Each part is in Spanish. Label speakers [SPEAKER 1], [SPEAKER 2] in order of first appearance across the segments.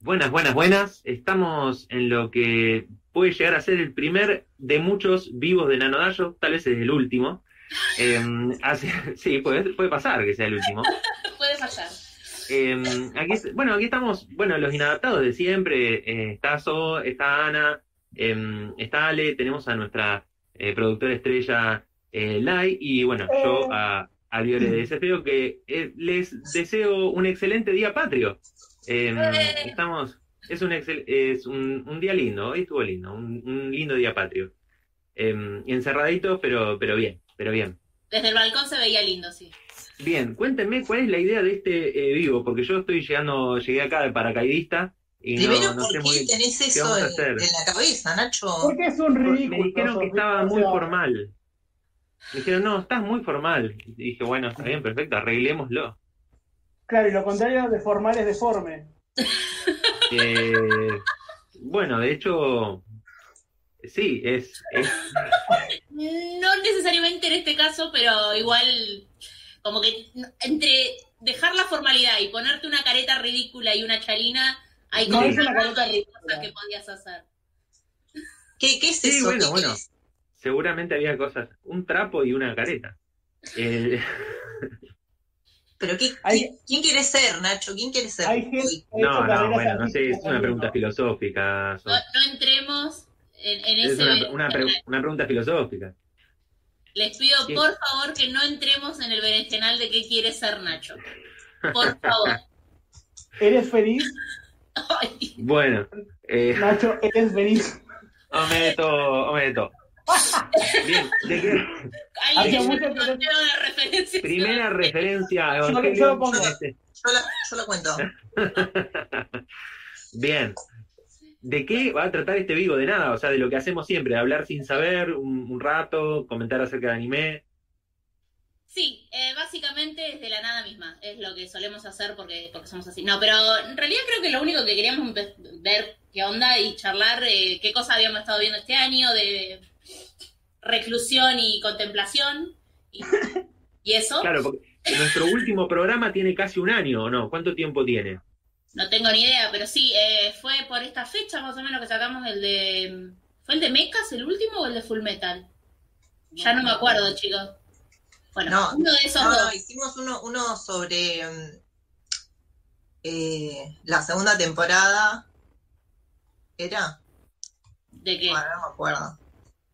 [SPEAKER 1] Buenas, buenas, buenas. Estamos en lo que puede llegar a ser el primer de muchos vivos de Nanodayo, tal vez es el último. Eh, hace- sí, puede, puede pasar que sea el último.
[SPEAKER 2] Puede pasar.
[SPEAKER 1] Eh, aquí, bueno, aquí estamos, bueno, los inadaptados de siempre. eh, está So, está Ana, eh, está Ale, tenemos a nuestra eh, productora estrella eh, Lai y bueno, yo a, a Viole de Cefeo que eh, les deseo un excelente día patrio. Eh,
[SPEAKER 2] Eh.
[SPEAKER 1] estamos, es un, excel- es un, un día lindo, hoy estuvo lindo, un, un lindo día patrio. Eh, encerradito, pero, pero bien, pero bien.
[SPEAKER 2] Desde el balcón se veía lindo, sí.
[SPEAKER 1] Bien, cuéntenme cuál es la idea de este eh, vivo, porque yo estoy llegando, llegué acá de paracaidista y no,
[SPEAKER 3] Primero,
[SPEAKER 1] no
[SPEAKER 3] ¿por
[SPEAKER 1] sé
[SPEAKER 3] qué
[SPEAKER 1] muy bien.
[SPEAKER 3] tenés
[SPEAKER 1] vamos
[SPEAKER 3] eso
[SPEAKER 1] a
[SPEAKER 3] en,
[SPEAKER 1] hacer?
[SPEAKER 3] en la cabeza, Nacho?
[SPEAKER 4] Porque es un ridículo.
[SPEAKER 1] Me dijeron que
[SPEAKER 4] Sofía,
[SPEAKER 1] estaba
[SPEAKER 4] o
[SPEAKER 1] muy
[SPEAKER 4] sea,
[SPEAKER 1] formal. Me dijeron, no, estás muy formal. Y dije, bueno, está bien, perfecto, arreglémoslo.
[SPEAKER 4] Claro, y lo contrario de formal es deforme.
[SPEAKER 1] Eh, bueno, de hecho, sí, es, es
[SPEAKER 2] No necesariamente en este caso, pero igual, como que entre dejar la formalidad y ponerte una careta ridícula y una chalina, hay
[SPEAKER 4] No,
[SPEAKER 2] como
[SPEAKER 4] es una
[SPEAKER 2] una banda
[SPEAKER 4] careta
[SPEAKER 2] de cosas
[SPEAKER 4] ridícula.
[SPEAKER 2] que podías hacer.
[SPEAKER 3] ¿Qué, qué es
[SPEAKER 1] Sí,
[SPEAKER 3] eso?
[SPEAKER 1] bueno,
[SPEAKER 3] ¿Qué
[SPEAKER 1] bueno.
[SPEAKER 3] querés?
[SPEAKER 1] seguramente había cosas, un trapo y una careta. Eh, El-
[SPEAKER 3] ¿Pero qué,
[SPEAKER 4] Hay-
[SPEAKER 3] qué- quién quiere ser, Nacho? ¿Quién quiere ser?
[SPEAKER 4] Hay gente
[SPEAKER 3] Uy,
[SPEAKER 4] que ha hecho
[SPEAKER 1] no, no,
[SPEAKER 4] carreras
[SPEAKER 1] bueno, no sé, es
[SPEAKER 4] artísticas
[SPEAKER 1] una pregunta
[SPEAKER 4] también,
[SPEAKER 1] filosófica. so-
[SPEAKER 2] No, no entremos en, en
[SPEAKER 1] Es
[SPEAKER 2] ese...
[SPEAKER 1] una, una pre- una pregunta filosófica.
[SPEAKER 2] Les pido
[SPEAKER 1] Sí.
[SPEAKER 2] por favor que no entremos en el berenjenal de qué quiere ser Nacho. Por favor.
[SPEAKER 4] ¿no? ¿Eres feliz?
[SPEAKER 2] Ay,
[SPEAKER 1] Bueno, eh,
[SPEAKER 4] Nacho, ¿eres feliz?
[SPEAKER 1] Ometo, Ometo. Bien, ¿de qué?
[SPEAKER 2] alguien me
[SPEAKER 4] Hace mucho que no-
[SPEAKER 2] encontró una referencia.
[SPEAKER 1] primera referencia a
[SPEAKER 4] Yo- yo
[SPEAKER 1] Evangelion.
[SPEAKER 4] lo pongo.
[SPEAKER 1] Este.
[SPEAKER 3] Yo la, yo la cuento.
[SPEAKER 1] Bien. ¿De qué va a tratar este vivo? De nada, o sea, de lo que hacemos siempre, de hablar sin saber un, un rato, comentar acerca de anime.
[SPEAKER 2] Sí, eh, básicamente es de la nada misma, es lo que solemos hacer porque, porque somos así. No, pero en realidad creo que lo único que queríamos empe- ver qué onda y charlar eh, qué cosas habíamos estado viendo este año de reclusión y contemplación y, y eso.
[SPEAKER 1] Claro, porque nuestro último programa tiene casi un año, ¿o no? ¿Cuánto tiempo tiene?
[SPEAKER 2] No tengo ni idea, pero sí, eh, fue por esta fecha más o menos que sacamos el de... ¿Fue el de Mechas el último o el de Full Metal? Ya no me acuerdo, chicos. Bueno,
[SPEAKER 3] No,
[SPEAKER 2] uno de esos
[SPEAKER 3] No,
[SPEAKER 2] dos.
[SPEAKER 3] no, hicimos uno, uno sobre mm, eh, la segunda temporada. ¿Era?
[SPEAKER 2] ¿De qué?
[SPEAKER 3] Bueno, no me acuerdo.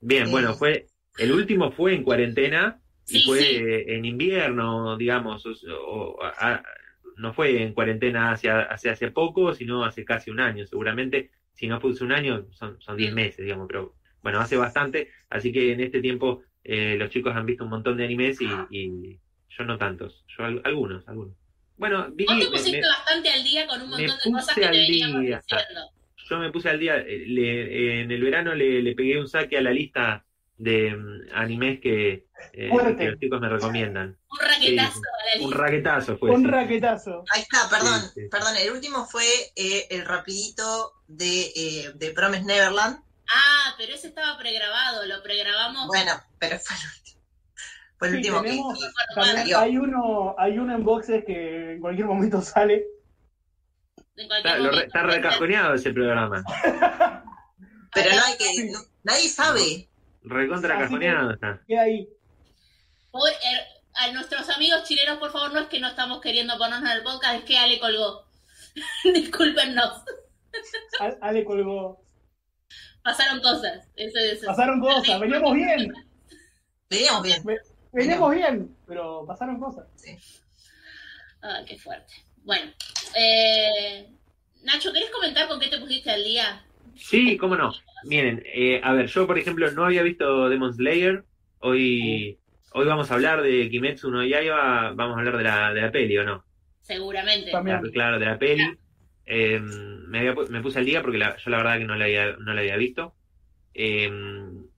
[SPEAKER 1] Bien,
[SPEAKER 3] Sí.
[SPEAKER 1] bueno, fue. El último fue en cuarentena y
[SPEAKER 2] Sí,
[SPEAKER 1] fue
[SPEAKER 2] sí.
[SPEAKER 1] eh, en invierno, digamos, o, o- a- a- no fue en cuarentena hace, hace, hace poco, sino hace casi un año, seguramente, si no fuese un año, son, son
[SPEAKER 2] Mm.
[SPEAKER 1] 10 meses, digamos, pero bueno, hace bastante, así que en este tiempo eh, los chicos han visto un montón de animes y, y yo no tantos, yo al- algunos, algunos. Bueno, vi-
[SPEAKER 2] Vos te
[SPEAKER 1] me-
[SPEAKER 2] pusiste
[SPEAKER 1] me-
[SPEAKER 2] bastante al día con un
[SPEAKER 1] me
[SPEAKER 2] montón de
[SPEAKER 1] puse
[SPEAKER 2] cosas que te
[SPEAKER 1] al
[SPEAKER 2] veníamos
[SPEAKER 1] día.
[SPEAKER 2] diciendo.
[SPEAKER 1] yo me puse al día, eh, le- eh, en el verano le, le pegué un saque a la lista de mm, animes que, eh,
[SPEAKER 4] Fuerte.
[SPEAKER 1] que los chicos me recomiendan.
[SPEAKER 2] Un raquetazo
[SPEAKER 1] Sí,
[SPEAKER 2] a la
[SPEAKER 1] Un
[SPEAKER 2] lista.
[SPEAKER 1] raquetazo fue.
[SPEAKER 4] Un
[SPEAKER 1] Pues sí.
[SPEAKER 4] raquetazo.
[SPEAKER 3] Ahí está, perdón,
[SPEAKER 1] Sí, sí.
[SPEAKER 3] perdón. El último fue eh, el rapidito de, eh, de Promes Neverland.
[SPEAKER 2] Ah, pero ese estaba pregrabado, lo pregrabamos.
[SPEAKER 3] Bueno, pero fue el último. Fue el
[SPEAKER 4] Sí,
[SPEAKER 3] último que-
[SPEAKER 4] tenemos-
[SPEAKER 3] que-
[SPEAKER 4] También
[SPEAKER 3] Salió.
[SPEAKER 4] hay uno, hay uno en boxes que en cualquier momento sale.
[SPEAKER 2] en cualquier
[SPEAKER 1] Está, lo re-
[SPEAKER 2] momento.
[SPEAKER 1] está recajoneado ese programa.
[SPEAKER 3] Pero no hay que. no- nadie sabe.
[SPEAKER 1] Recontra
[SPEAKER 4] Así
[SPEAKER 1] cajoneado está.
[SPEAKER 4] Queda ahí.
[SPEAKER 2] Por- er- a nuestros amigos chilenos, por favor, no es que no estamos queriendo ponernos en el podcast, es que Ale colgó. Discúlpenos,
[SPEAKER 4] Al- Ale colgó.
[SPEAKER 2] pasaron cosas. Eso es eso.
[SPEAKER 4] Pasaron cosas. Veníamos bien.
[SPEAKER 3] Veníamos bien.
[SPEAKER 4] Veníamos bien. Pero pasaron cosas.
[SPEAKER 2] Ah, qué fuerte. Bueno, eh, Nacho, ¿querés comentar con qué te pusiste al día?
[SPEAKER 1] Sí, cómo no. Miren, eh, a ver, yo por ejemplo no había visto Demon Slayer. Hoy, hoy vamos a hablar de Kimetsu no Yaiba. Vamos a hablar de la, de la peli, ¿o no?
[SPEAKER 2] Seguramente.
[SPEAKER 4] También.
[SPEAKER 1] La- claro, de la peli. Eh, me, había pu- me puse al día porque la- yo la verdad que no la había, no la había visto. Eh,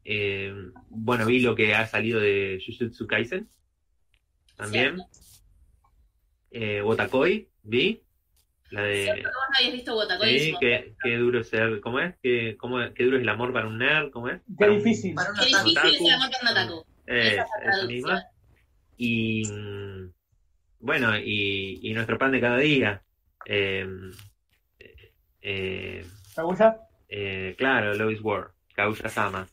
[SPEAKER 1] eh, bueno, vi lo que ha salido de Jujutsu Kaisen. También. Eh, Wotakoi, vi. La de.
[SPEAKER 2] Siempre vos no habías visto Botacoy.
[SPEAKER 1] Sí, qué, qué duro es ser, ¿cómo es? Qué, cómo, qué duro es el amor para un nerd, ¿cómo es?
[SPEAKER 4] Qué
[SPEAKER 1] Para un-
[SPEAKER 4] difícil.
[SPEAKER 3] Para un
[SPEAKER 2] Qué
[SPEAKER 3] ataque.
[SPEAKER 2] difícil es el amor para un
[SPEAKER 1] Otaku.
[SPEAKER 2] otaku.
[SPEAKER 1] Eh,
[SPEAKER 2] Esa es la
[SPEAKER 1] esa misma. Y mm, bueno, y, y nuestro pan de cada día. Eh, eh, Em, eh,
[SPEAKER 4] ¿Kaguya?
[SPEAKER 1] eh, claro, Lois Ward, Kaguya Sama.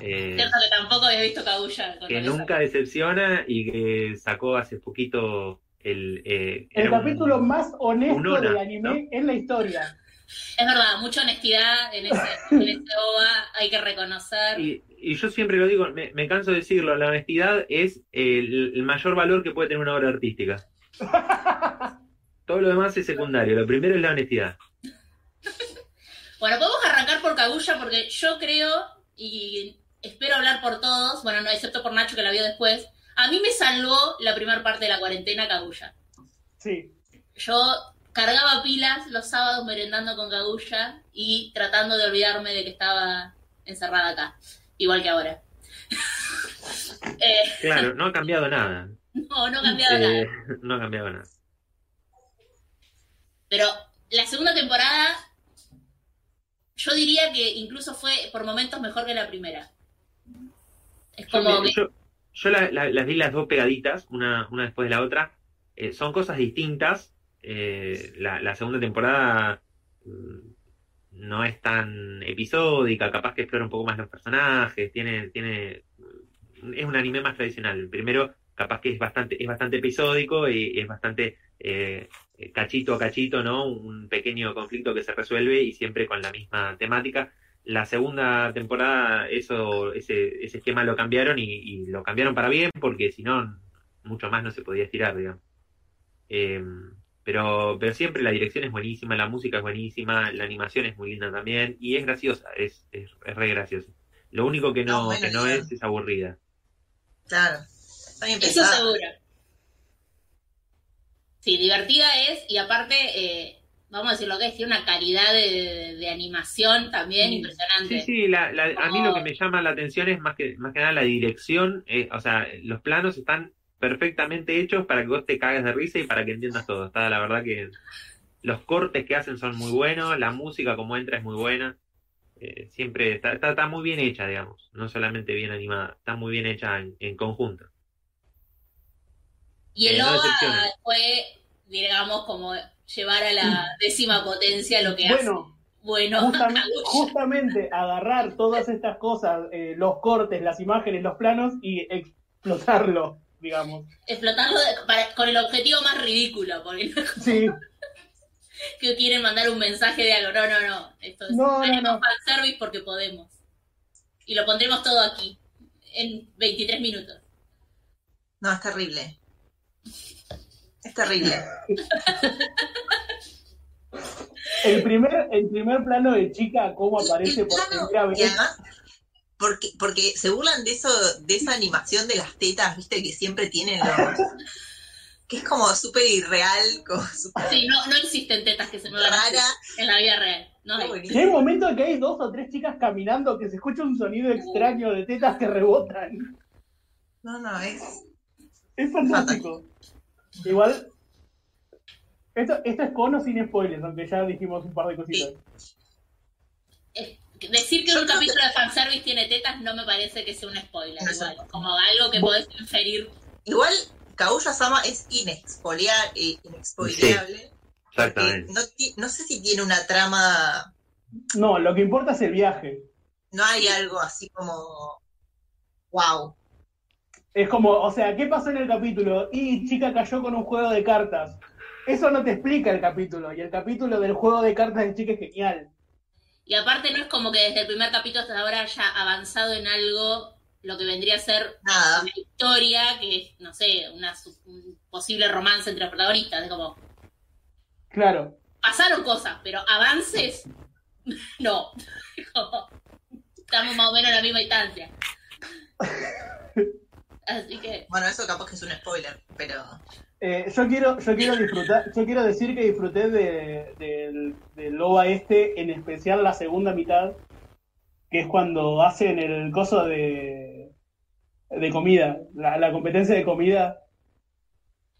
[SPEAKER 1] eh,
[SPEAKER 2] Cierto que tampoco había visto Kaguya. con
[SPEAKER 1] que
[SPEAKER 2] lo
[SPEAKER 1] nunca decepciona y que sacó hace poquito el. eh,
[SPEAKER 4] El
[SPEAKER 1] era un-
[SPEAKER 4] capítulo más honesto
[SPEAKER 1] un ona,
[SPEAKER 4] del anime en la historia.
[SPEAKER 2] Es verdad, mucha honestidad en ese, en ese OVA, hay que reconocer.
[SPEAKER 1] Y, y yo siempre lo digo, me, me canso de decirlo, la honestidad es el, el mayor valor que puede tener una obra artística. Todo lo demás es secundario, lo primero es la honestidad.
[SPEAKER 2] Bueno, podemos arrancar por Kaguya porque yo creo, y espero hablar por todos, bueno, no, excepto por Nacho que la vio después, a mí me salvó la primera parte de la cuarentena Kaguya.
[SPEAKER 4] Sí.
[SPEAKER 2] Yo cargaba pilas los sábados merendando con Kaguya y tratando de olvidarme de que estaba encerrada acá, igual que ahora. Eh,
[SPEAKER 1] Claro, no ha cambiado nada.
[SPEAKER 2] no, no cambiaba nada.
[SPEAKER 1] Eh, no ha cambiado nada.
[SPEAKER 2] Pero la segunda temporada, yo diría que incluso fue por momentos mejor que la primera. Es
[SPEAKER 1] Yo,
[SPEAKER 2] como
[SPEAKER 1] me-
[SPEAKER 2] que,
[SPEAKER 1] yo, yo la- la- las vi las dos pegaditas, una, una después de la otra. Eh, son cosas distintas. Eh, la, la segunda temporada mm, no es tan episódica, capaz que explora un poco más los personajes, tiene, tiene, es un anime más tradicional. El primero, capaz que es bastante, es bastante episódico y es bastante eh, cachito a cachito, ¿no? Un pequeño conflicto que se resuelve y siempre con la misma temática la segunda temporada eso ese, ese esquema lo cambiaron y, y lo cambiaron para bien porque si no mucho más no se podía estirar digamos Eh, pero pero siempre la dirección es buenísima la música es buenísima la animación es muy linda también y es graciosa es, es, es re graciosa lo único que no,
[SPEAKER 3] No, bueno,
[SPEAKER 1] que no
[SPEAKER 3] ya.
[SPEAKER 1] es es aburrida
[SPEAKER 3] Claro. Está bien
[SPEAKER 2] eso
[SPEAKER 3] pensado.
[SPEAKER 2] seguro. Sí, divertida es, y aparte, eh, vamos a decir lo que es, tiene una calidad de, de- de animación también
[SPEAKER 4] Mm.
[SPEAKER 2] impresionante.
[SPEAKER 1] Sí, sí, la- la- a mí
[SPEAKER 2] Como-
[SPEAKER 1] lo que me llama la atención es más que, más que nada la dirección, eh, o sea, los planos están perfectamente hechos para que vos te cagues de risa y para que entiendas todo. Está, la verdad que los cortes que hacen son muy buenos, la música como entra es muy buena, eh, siempre está, está, está muy bien hecha, digamos, no solamente bien animada, está muy bien hecha en, en conjunto.
[SPEAKER 2] Y el
[SPEAKER 1] Eh, no decepciona.
[SPEAKER 2] OVA fue, digamos, como llevar a
[SPEAKER 1] Mm.
[SPEAKER 2] la décima potencia lo que hace.
[SPEAKER 4] Bueno,
[SPEAKER 2] Bueno,
[SPEAKER 4] justamente,
[SPEAKER 2] Kaguya.
[SPEAKER 4] justamente agarrar todas estas cosas, eh, los cortes, las imágenes, los planos y explotarlo, digamos.
[SPEAKER 2] explotarlo de- para- con el objetivo más ridículo, porque no es
[SPEAKER 4] Sí,
[SPEAKER 2] que quieren mandar un mensaje de algo. No, no, no. Esto es
[SPEAKER 4] No, no,
[SPEAKER 2] haremos
[SPEAKER 4] no.
[SPEAKER 2] fanservice porque podemos. Y lo pondremos todo aquí, en 23 minutos.
[SPEAKER 3] No, es terrible. Es terrible.
[SPEAKER 4] el primer, el primer plano de chica, cómo aparece por
[SPEAKER 3] Claro,
[SPEAKER 4] primera
[SPEAKER 3] y
[SPEAKER 4] vez.
[SPEAKER 3] además, porque, porque se burlan de eso, de esa animación de las tetas, viste, que siempre tienen los. que es como súper irreal, como súper
[SPEAKER 2] Sí, no, no existen tetas que se muevan así
[SPEAKER 3] rara. Ah,
[SPEAKER 2] en la vida real. No hay.
[SPEAKER 4] Y hay momentos en que hay dos o tres chicas caminando que se escucha un sonido extraño de tetas que rebotan.
[SPEAKER 3] No, no, es.
[SPEAKER 4] Es fantástico. Igual. Esto, esto es con o sin spoilers, aunque ya dijimos un par de cositas.
[SPEAKER 2] Es- Decir que
[SPEAKER 3] Yo
[SPEAKER 2] un
[SPEAKER 3] creo
[SPEAKER 2] capítulo de fanservice tiene tetas no me parece que sea un spoiler,
[SPEAKER 3] No sé.
[SPEAKER 2] igual. Como algo que podés inferir.
[SPEAKER 3] Igual, Kaguya Sama es inexpolia- eh, inexpoliable. porque
[SPEAKER 1] Exactamente.
[SPEAKER 3] No, ti- no sé si tiene una trama.
[SPEAKER 4] No, lo que importa es el viaje.
[SPEAKER 3] No hay algo así como. ¡Wow!
[SPEAKER 4] Es como, o sea, ¿qué pasó en el capítulo? Y chica cayó con un juego de cartas. Eso no te explica el capítulo. Y el capítulo del juego de cartas de chica es genial.
[SPEAKER 2] Y aparte no es como que desde el primer capítulo hasta ahora haya avanzado en algo lo que vendría a ser
[SPEAKER 3] Nada.
[SPEAKER 2] una historia que es, no sé, una, su- un posible romance entre los protagonistas. Es como,
[SPEAKER 4] Claro.
[SPEAKER 2] pasaron cosas, pero avances, no. Como, Estamos más o menos en la misma instancia. Así que,
[SPEAKER 3] Bueno, eso capaz que es un spoiler, pero.
[SPEAKER 4] Eh, yo quiero, yo quiero disfrutar, yo quiero decir que disfruté de, del- del OVA este, en especial la segunda mitad, que es cuando hacen el coso de, de comida, la, la competencia de comida.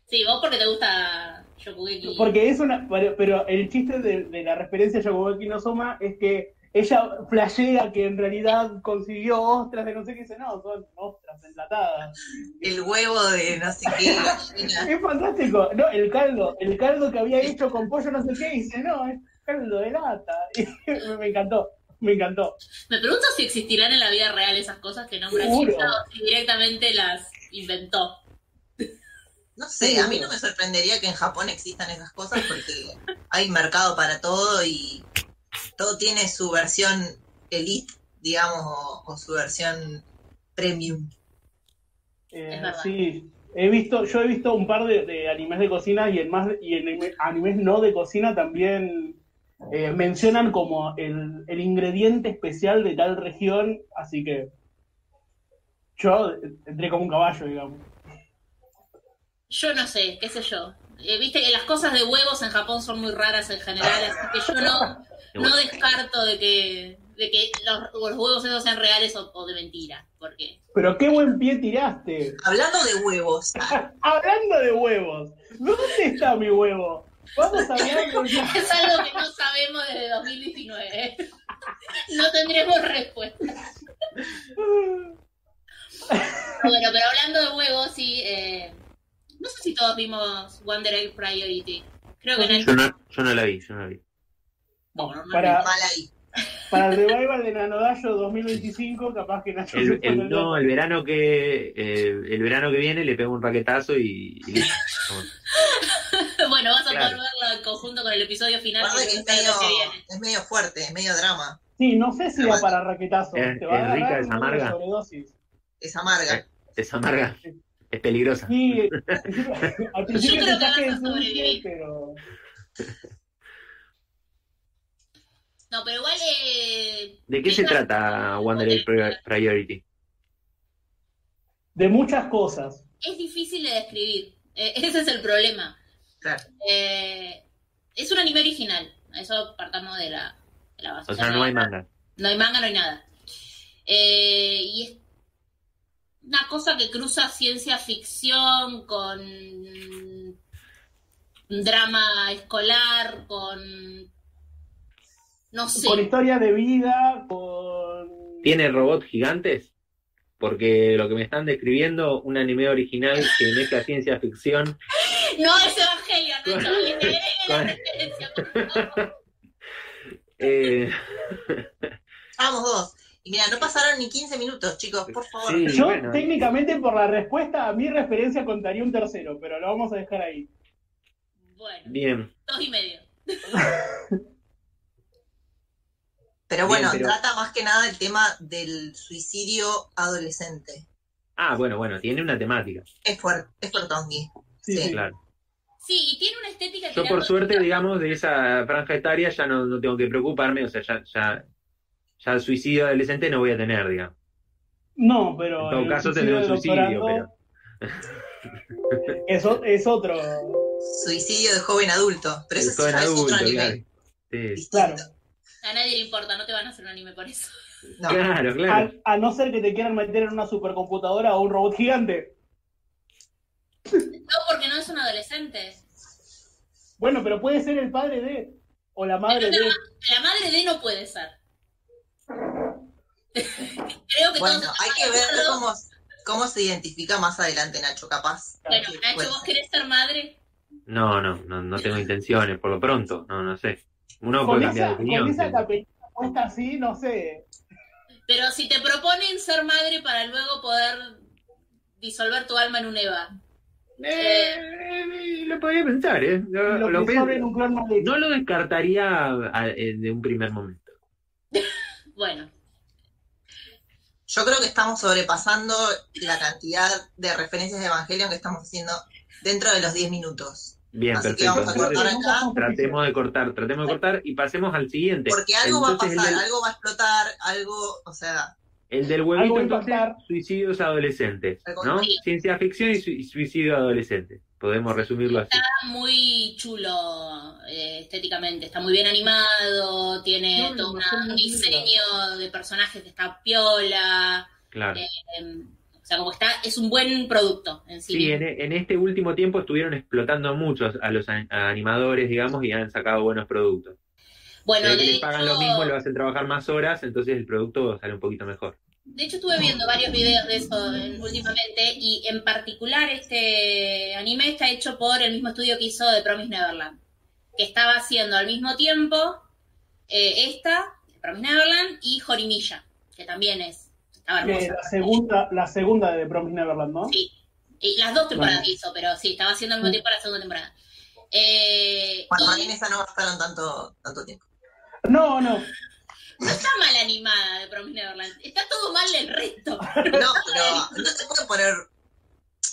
[SPEAKER 2] sí, vos porque te gusta Shokugeki.
[SPEAKER 4] Porque es una, pero, pero el chiste de, de la referencia a Yokogeki no Soma es que ella flashea que en realidad consiguió ostras de no sé qué, dice, no, son ostras enlatadas.
[SPEAKER 3] El huevo de no sé qué, gallina.
[SPEAKER 4] Es fantástico, no, el caldo, el caldo que había hecho con pollo no sé qué, dice, no, es caldo de lata. Y me encantó, me encantó.
[SPEAKER 2] Me pregunto si existirán en la vida real esas cosas que nombra
[SPEAKER 4] Seguro.
[SPEAKER 2] Chita o si directamente las inventó.
[SPEAKER 3] No sé, a mí no me sorprendería que en Japón existan esas cosas porque hay mercado para todo y todo tiene su versión elite, digamos, o, o su versión premium.
[SPEAKER 4] Eh,
[SPEAKER 2] Es verdad.
[SPEAKER 4] sí, he visto, yo he visto un par de, de animes de cocina y en más y en anime- animes no de cocina también eh, mencionan como el, el ingrediente especial de tal región, así que yo entré como un caballo, digamos.
[SPEAKER 2] Yo no sé, qué sé yo. Eh, Viste que las cosas de huevos en Japón son muy raras en general, así que yo no, no descarto de que, de que los, los huevos esos sean reales o, o de mentira. Porque
[SPEAKER 4] Pero qué buen pie tiraste.
[SPEAKER 3] Hablando de huevos, ah,
[SPEAKER 4] Hablando de huevos, ¿dónde está mi huevo? Vamos a hablar con
[SPEAKER 2] es algo que no sabemos desde 2019. No tendremos respuesta. Bueno, pero hablando de huevos, sí. eh, no sé si todos vimos Wonder Egg Priority. Creo que nadie.
[SPEAKER 1] Yo no, yo no la vi, yo no la vi.
[SPEAKER 2] Bueno, no,
[SPEAKER 4] Para-
[SPEAKER 3] mal ahí.
[SPEAKER 4] Para el revival de Nanodayo 2025, capaz que Nacho
[SPEAKER 1] El,
[SPEAKER 4] se
[SPEAKER 1] el-
[SPEAKER 4] pone
[SPEAKER 1] no, el verano que eh, el verano que viene le pego un raquetazo y, y listo.
[SPEAKER 2] bueno, vas a poder
[SPEAKER 1] Claro.
[SPEAKER 2] verlo en conjunto con el episodio final.
[SPEAKER 3] Guarda
[SPEAKER 2] que
[SPEAKER 3] que es
[SPEAKER 2] está el
[SPEAKER 3] medio,
[SPEAKER 2] mes que viene.
[SPEAKER 3] es medio fuerte, es medio drama,
[SPEAKER 4] Sí, no sé si va para raquetazo.
[SPEAKER 1] Es-
[SPEAKER 4] te va a
[SPEAKER 1] es rica,
[SPEAKER 4] agarrar
[SPEAKER 1] es
[SPEAKER 4] una
[SPEAKER 1] amarga.
[SPEAKER 4] sobredosis.
[SPEAKER 3] es amarga.
[SPEAKER 1] es amarga, es peligrosa.
[SPEAKER 4] Sí, al principio- al principio
[SPEAKER 2] creo que
[SPEAKER 4] pensás
[SPEAKER 2] vas
[SPEAKER 4] que
[SPEAKER 2] a
[SPEAKER 4] es dulce,
[SPEAKER 2] sobrevivir.
[SPEAKER 4] pero.
[SPEAKER 2] No, pero igual. Eh,
[SPEAKER 1] ¿De qué se trata Wonder Egg Prior- Priority?
[SPEAKER 4] De muchas cosas.
[SPEAKER 2] es difícil de describir. Eh, ese es el problema.
[SPEAKER 3] Claro.
[SPEAKER 2] Eh, es un anime original. Eso partamos de la, de la base.
[SPEAKER 1] O sea, no hay manga.
[SPEAKER 2] No hay manga, no hay nada. Eh, y es una cosa que cruza ciencia ficción con drama escolar, con... No sé.
[SPEAKER 4] Con historia de vida, con.
[SPEAKER 1] ¿Tiene robots gigantes? Porque lo que me están describiendo, un anime original que mezcla ciencia ficción
[SPEAKER 2] No, es Evangelio, Nacho. que te agregue la
[SPEAKER 1] Con-
[SPEAKER 2] referencia, por favor.
[SPEAKER 1] Eh,
[SPEAKER 3] Vamos dos. Y mira, no pasaron ni 15 minutos, chicos, por favor.
[SPEAKER 1] Sí.
[SPEAKER 4] Yo,
[SPEAKER 1] bueno.
[SPEAKER 4] técnicamente, por la respuesta, a mi referencia contaría un tercero, pero lo vamos a dejar ahí.
[SPEAKER 2] Bueno,
[SPEAKER 1] bien,
[SPEAKER 2] dos y medio.
[SPEAKER 3] Pero bueno,
[SPEAKER 1] Bien, pero-
[SPEAKER 3] trata más que nada el tema del suicidio adolescente.
[SPEAKER 1] ah, bueno, bueno, tiene una temática,
[SPEAKER 3] Es fuerte, es fuertongui.
[SPEAKER 4] Sí,
[SPEAKER 3] Sí,
[SPEAKER 4] sí.
[SPEAKER 1] claro.
[SPEAKER 2] Sí, y tiene una estética
[SPEAKER 1] Yo por
[SPEAKER 2] tirando-
[SPEAKER 1] suerte, digamos, de esa franja etaria ya no, no tengo que preocuparme, o sea, ya, ya, ya el suicidio adolescente no voy a tener, digamos.
[SPEAKER 4] No, pero.
[SPEAKER 1] En todo
[SPEAKER 4] el
[SPEAKER 1] caso
[SPEAKER 4] suicidio
[SPEAKER 1] tendré un
[SPEAKER 4] del
[SPEAKER 1] suicidio,
[SPEAKER 4] doctorando
[SPEAKER 1] pero
[SPEAKER 4] Es, o- es otro.
[SPEAKER 3] Suicidio de joven adulto. Pero eso
[SPEAKER 1] todo en
[SPEAKER 3] ya es
[SPEAKER 1] adulto,
[SPEAKER 3] otro nivel.
[SPEAKER 1] claro. Sí.
[SPEAKER 4] Claro.
[SPEAKER 3] distinto.
[SPEAKER 2] A nadie le importa, no te van a hacer un anime por eso.
[SPEAKER 3] No.
[SPEAKER 1] Claro,
[SPEAKER 4] A,
[SPEAKER 1] claro.
[SPEAKER 4] a no ser que te quieran meter en una supercomputadora o un robot gigante.
[SPEAKER 2] No, porque no es un adolescente.
[SPEAKER 4] Bueno, pero puede ser el padre de. O la madre de.
[SPEAKER 2] La madre de no puede ser. Creo que
[SPEAKER 3] Bueno,
[SPEAKER 2] todos
[SPEAKER 3] hay que
[SPEAKER 2] estamos de
[SPEAKER 3] ver
[SPEAKER 2] acuerdo.
[SPEAKER 3] cómo, cómo se identifica más adelante Nacho, capaz.
[SPEAKER 2] Bueno,
[SPEAKER 3] Sí,
[SPEAKER 2] Nacho,
[SPEAKER 3] puede
[SPEAKER 2] ¿vos
[SPEAKER 3] ser.
[SPEAKER 2] querés ser madre?
[SPEAKER 1] No, no, no, no tengo intenciones, por lo pronto, no, no pues sé. Uno
[SPEAKER 4] con
[SPEAKER 1] puede
[SPEAKER 4] esa,
[SPEAKER 1] cambiar de
[SPEAKER 4] con
[SPEAKER 1] opinión.
[SPEAKER 4] esa capellita puesta así, no sé.
[SPEAKER 2] Pero si te proponen ser madre para luego poder disolver tu alma en un Eva.
[SPEAKER 1] Eh, eh, lo podría pensar, ¿eh? Lo-
[SPEAKER 4] Lo,
[SPEAKER 1] lo
[SPEAKER 4] que
[SPEAKER 1] pienso.
[SPEAKER 4] sobra en un clon maldito.
[SPEAKER 1] No lo descartaría a- eh, de un primer momento.
[SPEAKER 2] Bueno,
[SPEAKER 3] Yo creo que estamos sobrepasando la cantidad de referencias de Evangelion que estamos haciendo dentro de los 10 minutos.
[SPEAKER 1] Bien,
[SPEAKER 3] Así que
[SPEAKER 1] perfecto.
[SPEAKER 3] vamos a
[SPEAKER 1] Entonces,
[SPEAKER 3] cortar acá.
[SPEAKER 1] Tratemos de cortar, tratemos de cortar y pasemos al siguiente.
[SPEAKER 3] Porque algo va a
[SPEAKER 1] Entonces, el
[SPEAKER 3] pasar,
[SPEAKER 1] del-
[SPEAKER 3] algo va a explotar, algo, o sea,
[SPEAKER 1] El del
[SPEAKER 4] Algo
[SPEAKER 1] huevito,
[SPEAKER 4] va a
[SPEAKER 1] entonces,
[SPEAKER 4] pasar.
[SPEAKER 1] suicidios adolescentes,
[SPEAKER 3] Algo-
[SPEAKER 1] ¿no? Ciencia ficción y su- y suicidio adolescente. Podemos resumirlo así.
[SPEAKER 2] está muy chulo eh, estéticamente, está muy bien animado, tiene
[SPEAKER 4] No,
[SPEAKER 2] todo
[SPEAKER 4] no,
[SPEAKER 2] una-
[SPEAKER 4] está muy
[SPEAKER 2] un
[SPEAKER 4] lindo.
[SPEAKER 2] diseño de personajes que está piola.
[SPEAKER 1] Claro.
[SPEAKER 2] eh, o sea, como que está, es un buen producto en sí.
[SPEAKER 1] Sí, en, en este último tiempo estuvieron explotando muchos a los an- a animadores, digamos, y han sacado buenos productos.
[SPEAKER 2] bueno,
[SPEAKER 1] Eh,
[SPEAKER 2] de
[SPEAKER 1] que les pagan lo
[SPEAKER 2] hecho-
[SPEAKER 1] mismo, lo hacen trabajar más horas, entonces el producto sale un poquito mejor.
[SPEAKER 2] De hecho, estuve viendo varios videos de eso eh, últimamente y en particular este anime está hecho por el mismo estudio que hizo The Promise Neverland. que estaba haciendo al mismo tiempo eh, esta, Promise Neverland, y Jorimilla, que también es. Estaba hermosa.
[SPEAKER 4] Que la segunda, la segunda de Promis Neverland, ¿no?
[SPEAKER 2] Sí. Y las dos temporadas
[SPEAKER 4] Bueno.
[SPEAKER 2] hizo, pero sí, estaba haciendo al mismo tiempo la segunda temporada. Eh,
[SPEAKER 3] Bueno,
[SPEAKER 2] y
[SPEAKER 3] en esa no gastaron tanto, tanto tiempo.
[SPEAKER 4] No, no.
[SPEAKER 2] no está mal animada de Promise Neverland. Está todo mal el resto.
[SPEAKER 3] No, pero no se puede poner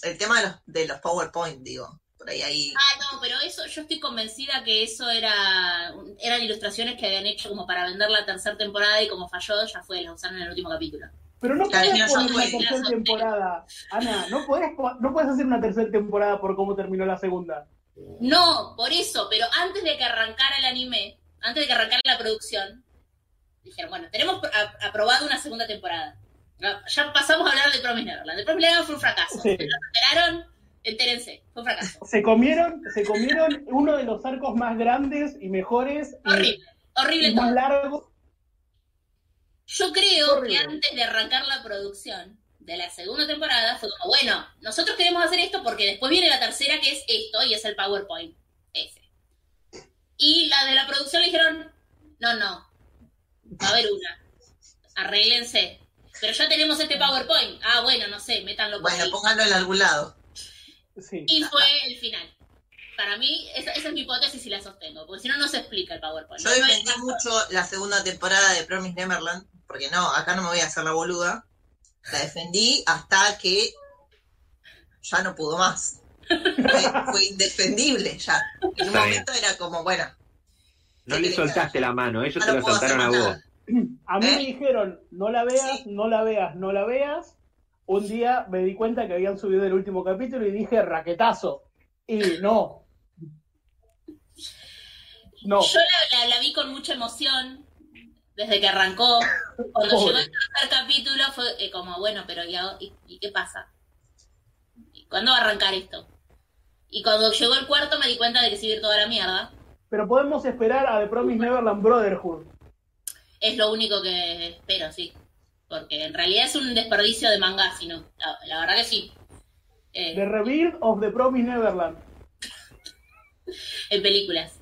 [SPEAKER 3] el tema de los, de los PowerPoint, digo. Por ahí ahí.
[SPEAKER 2] Ah, no, pero eso, yo estoy convencida que eso era, eran ilustraciones que habían hecho como para vender la tercera temporada y como falló, ya fue, la usaron en el último capítulo.
[SPEAKER 4] Pero no
[SPEAKER 3] Claro,
[SPEAKER 4] podés
[SPEAKER 3] mira,
[SPEAKER 4] poner
[SPEAKER 3] yo
[SPEAKER 4] una
[SPEAKER 3] fui-
[SPEAKER 2] mira,
[SPEAKER 4] tercera
[SPEAKER 2] yo-
[SPEAKER 4] temporada. Ana, no podés, po- no podés hacer una tercera temporada por cómo terminó la segunda.
[SPEAKER 2] No, por eso, pero antes de que arrancara el anime, antes de que arrancara la producción, dijeron, bueno, tenemos pro- a- aprobado una segunda temporada. Ya ya pasamos a hablar de Promise Neverland. De Promise Neverland fue un fracaso.
[SPEAKER 4] Sí.
[SPEAKER 2] Si no se enteraron, entérense, fue un fracaso.
[SPEAKER 4] Se comieron, se comieron uno de los arcos más grandes y mejores y,
[SPEAKER 2] Horrible, horrible
[SPEAKER 4] y más
[SPEAKER 2] todo.
[SPEAKER 4] largos.
[SPEAKER 2] Yo creo que
[SPEAKER 4] Horrible.
[SPEAKER 2] antes de arrancar la producción de la segunda temporada fue como, bueno, nosotros queremos hacer esto porque después viene la tercera que es esto y es el PowerPoint ese. Y la de la producción le dijeron, no, no, va a haber una, arréglense. Pero ya tenemos este PowerPoint. Ah, bueno, no sé, métanlo por ahí.
[SPEAKER 3] Bueno, pónganlo en algún lado.
[SPEAKER 4] Sí.
[SPEAKER 2] Y fue el final. Para mí, esa, esa es mi hipótesis y la sostengo, porque si no, no se explica el PowerPoint.
[SPEAKER 3] Yo
[SPEAKER 2] No hay
[SPEAKER 3] defendí
[SPEAKER 2] más-
[SPEAKER 3] mucho la segunda temporada de Promise Neverland, porque no, acá no me voy a hacer la boluda. La defendí hasta que ya no pudo más. Fue, fue indefendible ya. En un
[SPEAKER 1] Está bien.
[SPEAKER 3] momento era como, bueno,
[SPEAKER 1] No le soltaste la mano, ellos
[SPEAKER 3] no
[SPEAKER 1] te
[SPEAKER 3] lo
[SPEAKER 1] la
[SPEAKER 3] puedo hacer
[SPEAKER 1] soltaron a
[SPEAKER 3] más
[SPEAKER 1] vos.
[SPEAKER 3] nada.
[SPEAKER 4] A mí
[SPEAKER 3] ¿Eh?
[SPEAKER 4] me dijeron, no la veas, no la veas, no la veas. Un día me di cuenta que habían subido el último capítulo y dije, raquetazo. Y no. No.
[SPEAKER 2] Yo la, la- la vi con mucha emoción desde que arrancó. Cuando
[SPEAKER 4] Pobre.
[SPEAKER 2] llegó el tercer capítulo fue eh, como, bueno, pero ¿y, ahora- y- y qué pasa? ¿Y ¿Cuándo va a arrancar esto? Y cuando llegó el cuarto me di cuenta de que se iba a ir toda la mierda.
[SPEAKER 4] Pero podemos esperar a The Promise Neverland Brotherhood.
[SPEAKER 2] Es lo único que espero, sí. Porque en realidad es un desperdicio de manga, sino, la, la verdad que sí. Eh,
[SPEAKER 4] The Rebuild of The Promise Neverland.
[SPEAKER 2] en películas.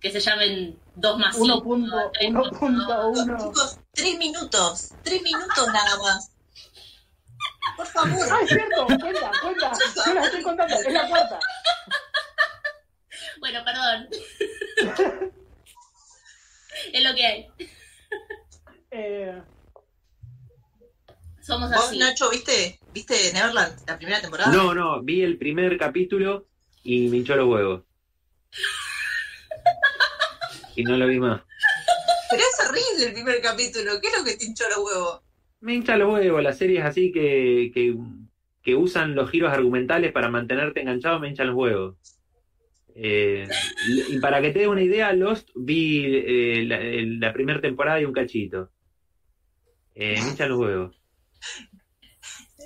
[SPEAKER 2] Que se llamen dos más
[SPEAKER 4] Uno
[SPEAKER 2] cinco,
[SPEAKER 4] punto-
[SPEAKER 2] tres
[SPEAKER 4] uno
[SPEAKER 2] punto
[SPEAKER 4] punto uno.
[SPEAKER 3] Chicos, tres minutos, tres minutos nada más. Por favor.
[SPEAKER 4] Ah, es cierto, cuenta, cuenta. Yo las estoy contando, es la cuarta.
[SPEAKER 2] Bueno, perdón. es lo que hay.
[SPEAKER 4] Eh,
[SPEAKER 2] Somos
[SPEAKER 3] Vos,
[SPEAKER 2] así.
[SPEAKER 3] Nacho, ¿viste, ¿viste Neverland la primera temporada?
[SPEAKER 1] No, no, vi el primer capítulo y me hinchó los huevos. Y no lo vi más.
[SPEAKER 3] Pero es horrible el primer capítulo. ¿Qué es lo que te hinchó los huevos?
[SPEAKER 1] Me hincha los huevos, las series así que, que, que usan los giros argumentales para mantenerte enganchado, me hinchan los huevos. Eh, y y para que te dé una idea, Lost vi eh, la, el- la primera temporada y un cachito. Eh, me hinchan los huevos.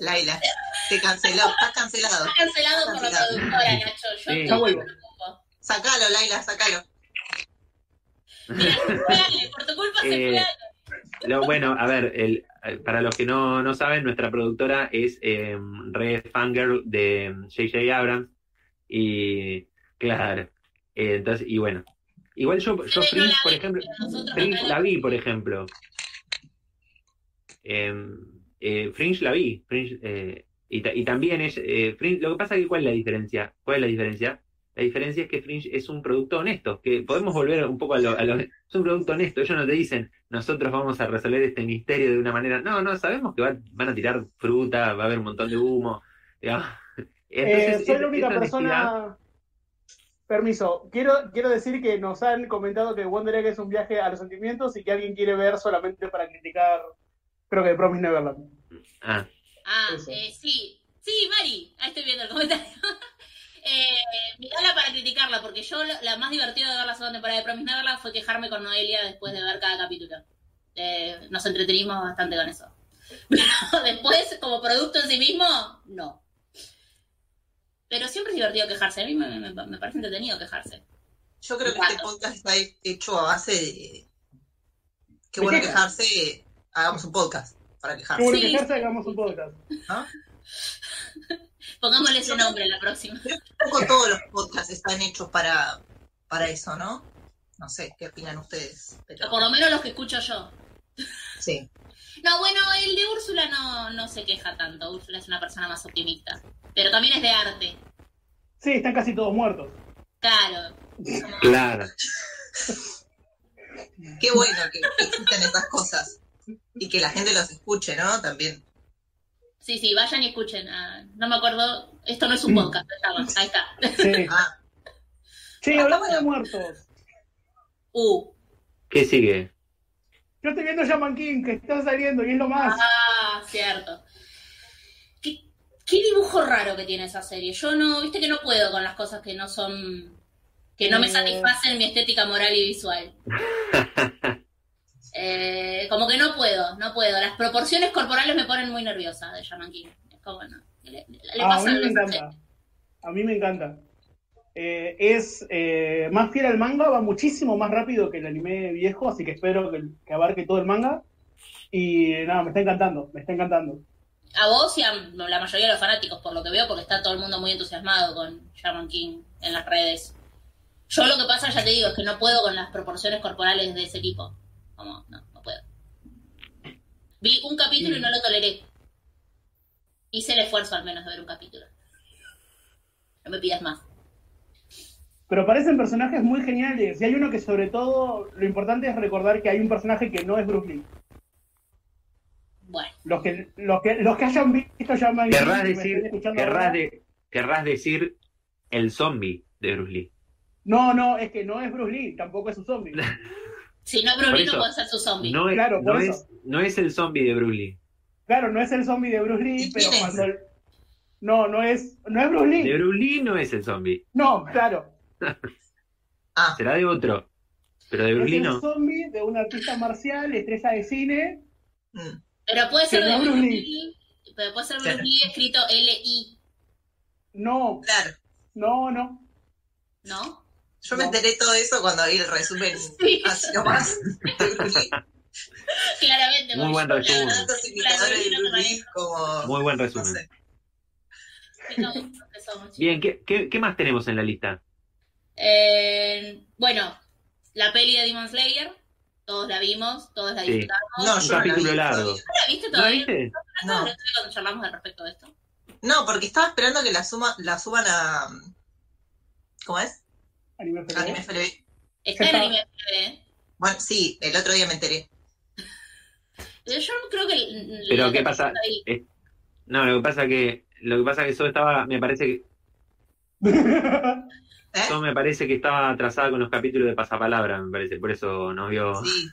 [SPEAKER 3] Laila, te canceló, estás cancelado.
[SPEAKER 2] Está cancelado por la
[SPEAKER 3] Cancelado.
[SPEAKER 2] productora, Nacho. Yo
[SPEAKER 1] Sí.
[SPEAKER 4] ya vuelvo.
[SPEAKER 3] Sacalo, Laila, sacalo.
[SPEAKER 2] Mira, se fue Ale, por tu culpa se
[SPEAKER 1] Eh,
[SPEAKER 2] fue Ale.
[SPEAKER 1] Lo, bueno, a ver, el, para los que no, no saben, nuestra productora es eh, re fangirl de J.J. Abrams. Y claro, eh, entonces, y bueno. Igual yo, yo
[SPEAKER 2] Eh, no
[SPEAKER 1] Fringe,
[SPEAKER 2] la
[SPEAKER 1] por
[SPEAKER 2] vi,
[SPEAKER 1] ejemplo,
[SPEAKER 2] pero nosotros
[SPEAKER 1] Fringe
[SPEAKER 2] acá
[SPEAKER 1] la vi, por ejemplo. Eh, eh, Fringe la vi. Fringe, eh, y, ta- y también es. eh, Fringe- lo que pasa es que, ¿cuál es la diferencia? ¿Cuál es la diferencia? La diferencia es que Fringe es un producto honesto, que podemos volver un poco a lo, a lo- Es un producto honesto, ellos no te dicen, nosotros vamos a resolver este misterio de una manera. No, no, sabemos que va- van a tirar fruta, va a haber un montón de humo. digamos. Entonces,
[SPEAKER 4] eh, soy
[SPEAKER 1] esa-
[SPEAKER 4] la única
[SPEAKER 1] esa honestidad-
[SPEAKER 4] persona. Permiso, quiero, quiero decir que nos han comentado que Wonder Egg es un viaje a los sentimientos y que alguien quiere ver solamente para criticar, creo que Promise Neverland.
[SPEAKER 1] Ah,
[SPEAKER 2] Ah,
[SPEAKER 4] eso.
[SPEAKER 2] eh, sí. Sí, Mari. Ahí estoy viendo el comentario. Eh, mirala para criticarla, porque yo lo- la más divertida de ver la segunda temporada de Promis Neverland fue quejarme con Noelia después de ver cada capítulo. Eh, nos entretenimos bastante con eso. Pero después, como producto en sí mismo, no. Pero siempre es divertido quejarse. A mí me, me- me parece entretenido quejarse.
[SPEAKER 3] Yo creo que
[SPEAKER 2] Claro.
[SPEAKER 3] este podcast está he- hecho a base de. Qué bueno
[SPEAKER 4] quejas.
[SPEAKER 3] quejarse. Hagamos un podcast para
[SPEAKER 4] Qué bueno
[SPEAKER 3] quejarse.
[SPEAKER 2] Sí.
[SPEAKER 4] que Gersa hagamos un podcast.
[SPEAKER 2] Pongámosle ese nombre en la próxima.
[SPEAKER 3] Un poco todos los podcasts están hechos para, para eso, ¿no? No sé, ¿qué opinan ustedes? Pero-
[SPEAKER 2] Por lo menos los que escucho yo.
[SPEAKER 3] sí.
[SPEAKER 2] No, bueno, el de Úrsula no, no se queja tanto. Úrsula es una persona más optimista. Pero también es de arte.
[SPEAKER 4] Sí, están casi todos muertos.
[SPEAKER 2] Claro.
[SPEAKER 1] Claro.
[SPEAKER 3] Qué bueno que que existan esas cosas y que la gente los escuche, ¿no? También.
[SPEAKER 2] Sí, sí, vayan y escuchen. Ah, no me acuerdo. Esto no es un podcast. está bueno, Ahí está.
[SPEAKER 4] Sí.
[SPEAKER 3] Ah,
[SPEAKER 4] Che, hablamos de muertos.
[SPEAKER 2] Uh.
[SPEAKER 1] ¿Qué sigue?
[SPEAKER 4] Yo estoy viendo Shaman King, que está saliendo y es lo más.
[SPEAKER 2] Ah, cierto. ¿Qué, qué dibujo raro que tiene esa serie. Yo no, viste que no puedo con las cosas que no son, que no me
[SPEAKER 4] Eh.
[SPEAKER 2] satisfacen mi estética moral y visual. Eh, como que no puedo, no puedo. Las proporciones corporales me ponen muy nerviosa de Shaman King. Es como, no, le, le- le
[SPEAKER 4] Ah, a
[SPEAKER 2] pasa
[SPEAKER 4] mí
[SPEAKER 2] algo
[SPEAKER 4] me
[SPEAKER 2] a esa
[SPEAKER 4] encanta. A mí me encanta. Eh, es eh, más fiel al manga, va muchísimo más rápido que el anime viejo, así que espero que, que abarque todo el manga. Y eh, nada, me está encantando, me está encantando.
[SPEAKER 2] serie. A vos y a la mayoría de los fanáticos, por lo que veo, porque está todo el mundo muy entusiasmado con Shaman King en las redes. Yo lo que pasa, ya te digo, es que no puedo con las proporciones corporales de ese tipo. Como, no, no puedo. Vi un capítulo y no lo toleré. Hice el esfuerzo al menos de ver un capítulo. No me pidas más.
[SPEAKER 4] Pero aparecen personajes muy geniales. Y hay uno que sobre todo, lo importante es recordar que hay un personaje que no es Bruce Lee.
[SPEAKER 2] Bueno,
[SPEAKER 4] Los que, los que, los que hayan visto Shaman King,
[SPEAKER 1] Querrás
[SPEAKER 4] que me estén
[SPEAKER 1] decir,
[SPEAKER 4] escuchando ahora-
[SPEAKER 1] querrás, de- querrás decir el zombie de Bruce Lee.
[SPEAKER 4] No, no, es que no es Bruce Lee, tampoco es un zombie.
[SPEAKER 2] si no, Brunito
[SPEAKER 1] eso,
[SPEAKER 2] puede ser su zombie.
[SPEAKER 1] No es,
[SPEAKER 4] Claro, por
[SPEAKER 1] no
[SPEAKER 4] eso.
[SPEAKER 1] es, no es el zombie de Bruce Lee.
[SPEAKER 4] Claro, no es el zombie de Bruce Lee,
[SPEAKER 3] ¿Y
[SPEAKER 4] pero
[SPEAKER 3] quién es?
[SPEAKER 4] cuando... el- No, no es, no es Bruce Lee.
[SPEAKER 1] De Bruce Lee no es el zombie.
[SPEAKER 4] No, claro.
[SPEAKER 3] ah,
[SPEAKER 1] Será de otro. Pero de Bruce
[SPEAKER 4] Es
[SPEAKER 1] Lee
[SPEAKER 4] un
[SPEAKER 1] no.
[SPEAKER 4] zombie de un artista marcial, estrella de cine.
[SPEAKER 3] mm,
[SPEAKER 2] Pero puede ser
[SPEAKER 4] Sí,
[SPEAKER 2] de
[SPEAKER 4] no,
[SPEAKER 2] Bruce
[SPEAKER 4] Bruce
[SPEAKER 2] Lee. Pero puede ser Bruce
[SPEAKER 3] Claro.
[SPEAKER 2] Lee escrito L-I,
[SPEAKER 4] No,
[SPEAKER 3] claro.
[SPEAKER 4] no, no.
[SPEAKER 2] ¿no?
[SPEAKER 3] Yo me
[SPEAKER 4] No.
[SPEAKER 3] enteré todo eso cuando vi el resumen
[SPEAKER 2] Sí.
[SPEAKER 3] así nomás.
[SPEAKER 2] Claramente.
[SPEAKER 1] Muy
[SPEAKER 2] porque
[SPEAKER 1] buen
[SPEAKER 2] yo, la
[SPEAKER 1] resumen.
[SPEAKER 2] verdad,
[SPEAKER 3] Tantos
[SPEAKER 2] la película de
[SPEAKER 3] imitadores de
[SPEAKER 2] Bruce Lee no me
[SPEAKER 3] Bruce Lee como.
[SPEAKER 1] Muy buen
[SPEAKER 3] No
[SPEAKER 1] resumen.
[SPEAKER 3] sé.
[SPEAKER 2] manejo. No, no somos, chicos.
[SPEAKER 1] Bien, ¿qué, qué, qué más tenemos en la lista?
[SPEAKER 2] Eh, bueno, la peli de Demon Slayer, todos la vimos, todos la
[SPEAKER 1] Sí.
[SPEAKER 2] disfrutamos.
[SPEAKER 3] No,
[SPEAKER 1] Un
[SPEAKER 3] yo no la
[SPEAKER 1] capítulo
[SPEAKER 3] vi
[SPEAKER 1] largo.
[SPEAKER 3] todavía.
[SPEAKER 2] ¿No la viste
[SPEAKER 1] ¿No la
[SPEAKER 2] todavía?
[SPEAKER 1] viste?
[SPEAKER 2] No,
[SPEAKER 3] No.
[SPEAKER 2] no sé cuando charlamos al respecto de esto.
[SPEAKER 3] No, porque estaba esperando que la, suma, la suban a. ¿Cómo es?
[SPEAKER 4] Anime feliz.
[SPEAKER 3] Anime FLB.
[SPEAKER 2] Está en
[SPEAKER 4] Está.
[SPEAKER 2] anime TV, ¿eh?
[SPEAKER 3] Bueno, sí, el otro día me enteré.
[SPEAKER 2] Pero Yo creo que.
[SPEAKER 1] Pero,
[SPEAKER 2] la-
[SPEAKER 1] ¿qué pasa?
[SPEAKER 2] ahí.
[SPEAKER 1] No, lo que pasa que lo que pasa que eso estaba, me parece que
[SPEAKER 3] ¿Eh?
[SPEAKER 1] Yo me parece que estaba atrasada con los capítulos de pasapalabra, me parece, por eso no vio.
[SPEAKER 3] Sí.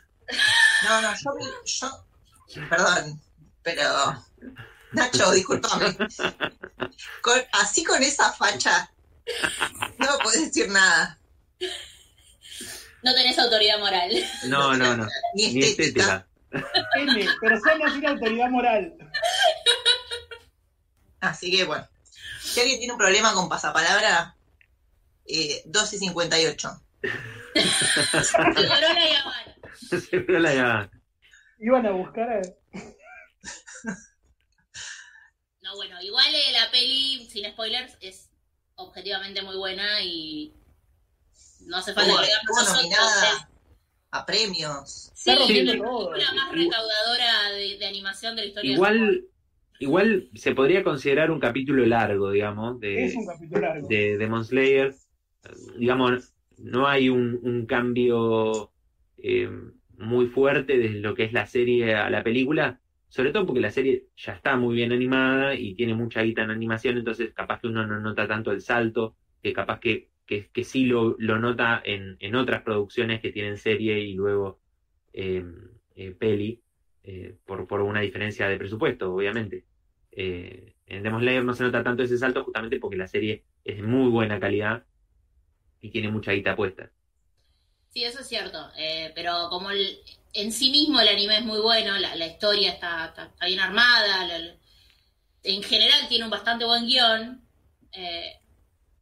[SPEAKER 3] No, no, yo, vi- yo. Perdón, pero. Nacho, discúlpame. Con- así con esa facha, no puedes decir nada.
[SPEAKER 2] No tenés autoridad moral.
[SPEAKER 1] No, no, no.
[SPEAKER 3] Ni
[SPEAKER 1] Ni
[SPEAKER 3] estética.
[SPEAKER 1] estética.
[SPEAKER 4] N, persona sin autoridad moral.
[SPEAKER 3] Así que bueno. Si alguien tiene un problema con pasapalabra, eh, 2 y 58.
[SPEAKER 2] Llorona y Habana.
[SPEAKER 1] Se vio la llamada.
[SPEAKER 4] Iban a buscar a...
[SPEAKER 2] No, bueno, igual eh, la peli, sin spoilers, es objetivamente muy buena y. No hace falta
[SPEAKER 3] Estuvo
[SPEAKER 2] que digamos
[SPEAKER 3] estuvo
[SPEAKER 2] nosotros, es-
[SPEAKER 3] nominada a premios.
[SPEAKER 2] Sí,
[SPEAKER 4] Está
[SPEAKER 2] es
[SPEAKER 4] rompiendo
[SPEAKER 2] la
[SPEAKER 4] todo.
[SPEAKER 1] Eh,
[SPEAKER 2] película más recaudadora de, de animación de la historia.
[SPEAKER 1] Igual, igual se podría considerar un capítulo largo, digamos, de,
[SPEAKER 4] Es un capítulo largo.
[SPEAKER 1] de Demon Slayer. Digamos, no hay un, un cambio eh, muy fuerte de lo que es la serie a la película, sobre todo porque la serie ya está muy bien animada y tiene mucha guita en animación, entonces capaz que uno no nota tanto el salto, que capaz que, que, que sí lo, lo nota en, en otras producciones que tienen serie y luego eh, eh, peli, eh, por, por una diferencia de presupuesto, obviamente. Eh, en Demon Slayer no se nota tanto ese salto justamente porque la serie es de muy buena calidad y tiene mucha guita puesta.
[SPEAKER 2] Sí, eso es cierto. eh, pero como el- en sí mismo el anime es muy bueno, la, la historia está, está- está bien armada, la- la- en general tiene un bastante buen guión, eh,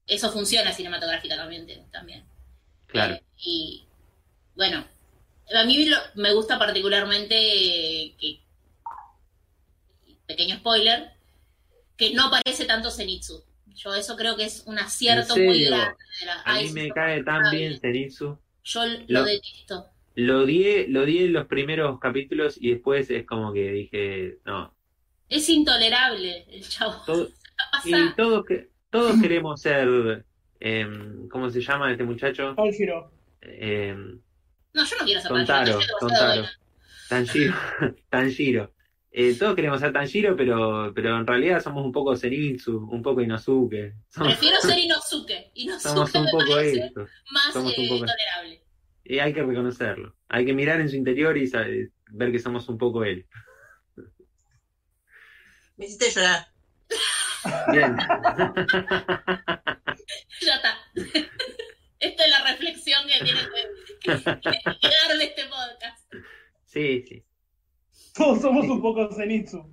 [SPEAKER 2] eso funciona cinematográficamente también.
[SPEAKER 1] Claro.
[SPEAKER 2] Eh, y bueno, a mí lo- me gusta particularmente eh, que, pequeño spoiler, que no aparece tanto Zenitsu. Yo eso creo que es un acierto
[SPEAKER 1] ¿En
[SPEAKER 2] muy
[SPEAKER 1] serio?
[SPEAKER 2] grande de la
[SPEAKER 1] A mí
[SPEAKER 2] Ice
[SPEAKER 1] me
[SPEAKER 2] Storm.
[SPEAKER 1] cae tan bien Zenitsu.
[SPEAKER 2] Yo lo,
[SPEAKER 1] Lo-
[SPEAKER 2] detesto.
[SPEAKER 1] Lo odié, lo odié en los primeros capítulos y después es como que dije, no,
[SPEAKER 2] Es intolerable el chavo.
[SPEAKER 1] todo,
[SPEAKER 2] Pasa-
[SPEAKER 1] y todos que todos queremos ser em, ¿cómo se llama este muchacho?
[SPEAKER 4] Tanjiro.
[SPEAKER 1] Em,
[SPEAKER 2] No, yo no quiero ser
[SPEAKER 1] Tontaro,
[SPEAKER 2] Tanjiro, yo quiero ser
[SPEAKER 1] Tontaro.
[SPEAKER 2] Doina.
[SPEAKER 1] Tanjiro, Tanjiro. Eh, todos queremos ser Tanjiro, pero, pero en realidad somos un poco Zenitsu, un poco Inosuke. Somos,
[SPEAKER 2] Prefiero ser Inosuke. Inosuke
[SPEAKER 1] somos un
[SPEAKER 2] me
[SPEAKER 1] poco
[SPEAKER 2] parece
[SPEAKER 1] esto.
[SPEAKER 2] más
[SPEAKER 1] somos un
[SPEAKER 2] eh,
[SPEAKER 1] poco-
[SPEAKER 2] tolerable.
[SPEAKER 1] Y hay que reconocerlo. Hay que mirar en su interior y sa- ver que somos un poco él.
[SPEAKER 3] Me hiciste llorar.
[SPEAKER 1] Bien.
[SPEAKER 2] Ya está. Esta es la reflexión que tiene que, que- que llegar de este podcast.
[SPEAKER 1] Sí, sí.
[SPEAKER 4] Todos somos un poco Zenitsu.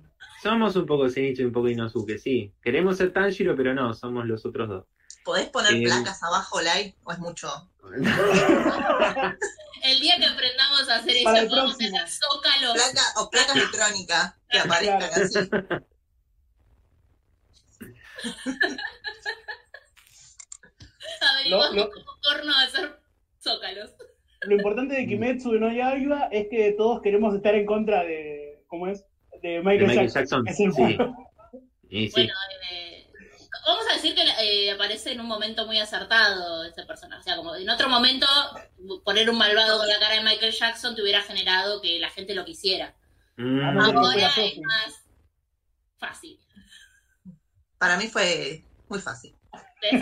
[SPEAKER 1] Somos un poco Zenitsu y un poco Inosuke, sí. Queremos ser Tanjiro, pero no, somos los otros dos.
[SPEAKER 3] ¿Podés poner
[SPEAKER 1] Eh,
[SPEAKER 3] placas abajo, like? ¿O es mucho?
[SPEAKER 2] El día que aprendamos a hacer eso,
[SPEAKER 4] Para el
[SPEAKER 2] vamos a
[SPEAKER 4] próximo.
[SPEAKER 2] hacer zócalo.
[SPEAKER 3] Placa, o placas de crónica que aparezcan
[SPEAKER 4] Claro.
[SPEAKER 3] así.
[SPEAKER 2] Averiguamos
[SPEAKER 4] Lo- lo-
[SPEAKER 2] cómo porno hacer zócalos.
[SPEAKER 4] Lo importante
[SPEAKER 1] Mm.
[SPEAKER 4] de Kimetsu no Yaiba es que todos queremos estar en contra de. ¿Cómo es? De Michael,
[SPEAKER 1] De Michael
[SPEAKER 4] Jackson.
[SPEAKER 1] Jackson.
[SPEAKER 4] Es el
[SPEAKER 1] Sí. Y sí.
[SPEAKER 2] Bueno, eh, vamos a decir que eh, aparece en un momento muy acertado este personaje. O sea, como en otro momento, poner un malvado con la cara de Michael Jackson te hubiera generado que la gente lo quisiera.
[SPEAKER 1] Mm,
[SPEAKER 4] Ah, no, pero-
[SPEAKER 2] Ahora
[SPEAKER 4] fue la
[SPEAKER 2] es
[SPEAKER 4] Sophie.
[SPEAKER 2] más fácil.
[SPEAKER 3] Para mí fue muy fácil.
[SPEAKER 2] ¿Ves?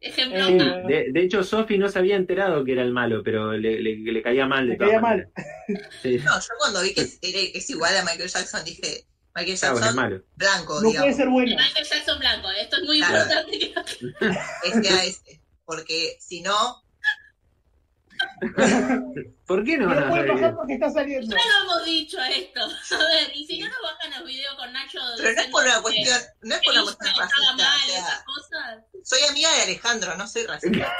[SPEAKER 2] Ejemplo
[SPEAKER 4] Eh,
[SPEAKER 2] A.
[SPEAKER 1] de, de hecho, Sophie no se había enterado que era el malo, pero le, le- le caía mal de
[SPEAKER 4] Le
[SPEAKER 1] todas
[SPEAKER 4] caía mal.
[SPEAKER 1] maneras. Sí.
[SPEAKER 3] No, yo cuando vi que es, era- es igual a Michael Jackson dije,
[SPEAKER 1] Ah,
[SPEAKER 3] Michael
[SPEAKER 1] bueno, es
[SPEAKER 3] Jackson
[SPEAKER 1] malo.
[SPEAKER 3] blanco,
[SPEAKER 4] No puede
[SPEAKER 3] digamos.
[SPEAKER 4] ser bueno.
[SPEAKER 2] Michael Jackson blanco. Esto es muy
[SPEAKER 3] Claro.
[SPEAKER 2] importante. que lo-
[SPEAKER 3] Este a este. Porque si no,
[SPEAKER 1] ¿Por qué no
[SPEAKER 4] No
[SPEAKER 1] van a
[SPEAKER 4] puede
[SPEAKER 1] ver?
[SPEAKER 4] pasar porque está saliendo.
[SPEAKER 2] No lo hemos dicho esto. A ver, y si no nos bajan los videos con Nacho.
[SPEAKER 3] pero no es por una cuestión, no es por una cuestión
[SPEAKER 2] Estaba
[SPEAKER 3] racista.
[SPEAKER 2] mal,
[SPEAKER 3] O
[SPEAKER 2] esas
[SPEAKER 3] sea,
[SPEAKER 2] cosas.
[SPEAKER 3] soy amiga de Alejandro, no soy racista.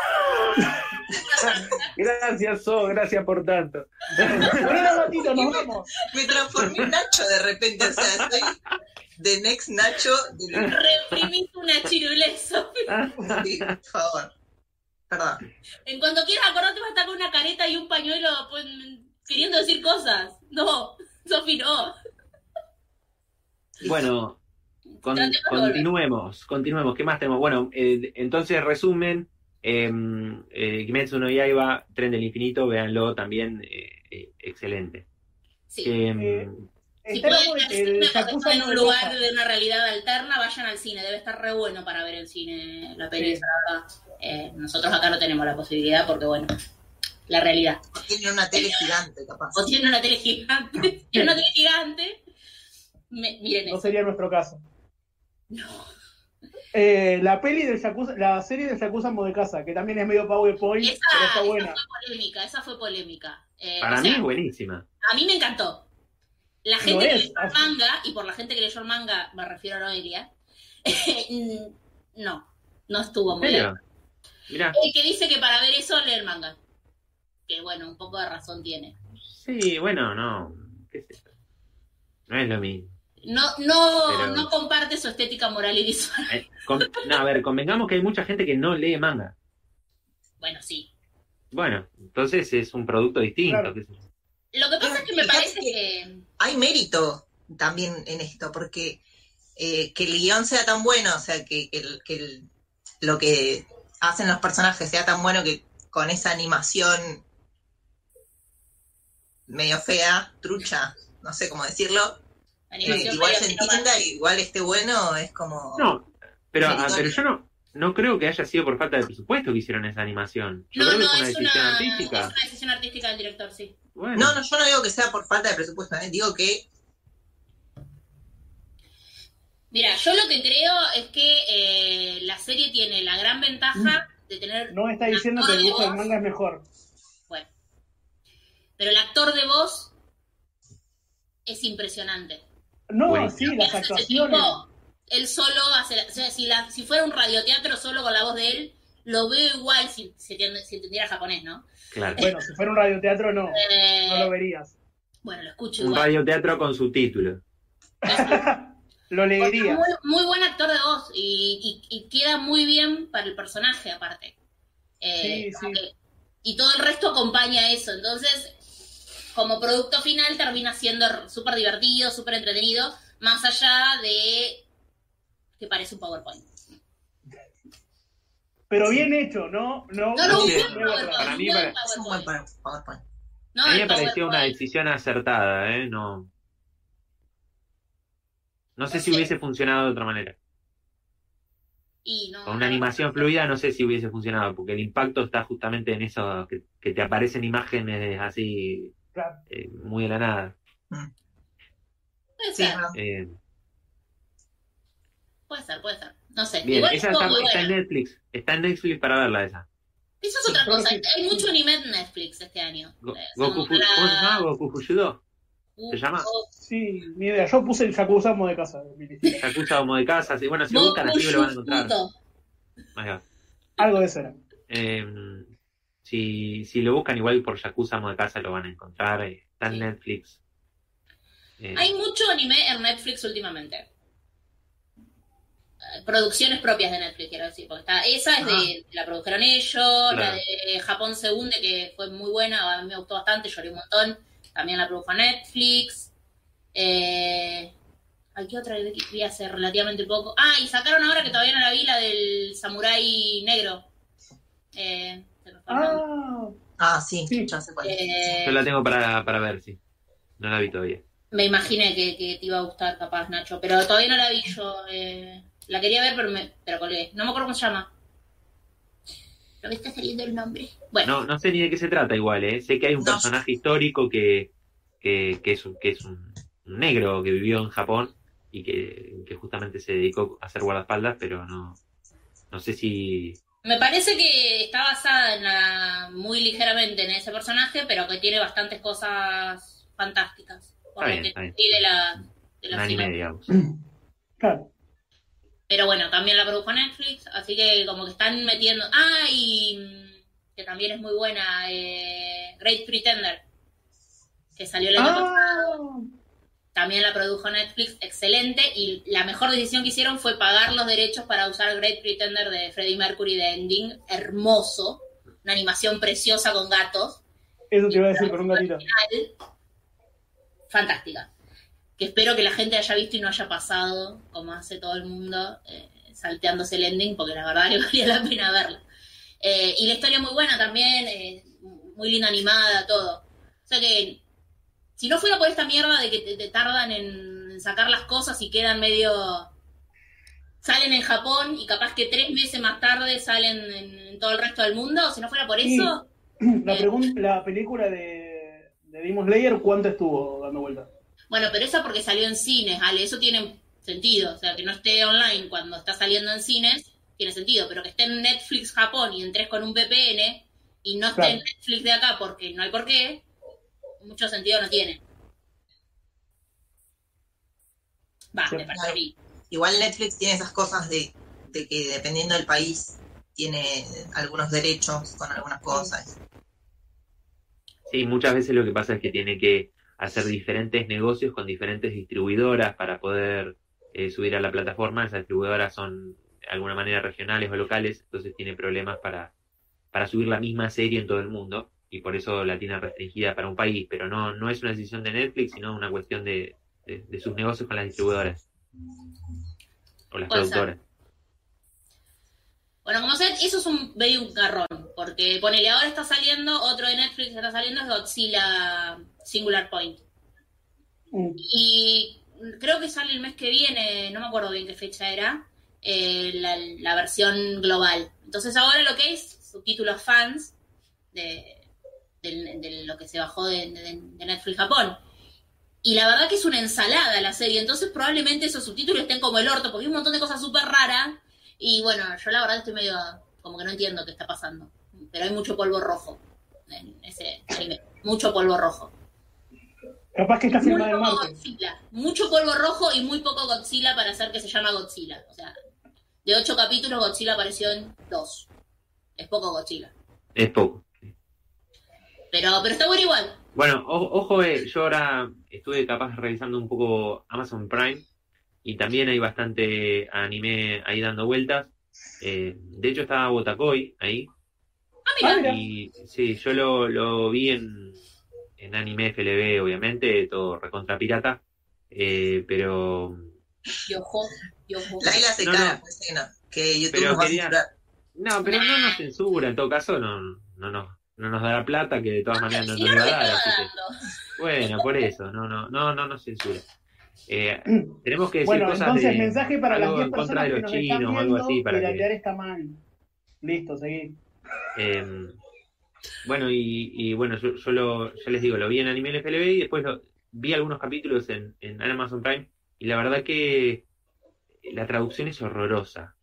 [SPEAKER 1] Gracias, So, gracias por tanto.
[SPEAKER 4] Frena, Matito, nos vemos.
[SPEAKER 3] Me transformé en Nacho de repente, o sea, soy the next Nacho del
[SPEAKER 2] Reprimiste una chiruleza.
[SPEAKER 3] Sí, por favor. Perdón.
[SPEAKER 2] En cuanto quieras, acordate, vas a estar con una careta y un pañuelo pues, queriendo decir cosas. No, Sofi, no.
[SPEAKER 1] Bueno, con-
[SPEAKER 2] Trate de volver.
[SPEAKER 1] continuemos, continuemos. ¿Qué más tenemos? Bueno, eh, entonces, resumen, eh, eh, Kimetsu no Yaiba, Tren del Infinito, véanlo también, eh, eh, excelente.
[SPEAKER 2] Sí.
[SPEAKER 1] Eh,
[SPEAKER 4] Eh,
[SPEAKER 2] Si
[SPEAKER 4] Está
[SPEAKER 2] pueden
[SPEAKER 4] como el-
[SPEAKER 2] estar
[SPEAKER 4] el Yakuza
[SPEAKER 2] en
[SPEAKER 4] no
[SPEAKER 2] un
[SPEAKER 4] me
[SPEAKER 2] lugar
[SPEAKER 4] gusta.
[SPEAKER 2] de una realidad alterna, vayan al cine. Debe estar re bueno para ver el cine, la peli,
[SPEAKER 4] Sí.
[SPEAKER 2] la verdad. Eh, nosotros acá no tenemos la posibilidad porque, bueno, la realidad.
[SPEAKER 3] Tiene una tele gigante, capaz.
[SPEAKER 2] O tienen una tele gigante. tienen una tele gigante. Me- miren
[SPEAKER 4] No
[SPEAKER 2] eso.
[SPEAKER 4] sería nuestro caso.
[SPEAKER 2] No.
[SPEAKER 4] Eh, la peli del Yakuza, la serie del Yakuza Modecasa, que también es medio PowerPoint,
[SPEAKER 2] Esa-
[SPEAKER 4] pero está buena.
[SPEAKER 2] esa fue polémica, esa fue polémica. Eh,
[SPEAKER 1] para
[SPEAKER 2] o
[SPEAKER 1] mí
[SPEAKER 2] sea,
[SPEAKER 1] es buenísima.
[SPEAKER 2] A mí me encantó. La gente
[SPEAKER 4] Lo
[SPEAKER 2] que
[SPEAKER 4] es,
[SPEAKER 2] leyó el
[SPEAKER 4] así.
[SPEAKER 2] manga, y por la gente que leyó el manga me refiero a Noelia, mm, no, no estuvo
[SPEAKER 1] ¿En
[SPEAKER 2] muy bien.
[SPEAKER 1] serio? Mirá,
[SPEAKER 2] El que dice que para ver eso lee el manga. Que bueno, un poco de razón tiene.
[SPEAKER 1] sí, bueno, no, qué sé yo. No es lo mismo.
[SPEAKER 2] No, no,
[SPEAKER 1] Pero-
[SPEAKER 2] no comparte su estética moral y visual.
[SPEAKER 1] Eh, con- no, a ver, convengamos que hay mucha gente que no lee manga.
[SPEAKER 2] Bueno, sí.
[SPEAKER 1] Bueno, entonces es un producto distinto.
[SPEAKER 4] Claro.
[SPEAKER 1] qué sé yo.
[SPEAKER 2] Lo que pasa
[SPEAKER 3] Pero
[SPEAKER 2] es que me
[SPEAKER 3] fíjate
[SPEAKER 2] parece
[SPEAKER 3] que-
[SPEAKER 2] que.
[SPEAKER 3] Hay mérito también en esto, porque eh, que el guión sea tan bueno, o sea, que, que el- que el- lo que hacen los personajes sea tan bueno que con esa animación medio fea, trucha, no sé cómo decirlo, eh,
[SPEAKER 2] Animación
[SPEAKER 3] igual
[SPEAKER 2] medio
[SPEAKER 3] se
[SPEAKER 2] que no va.
[SPEAKER 3] entienda, igual esté bueno, es como...
[SPEAKER 1] No, pero,
[SPEAKER 3] Sí,
[SPEAKER 1] ah,
[SPEAKER 3] no.
[SPEAKER 1] pero yo no, no creo que haya sido por falta de presupuesto que hicieron esa animación. Yo
[SPEAKER 2] No,
[SPEAKER 1] creo que
[SPEAKER 2] no,
[SPEAKER 1] fue una
[SPEAKER 2] es una,
[SPEAKER 1] decisión
[SPEAKER 2] es
[SPEAKER 1] artística.
[SPEAKER 2] una decisión artística del director, sí.
[SPEAKER 1] Bueno,
[SPEAKER 3] No, no, yo no digo que sea por falta de presupuesto, ¿eh? digo que
[SPEAKER 2] Mira, yo lo que creo es que eh, la serie tiene la gran ventaja
[SPEAKER 4] Mm.
[SPEAKER 2] de tener
[SPEAKER 4] No está diciendo que el dibujo del manga es mejor.
[SPEAKER 2] Pero el actor de voz es impresionante.
[SPEAKER 4] No,
[SPEAKER 1] Güey.
[SPEAKER 4] sí, las
[SPEAKER 2] Ese
[SPEAKER 4] actuaciones.
[SPEAKER 2] tipo, él solo hace, la- o sea, si, la- si fuera un radioteatro solo con la voz de él, lo veo igual si, si entiende- si entendiera japonés, ¿no?
[SPEAKER 1] claro.
[SPEAKER 4] Bueno, si fuera un radioteatro no,
[SPEAKER 2] Eh,
[SPEAKER 4] no lo verías.
[SPEAKER 2] bueno, lo escucho
[SPEAKER 1] Un
[SPEAKER 2] igual.
[SPEAKER 1] radioteatro con subtítulos.
[SPEAKER 2] Casi.
[SPEAKER 4] Lo
[SPEAKER 2] Porque es
[SPEAKER 4] leería.
[SPEAKER 2] muy, muy buen actor de voz y, y- y queda muy bien para el personaje aparte. Eh,
[SPEAKER 4] Sí,
[SPEAKER 2] como
[SPEAKER 4] sí.
[SPEAKER 2] que- y todo el resto acompaña eso. Entonces, como producto final termina siendo r- súper divertido, súper entretenido, más allá de que parece un PowerPoint.
[SPEAKER 4] Pero bien hecho, ¿no? No,
[SPEAKER 2] No, no, un
[SPEAKER 3] Sí.
[SPEAKER 2] buen PowerPoint.
[SPEAKER 1] Para
[SPEAKER 2] un
[SPEAKER 1] mí
[SPEAKER 2] buen
[SPEAKER 1] para-
[SPEAKER 3] Es un buen
[SPEAKER 2] PowerPoint.
[SPEAKER 3] pa- PowerPoint.
[SPEAKER 2] No,
[SPEAKER 1] A mí
[SPEAKER 2] el
[SPEAKER 1] me pareció una
[SPEAKER 2] PowerPoint.
[SPEAKER 1] decisión acertada, ¿eh? No. No sé si
[SPEAKER 2] Sí.
[SPEAKER 1] hubiese funcionado de otra manera.
[SPEAKER 2] Y no,
[SPEAKER 1] Con una
[SPEAKER 2] no.
[SPEAKER 1] animación fluida no sé si hubiese funcionado, porque el impacto está justamente en eso, que, que te aparecen imágenes así
[SPEAKER 4] Claro.
[SPEAKER 1] eh, muy de la nada.
[SPEAKER 2] Puede
[SPEAKER 3] Sí,
[SPEAKER 2] ser,
[SPEAKER 3] bueno,
[SPEAKER 1] Eh,
[SPEAKER 2] puede ser, puede ser. No sé.
[SPEAKER 1] bien,
[SPEAKER 2] Igual
[SPEAKER 1] esa
[SPEAKER 2] estuvo
[SPEAKER 1] está,
[SPEAKER 2] muy
[SPEAKER 1] está en
[SPEAKER 2] buena.
[SPEAKER 1] Netflix. Está en Netflix para verla esa.
[SPEAKER 2] Eso es
[SPEAKER 4] Sí,
[SPEAKER 2] otra
[SPEAKER 4] creo
[SPEAKER 2] cosa.
[SPEAKER 4] que-
[SPEAKER 2] Hay mucho anime en Netflix este año.
[SPEAKER 1] Go-
[SPEAKER 2] Eh,
[SPEAKER 1] Goku, Fu-
[SPEAKER 2] Sakura,
[SPEAKER 1] ¿Cómo se llama? Goku Fushido. ¿Se llama?
[SPEAKER 2] Goku-
[SPEAKER 4] Sí, ni idea. Yo puse el Yakuza Mo de casa.
[SPEAKER 1] Yakuza Homo de Casa. sí, Bueno, si lo buscan
[SPEAKER 2] Goku
[SPEAKER 1] así lo van a encontrar.
[SPEAKER 2] Shufuto.
[SPEAKER 1] Ahí va.
[SPEAKER 4] Algo de eso era.
[SPEAKER 1] Eh, si, si lo buscan igual por Yakuza Amo de Casa lo van a encontrar. eh, Está en
[SPEAKER 2] Sí.
[SPEAKER 1] Netflix. Eh,
[SPEAKER 2] Hay mucho anime en Netflix últimamente. Eh, Producciones propias de Netflix, quiero decir. Porque está, esa es de, la produjeron ellos, la
[SPEAKER 1] Ah. Claro.
[SPEAKER 2] de Japón se hunde, que fue muy buena, a mí me gustó bastante, lloré un montón. También la produjo Netflix. Eh, ¿a qué otra vi vi hace relativamente poco? Ah, y sacaron ahora que todavía no la vi, la del samurái negro. Eh, se me fue el nombre.
[SPEAKER 4] Ah,
[SPEAKER 3] Ah, sí,
[SPEAKER 4] Sí.
[SPEAKER 3] ya sé cuál. es.
[SPEAKER 2] Eh,
[SPEAKER 1] Yo la tengo para, para ver, sí. No la vi todavía.
[SPEAKER 2] Me imaginé que, que te iba a gustar, capaz, Nacho. Pero todavía no la vi yo. eh, la quería ver, pero, me, pero colgué. No me acuerdo cómo se llama. Pero me está saliendo el nombre. Bueno,
[SPEAKER 1] No, no sé ni de qué se trata igual, ¿eh? Sé que hay un
[SPEAKER 3] No.
[SPEAKER 1] personaje histórico que, que, que es, un, que es un, un negro que vivió en Japón y que, que justamente se dedicó a hacer guardaespaldas, pero no, no sé si...
[SPEAKER 2] me parece que está basada en la- muy ligeramente en ese personaje, pero que tiene bastantes cosas fantásticas. Por
[SPEAKER 1] Está
[SPEAKER 2] lo
[SPEAKER 1] bien,
[SPEAKER 2] que
[SPEAKER 1] está bien.
[SPEAKER 2] entendí de la, de
[SPEAKER 1] Un
[SPEAKER 2] la
[SPEAKER 1] anime,
[SPEAKER 2] sinopsis.
[SPEAKER 1] digamos.
[SPEAKER 4] claro.
[SPEAKER 2] Pero bueno, también la produjo Netflix, así que como que están metiendo. Ah, y mm, que también es muy buena, eh, Great Pretender, que salió el año pasado.
[SPEAKER 4] Ah,
[SPEAKER 2] También la produjo Netflix, excelente. Y la mejor decisión que hicieron fue pagar los derechos para usar Great Pretender de Freddie Mercury de Ending, hermoso, una animación preciosa con gatos
[SPEAKER 4] eso te iba a decir con un gatito.
[SPEAKER 2] fantástica. Que espero que la gente haya visto y no haya pasado, como hace todo el mundo, eh, salteándose el ending, porque la verdad que valía la pena verla. Eh, y la historia muy buena también, eh, muy linda animada, todo. O sea que, si no fuera por esta mierda de que te, te tardan en sacar las cosas y quedan medio. Salen en Japón y capaz que tres meses más tarde salen en, en todo el resto del mundo, si no fuera por
[SPEAKER 4] Sí.
[SPEAKER 2] eso,
[SPEAKER 4] La, pregun- la película de, de Demon Slayer, ¿cuánto estuvo dando vuelta?
[SPEAKER 2] Bueno, pero esa porque salió en cines, Ale, eso tiene sentido. O sea, que no esté online cuando está saliendo en cines, tiene sentido. Pero que esté en Netflix Japón y entres con un VPN y no esté
[SPEAKER 4] Claro.
[SPEAKER 2] en Netflix de acá porque no hay por qué, mucho sentido no tiene. Va,
[SPEAKER 4] Sí.
[SPEAKER 2] me parece a mí.
[SPEAKER 3] Igual Netflix tiene esas cosas de, de que dependiendo del país tiene algunos derechos con algunas cosas.
[SPEAKER 1] Sí, muchas veces lo que pasa es que tiene que hacer diferentes negocios con diferentes distribuidoras para poder eh, subir a la plataforma. Esas distribuidoras son de alguna manera regionales o locales, entonces tiene problemas para, para subir la misma serie en todo el mundo y por eso la tiene restringida para un país. Pero no, no es una decisión de Netflix, sino una cuestión de, de- de sus negocios con las distribuidoras o las
[SPEAKER 2] Puede ser.
[SPEAKER 1] productoras.
[SPEAKER 2] Bueno, como sé, eso es un medio un garrón, porque ponele, ahora está saliendo, otro de Netflix que está saliendo es Godzilla Singular Point.
[SPEAKER 4] Mm,
[SPEAKER 2] Y creo que sale el mes que viene, no me acuerdo bien qué fecha era, eh, la, la versión global. Entonces ahora lo que es subtítulos fans de, del- de lo que se bajó de, de- de Netflix Japón. Y la verdad que es una ensalada la serie, entonces probablemente esos subtítulos estén como el orto, porque hay un montón de cosas súper raras. Y bueno, yo la verdad estoy medio como que no entiendo qué está pasando. Pero hay mucho polvo rojo en ese anime, mucho polvo rojo.
[SPEAKER 4] Capaz que está
[SPEAKER 2] Muy
[SPEAKER 4] filmada en
[SPEAKER 2] poco
[SPEAKER 4] Marte.
[SPEAKER 2] Godzilla. Mucho polvo rojo y muy poco Godzilla para hacer que se llama Godzilla. O sea, de ocho capítulos Godzilla apareció en dos. Es poco Godzilla.
[SPEAKER 1] Es poco.
[SPEAKER 2] Pero, pero está bueno igual.
[SPEAKER 1] Bueno, o- ojo, eh, yo ahora estuve capaz revisando un poco Amazon Prime y también hay bastante anime ahí dando vueltas. Eh, de hecho estaba Botakoi ahí.
[SPEAKER 2] Ah, mira.
[SPEAKER 1] Y sí, yo lo, lo vi en, en anime FLB, obviamente, todo recontra pirata. Eh, pero
[SPEAKER 2] Y ojo, y ojo.
[SPEAKER 3] Laila se
[SPEAKER 1] No,
[SPEAKER 3] cara,
[SPEAKER 1] no.
[SPEAKER 3] pues sí, no. Que YouTube
[SPEAKER 1] Pero
[SPEAKER 3] nos va a
[SPEAKER 1] quería-
[SPEAKER 3] censurar.
[SPEAKER 1] no, pero no nos censura, en todo caso no, no, no, no nos dará plata, que de todas maneras no
[SPEAKER 2] Si
[SPEAKER 1] nos
[SPEAKER 2] no,
[SPEAKER 1] va a
[SPEAKER 2] no me
[SPEAKER 1] dar,
[SPEAKER 2] estaba
[SPEAKER 1] así que-
[SPEAKER 2] dando.
[SPEAKER 1] Bueno, por eso, no, no, no, no nos censura. Eh, tenemos que decir
[SPEAKER 4] Bueno,
[SPEAKER 1] cosas
[SPEAKER 4] entonces
[SPEAKER 1] de-
[SPEAKER 4] mensaje para las
[SPEAKER 1] algo
[SPEAKER 4] 10
[SPEAKER 1] en contra
[SPEAKER 4] personas
[SPEAKER 1] de
[SPEAKER 4] que
[SPEAKER 1] los
[SPEAKER 4] nos
[SPEAKER 1] chinos
[SPEAKER 4] están
[SPEAKER 1] o algo
[SPEAKER 4] viendo,
[SPEAKER 1] así para que-
[SPEAKER 4] piratear está mal. Listo, seguí.
[SPEAKER 1] Eh, bueno, y, y bueno, yo, yo lo, ya les digo, lo vi en Anime FLB y después lo- vi algunos capítulos en, en Amazon Prime y la verdad que la traducción es horrorosa.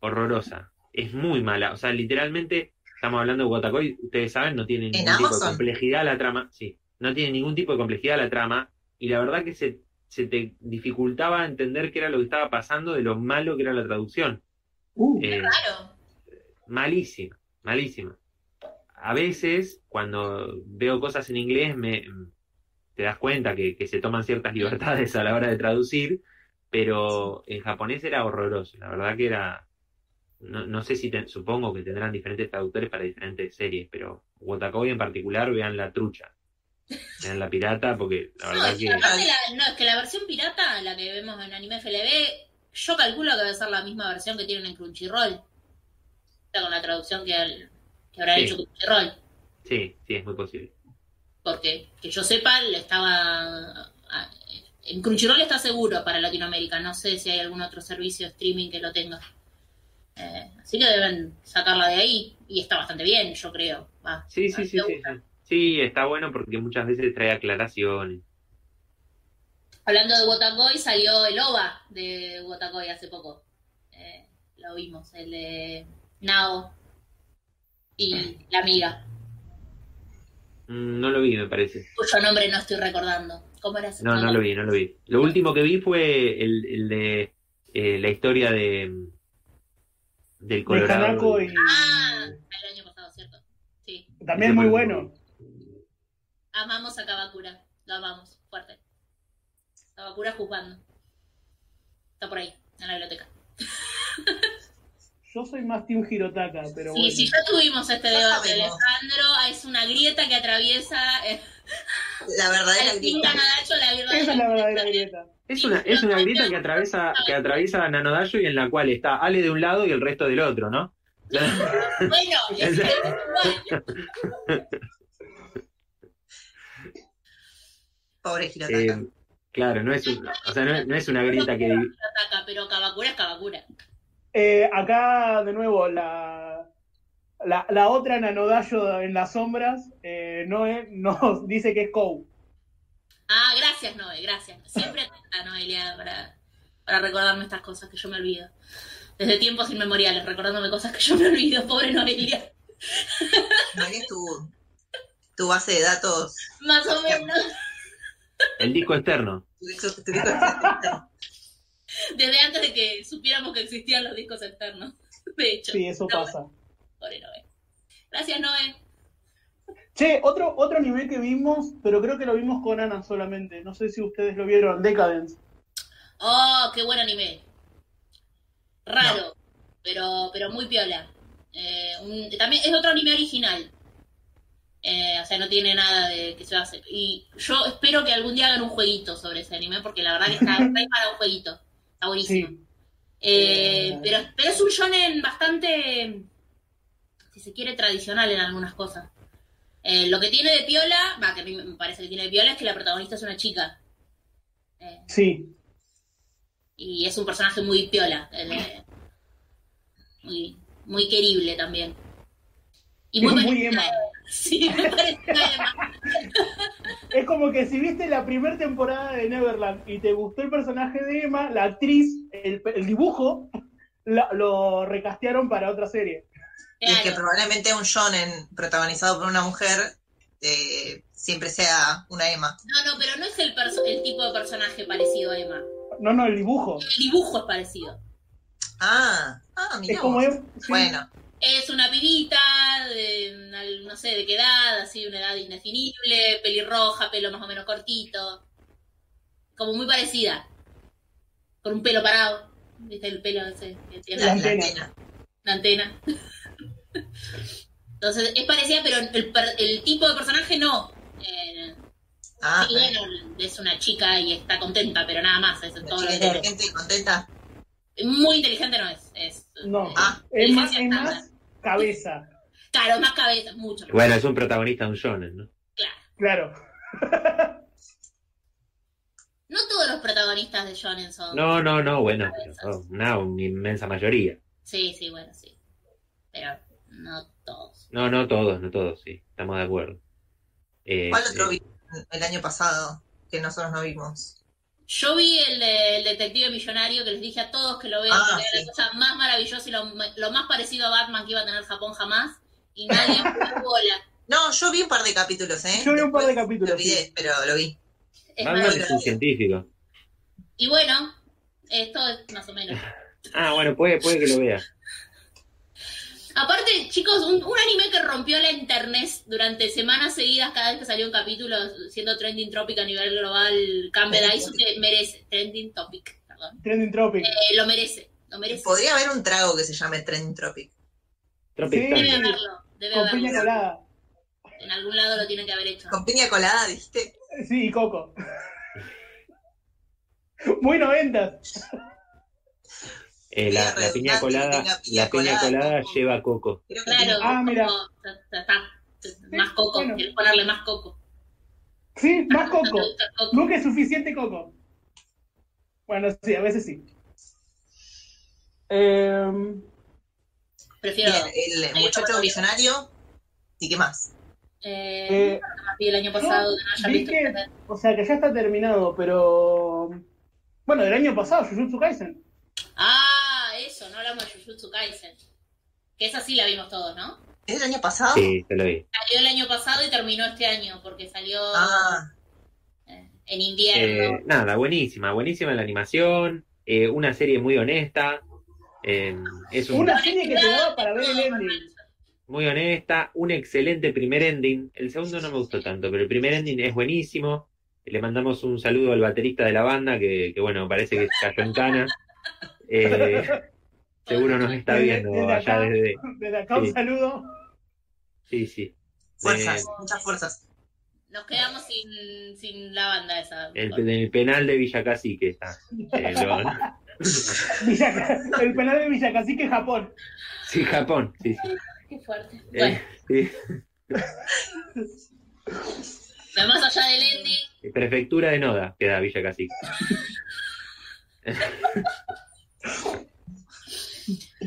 [SPEAKER 1] Horrorosa. Es muy mala. O sea, literalmente estamos hablando de Watakoi, ustedes saben, no tiene ningún tipo de
[SPEAKER 3] Amazon?
[SPEAKER 1] complejidad la trama. Sí, no tiene ningún tipo de complejidad la trama y la verdad que se, se te dificultaba entender qué era lo que estaba pasando de lo malo que era la traducción.
[SPEAKER 4] Uh,
[SPEAKER 1] Eh,
[SPEAKER 2] Claro.
[SPEAKER 1] malísima, malísima. A veces, cuando veo cosas en inglés, me, te das cuenta que, que se toman ciertas libertades a la hora de traducir, pero en japonés era horroroso. La verdad que era. No, no sé si te- supongo que tendrán diferentes traductores para diferentes series, pero Watakoi en particular, vean la trucha. Vean la pirata, porque la
[SPEAKER 2] No,
[SPEAKER 1] verdad
[SPEAKER 2] y
[SPEAKER 1] que.
[SPEAKER 2] aparte la- no, es que la versión pirata, la que vemos en Anime FLB, yo calculo que debe ser la misma versión que tienen en Crunchyroll. Está con la traducción que, al- que habrá
[SPEAKER 1] Sí.
[SPEAKER 2] hecho Crunchyroll.
[SPEAKER 1] Sí, sí, es muy posible.
[SPEAKER 2] Porque, que yo sepa, le estaba. a- En Crunchyroll está seguro para Latinoamérica. No sé si hay algún otro servicio de streaming que lo tenga. Eh, así que deben sacarla de ahí. Y está bastante bien, yo creo. Va,
[SPEAKER 1] Sí,
[SPEAKER 2] a
[SPEAKER 1] sí,
[SPEAKER 2] mí
[SPEAKER 1] sí,
[SPEAKER 2] me
[SPEAKER 1] sí.
[SPEAKER 2] gusta.
[SPEAKER 1] sí. Sí, está bueno porque muchas veces trae aclaraciones.
[SPEAKER 2] Hablando de Wotakoi, salió el OVA de Wotakoi hace poco. Eh, lo vimos, el de Nao y la amiga,
[SPEAKER 1] Mm, No lo vi, me parece.
[SPEAKER 2] cuyo nombre no estoy recordando. ¿Cómo era ese
[SPEAKER 1] No, no
[SPEAKER 2] nombre?
[SPEAKER 1] lo vi, no lo vi. Lo último que vi fue el, el de eh, la historia de del
[SPEAKER 4] de
[SPEAKER 1] Colorado.
[SPEAKER 4] Hanako y.
[SPEAKER 2] Ah, el año pasado, ¿cierto? Sí.
[SPEAKER 4] También muy bueno.
[SPEAKER 2] Amamos a Kabakura. Lo amamos, fuerte. Kabakura juzgando. Está por ahí, en la biblioteca.
[SPEAKER 4] Yo soy más Team Hirotaka, pero
[SPEAKER 2] Sí,
[SPEAKER 4] bueno.
[SPEAKER 2] sí, ya tuvimos este
[SPEAKER 3] Ya
[SPEAKER 2] debate,
[SPEAKER 3] sabemos.
[SPEAKER 2] Alejandro. Es una grieta que atraviesa eh,
[SPEAKER 3] La verdadera
[SPEAKER 2] el Team
[SPEAKER 3] grita.
[SPEAKER 2] Nanadacho, la verdadera.
[SPEAKER 4] Esa es la verdadera grieta.
[SPEAKER 1] Es una, es una grieta que atraviesa, que atraviesa Nanodayo y en la cual está Ale de un lado y el resto del otro, ¿no? Eh,
[SPEAKER 2] Bueno, es que- bueno,
[SPEAKER 3] Pobre Girotaka.
[SPEAKER 1] Eh, claro, no es, un- o sea, no, es- no es una grieta que divi-
[SPEAKER 2] ataca, pero Kabakura es Kabakura.
[SPEAKER 4] Eh, acá, de nuevo, la, la, la otra Nanodayo en las sombras eh, no es- nos dice que es Kou.
[SPEAKER 2] Ah, gracias, Noé, gracias. Siempre atenta, Noelia, para, para recordarme estas cosas que yo me olvido. Desde tiempos inmemoriales, recordándome cosas que yo me olvido, pobre Noelia.
[SPEAKER 3] No eres tu, tu base de datos.
[SPEAKER 2] Más o menos.
[SPEAKER 1] el disco externo.
[SPEAKER 3] Tu, tu- tu- tu-
[SPEAKER 2] Desde antes de que supiéramos que existían los discos externos. De hecho.
[SPEAKER 4] Sí, eso
[SPEAKER 2] No,
[SPEAKER 4] pasa.
[SPEAKER 2] pobre Noé. Gracias, Noé.
[SPEAKER 4] Che, otro, otro anime que vimos, pero creo que lo vimos con Ana solamente. No sé si ustedes lo vieron, Decadence.
[SPEAKER 2] Oh, qué buen anime. Raro, pero, pero muy piola. Eh, un- también es otro anime original. Eh, o sea, no tiene nada de que se hace. Y yo espero que algún día hagan un jueguito sobre ese anime, porque la verdad que está re para un jueguito. Está buenísimo.
[SPEAKER 4] Sí.
[SPEAKER 2] Eh,
[SPEAKER 4] Eh,
[SPEAKER 2] pero, pero es un shonen bastante, si se quiere, tradicional en algunas cosas. Eh, lo que tiene de piola, va, que a mí me parece que tiene de piola, es que la protagonista es una chica. Eh,
[SPEAKER 4] Sí,
[SPEAKER 2] y es un personaje muy piola. eh, muy, muy querible también. Y
[SPEAKER 4] es
[SPEAKER 2] muy,
[SPEAKER 4] muy
[SPEAKER 2] parecida-
[SPEAKER 4] Emma.
[SPEAKER 2] Sí, muy parecida a Emma.
[SPEAKER 4] Es como que si viste la primera temporada de Neverland y te gustó el personaje de Emma, la actriz, el, el dibujo, la- lo recastearon para otra serie.
[SPEAKER 3] Y es que
[SPEAKER 2] Claro.
[SPEAKER 3] probablemente un shonen protagonizado por una mujer eh, siempre sea una Emma.
[SPEAKER 2] No, no, pero no es el, perso- el tipo de personaje parecido a Emma.
[SPEAKER 4] No, no, el dibujo.
[SPEAKER 2] El dibujo es parecido.
[SPEAKER 3] Ah, ah,
[SPEAKER 4] Es
[SPEAKER 3] mira.
[SPEAKER 4] como
[SPEAKER 3] vos.
[SPEAKER 4] Em- sí.
[SPEAKER 3] Bueno,
[SPEAKER 2] Es una pibita, de, una- no sé de qué edad, así, una edad indefinible, pelirroja, pelo más o menos cortito. Como muy parecida. con un pelo parado. ¿Viste el pelo ese que tiene la,
[SPEAKER 3] La,
[SPEAKER 4] Las
[SPEAKER 3] la
[SPEAKER 4] nenas.
[SPEAKER 3] antena.
[SPEAKER 2] la antena? Entonces es parecida, pero el, per- el tipo de personaje no. Eh,
[SPEAKER 3] Ah,
[SPEAKER 2] sí, bueno, es una chica y está contenta, pero nada más, eso es
[SPEAKER 3] la
[SPEAKER 2] todo lo
[SPEAKER 3] chica
[SPEAKER 2] que
[SPEAKER 3] inteligente y contenta.
[SPEAKER 2] Muy inteligente no es. es
[SPEAKER 4] No.
[SPEAKER 3] Ah,
[SPEAKER 4] Es más, es más cabeza.
[SPEAKER 2] Claro, más cabeza, mucho. más.
[SPEAKER 1] Bueno, es un protagonista de un shonen, ¿no?
[SPEAKER 4] Claro.
[SPEAKER 2] No todos los protagonistas de Shonen son.
[SPEAKER 1] No, no, no, bueno, pero, oh, no, una inmensa mayoría.
[SPEAKER 2] Sí, sí, bueno, sí. Pero no todos.
[SPEAKER 1] No, no todos, no todos, sí, estamos de acuerdo. Eh,
[SPEAKER 3] ¿Cuál otro
[SPEAKER 1] eh,
[SPEAKER 3] vi el año pasado que nosotros no vimos?
[SPEAKER 2] Yo vi el, de- el detective millonario que les dije a todos que lo vean,
[SPEAKER 3] Ah,
[SPEAKER 2] porque era
[SPEAKER 3] sí.
[SPEAKER 2] la cosa más maravillosa y lo, lo más parecido a Batman que iba a tener Japón jamás. Y nadie me dio bola.
[SPEAKER 3] No, yo vi un par de capítulos, ¿eh?
[SPEAKER 4] Yo vi un par de
[SPEAKER 3] Después Lo
[SPEAKER 4] capítulos. sí.
[SPEAKER 3] olvidé, pero lo vi.
[SPEAKER 2] Es
[SPEAKER 1] Batman
[SPEAKER 2] maravilloso.
[SPEAKER 1] es un científico.
[SPEAKER 2] Y bueno, esto es más o menos.
[SPEAKER 1] Ah, bueno, puede, puede que lo vea.
[SPEAKER 2] Aparte, chicos, un, un anime que rompió la internet durante semanas seguidas, cada vez que salió un capítulo, siendo trending topic a nivel global, Campbell Days, que merece, trending topic, perdón,
[SPEAKER 4] Trending Tropic.
[SPEAKER 2] Eh, lo merece, lo merece.
[SPEAKER 3] Podría haber un trago que se llame Trending Tropic.
[SPEAKER 1] Tropic
[SPEAKER 4] Sí.
[SPEAKER 2] Debe
[SPEAKER 1] Thunder.
[SPEAKER 2] haberlo, debe
[SPEAKER 4] Con piña
[SPEAKER 2] haberlo.
[SPEAKER 4] colada.
[SPEAKER 2] En algún lado lo tiene que haber hecho.
[SPEAKER 3] Con piña colada, dijiste.
[SPEAKER 4] Sí, y coco. Muy noventas.
[SPEAKER 1] Eh, la,
[SPEAKER 3] Piña
[SPEAKER 1] la piña
[SPEAKER 3] redundante,
[SPEAKER 1] colada,
[SPEAKER 3] tenga piña
[SPEAKER 1] la piña
[SPEAKER 3] colada,
[SPEAKER 1] colada
[SPEAKER 3] coco.
[SPEAKER 1] lleva coco.
[SPEAKER 3] Creo que
[SPEAKER 2] Claro,
[SPEAKER 4] Ah, mira.
[SPEAKER 2] como- ta- ta- ta, más coco,
[SPEAKER 4] bueno.
[SPEAKER 2] quiere ponerle más coco.
[SPEAKER 4] Sí, más
[SPEAKER 2] No
[SPEAKER 4] coco.
[SPEAKER 2] te gusta el coco.
[SPEAKER 4] Nunca es suficiente coco. Bueno, sí, a veces sí. Em,
[SPEAKER 2] Prefiero.
[SPEAKER 3] tiene- Bien, el
[SPEAKER 2] Ahí está
[SPEAKER 3] muchacho
[SPEAKER 2] Rodrigo.
[SPEAKER 3] millonario. ¿Y qué más?
[SPEAKER 2] Eh,
[SPEAKER 4] eh,
[SPEAKER 2] vi el año pasado que no haya
[SPEAKER 4] vi
[SPEAKER 2] visto.
[SPEAKER 4] que- o sea que ya está terminado, pero. Bueno, del año pasado, Jujutsu Kaisen.
[SPEAKER 2] Ah, eso, no hablamos de Jujutsu Kaisen. Que esa sí la vimos todos, ¿no?
[SPEAKER 3] ¿Es el año pasado?
[SPEAKER 1] Sí, se lo vi.
[SPEAKER 2] Salió el año pasado y terminó este año, porque salió
[SPEAKER 3] Ah,
[SPEAKER 2] eh, en
[SPEAKER 1] Eh,
[SPEAKER 2] invierno.
[SPEAKER 1] nada, buenísima, buenísima la animación, eh, una serie muy honesta, eh, es un-
[SPEAKER 4] Una serie que te daba para ver el ending.
[SPEAKER 1] muy honesta, un excelente primer ending. El segundo no me gustó tanto, pero el primer ending es buenísimo. Le mandamos un saludo al baterista de la banda, que, que, bueno, parece que se cayó en cana. Eh, seguro nos está
[SPEAKER 4] Desde-
[SPEAKER 1] viendo
[SPEAKER 4] desde
[SPEAKER 1] allá
[SPEAKER 4] acá.
[SPEAKER 1] desde...
[SPEAKER 4] Desde acá un
[SPEAKER 1] Sí.
[SPEAKER 4] saludo.
[SPEAKER 1] Sí, sí.
[SPEAKER 3] fuerzas,
[SPEAKER 1] Eh,
[SPEAKER 3] muchas fuerzas.
[SPEAKER 2] Nos quedamos sin, sin la banda esa.
[SPEAKER 1] el, en el penal de Villa Cacique está. Eh, lo-
[SPEAKER 4] Villa- el penal de Villa Cacique, Japón.
[SPEAKER 1] sí, Japón. Sí, sí.
[SPEAKER 2] Qué fuerte.
[SPEAKER 1] Eh,
[SPEAKER 2] Bueno,
[SPEAKER 1] sí.
[SPEAKER 2] más allá del ending,
[SPEAKER 1] Prefectura de Noda queda Villa Cacique.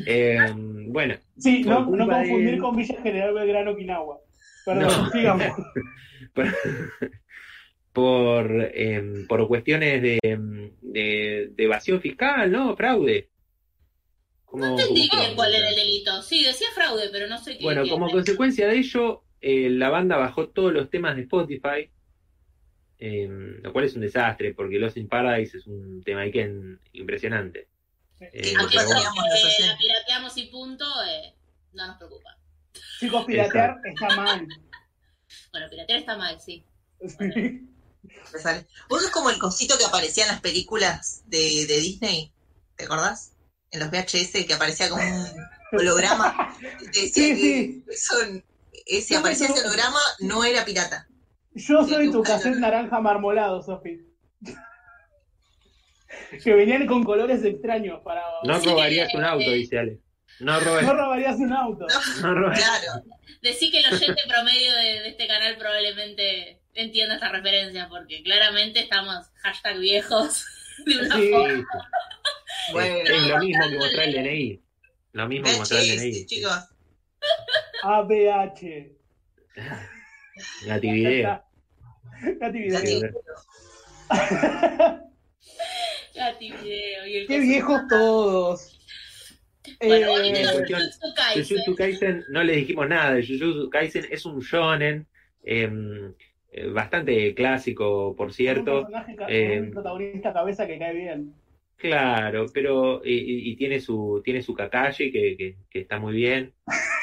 [SPEAKER 1] Eh, bueno,
[SPEAKER 4] Sí,
[SPEAKER 1] Por
[SPEAKER 4] no, no
[SPEAKER 1] culpa de-
[SPEAKER 4] confundir con Villa General Belgrano, Okinawa. Perdón,
[SPEAKER 1] No.
[SPEAKER 4] sigamos.
[SPEAKER 1] por, em, por cuestiones de, em, de, de evasión fiscal, ¿no? Fraude. Como-
[SPEAKER 2] no entendí
[SPEAKER 1] como-
[SPEAKER 2] bien cuál era el delito. Sí, decía fraude, pero no sé qué.
[SPEAKER 1] Bueno,
[SPEAKER 2] qué-
[SPEAKER 1] como consecuencia de ello, eh, la banda bajó todos los temas de Spotify, em, lo cual es un desastre, porque Lost in Paradise es un tema ahí que en- impresionante. Eh,
[SPEAKER 3] Aquí
[SPEAKER 1] pero bueno,
[SPEAKER 3] estaríamos los
[SPEAKER 2] Eh, la
[SPEAKER 3] oyentes.
[SPEAKER 2] pirateamos y punto, eh, no nos preocupa.
[SPEAKER 4] Chicos, piratear está mal.
[SPEAKER 2] Bueno, piratear está mal, sí.
[SPEAKER 4] Sí.
[SPEAKER 3] Me sale. Vos sos como el cosito que aparecía en las películas de, de Disney, ¿te acordás? En los VHS que aparecía como un holograma. Y Te decía
[SPEAKER 4] Sí,
[SPEAKER 3] que
[SPEAKER 4] sí.
[SPEAKER 3] eso- eh, si aparecía ese holograma, no era pirata.
[SPEAKER 4] Yo soy tu cassette naranja marmolado, Sofi. Que venían con colores extraños para.
[SPEAKER 1] no pues. robarías un auto,
[SPEAKER 3] Eh,
[SPEAKER 1] dice Ale. No robes,
[SPEAKER 4] No robarías un auto.
[SPEAKER 1] no robes.
[SPEAKER 3] Claro,
[SPEAKER 2] Decí que el oyente promedio de, de este canal probablemente entienda esta referencia, porque claramente estamos hashtag viejos de una
[SPEAKER 4] Sí.
[SPEAKER 2] forma.
[SPEAKER 3] Bueno.
[SPEAKER 1] Es, es lo mismo que mostrar el DNI. Lo mismo que mostrar el DNI.
[SPEAKER 3] VHS, chicos.
[SPEAKER 4] ABH.
[SPEAKER 1] Natividad.
[SPEAKER 4] Nati
[SPEAKER 3] Ya
[SPEAKER 4] Video.
[SPEAKER 3] te-
[SPEAKER 2] Gati video y el
[SPEAKER 4] Qué
[SPEAKER 2] coso.
[SPEAKER 4] viejos todos.
[SPEAKER 2] Bueno,
[SPEAKER 4] Eh,
[SPEAKER 2] volviendo a
[SPEAKER 1] cuestión-
[SPEAKER 2] Jujutsu Kaisen.
[SPEAKER 1] Jujutsu Kaisen no le dijimos nada. Jujutsu Kaisen es un shonen em, eh, bastante clásico, por
[SPEAKER 4] Un,
[SPEAKER 1] cierto.
[SPEAKER 4] personaje ca-
[SPEAKER 1] Eh,
[SPEAKER 4] un protagonista cabeza que cae bien.
[SPEAKER 1] Claro, pero y- y, y tiene su tiene su Kakashi que, que- que está muy bien,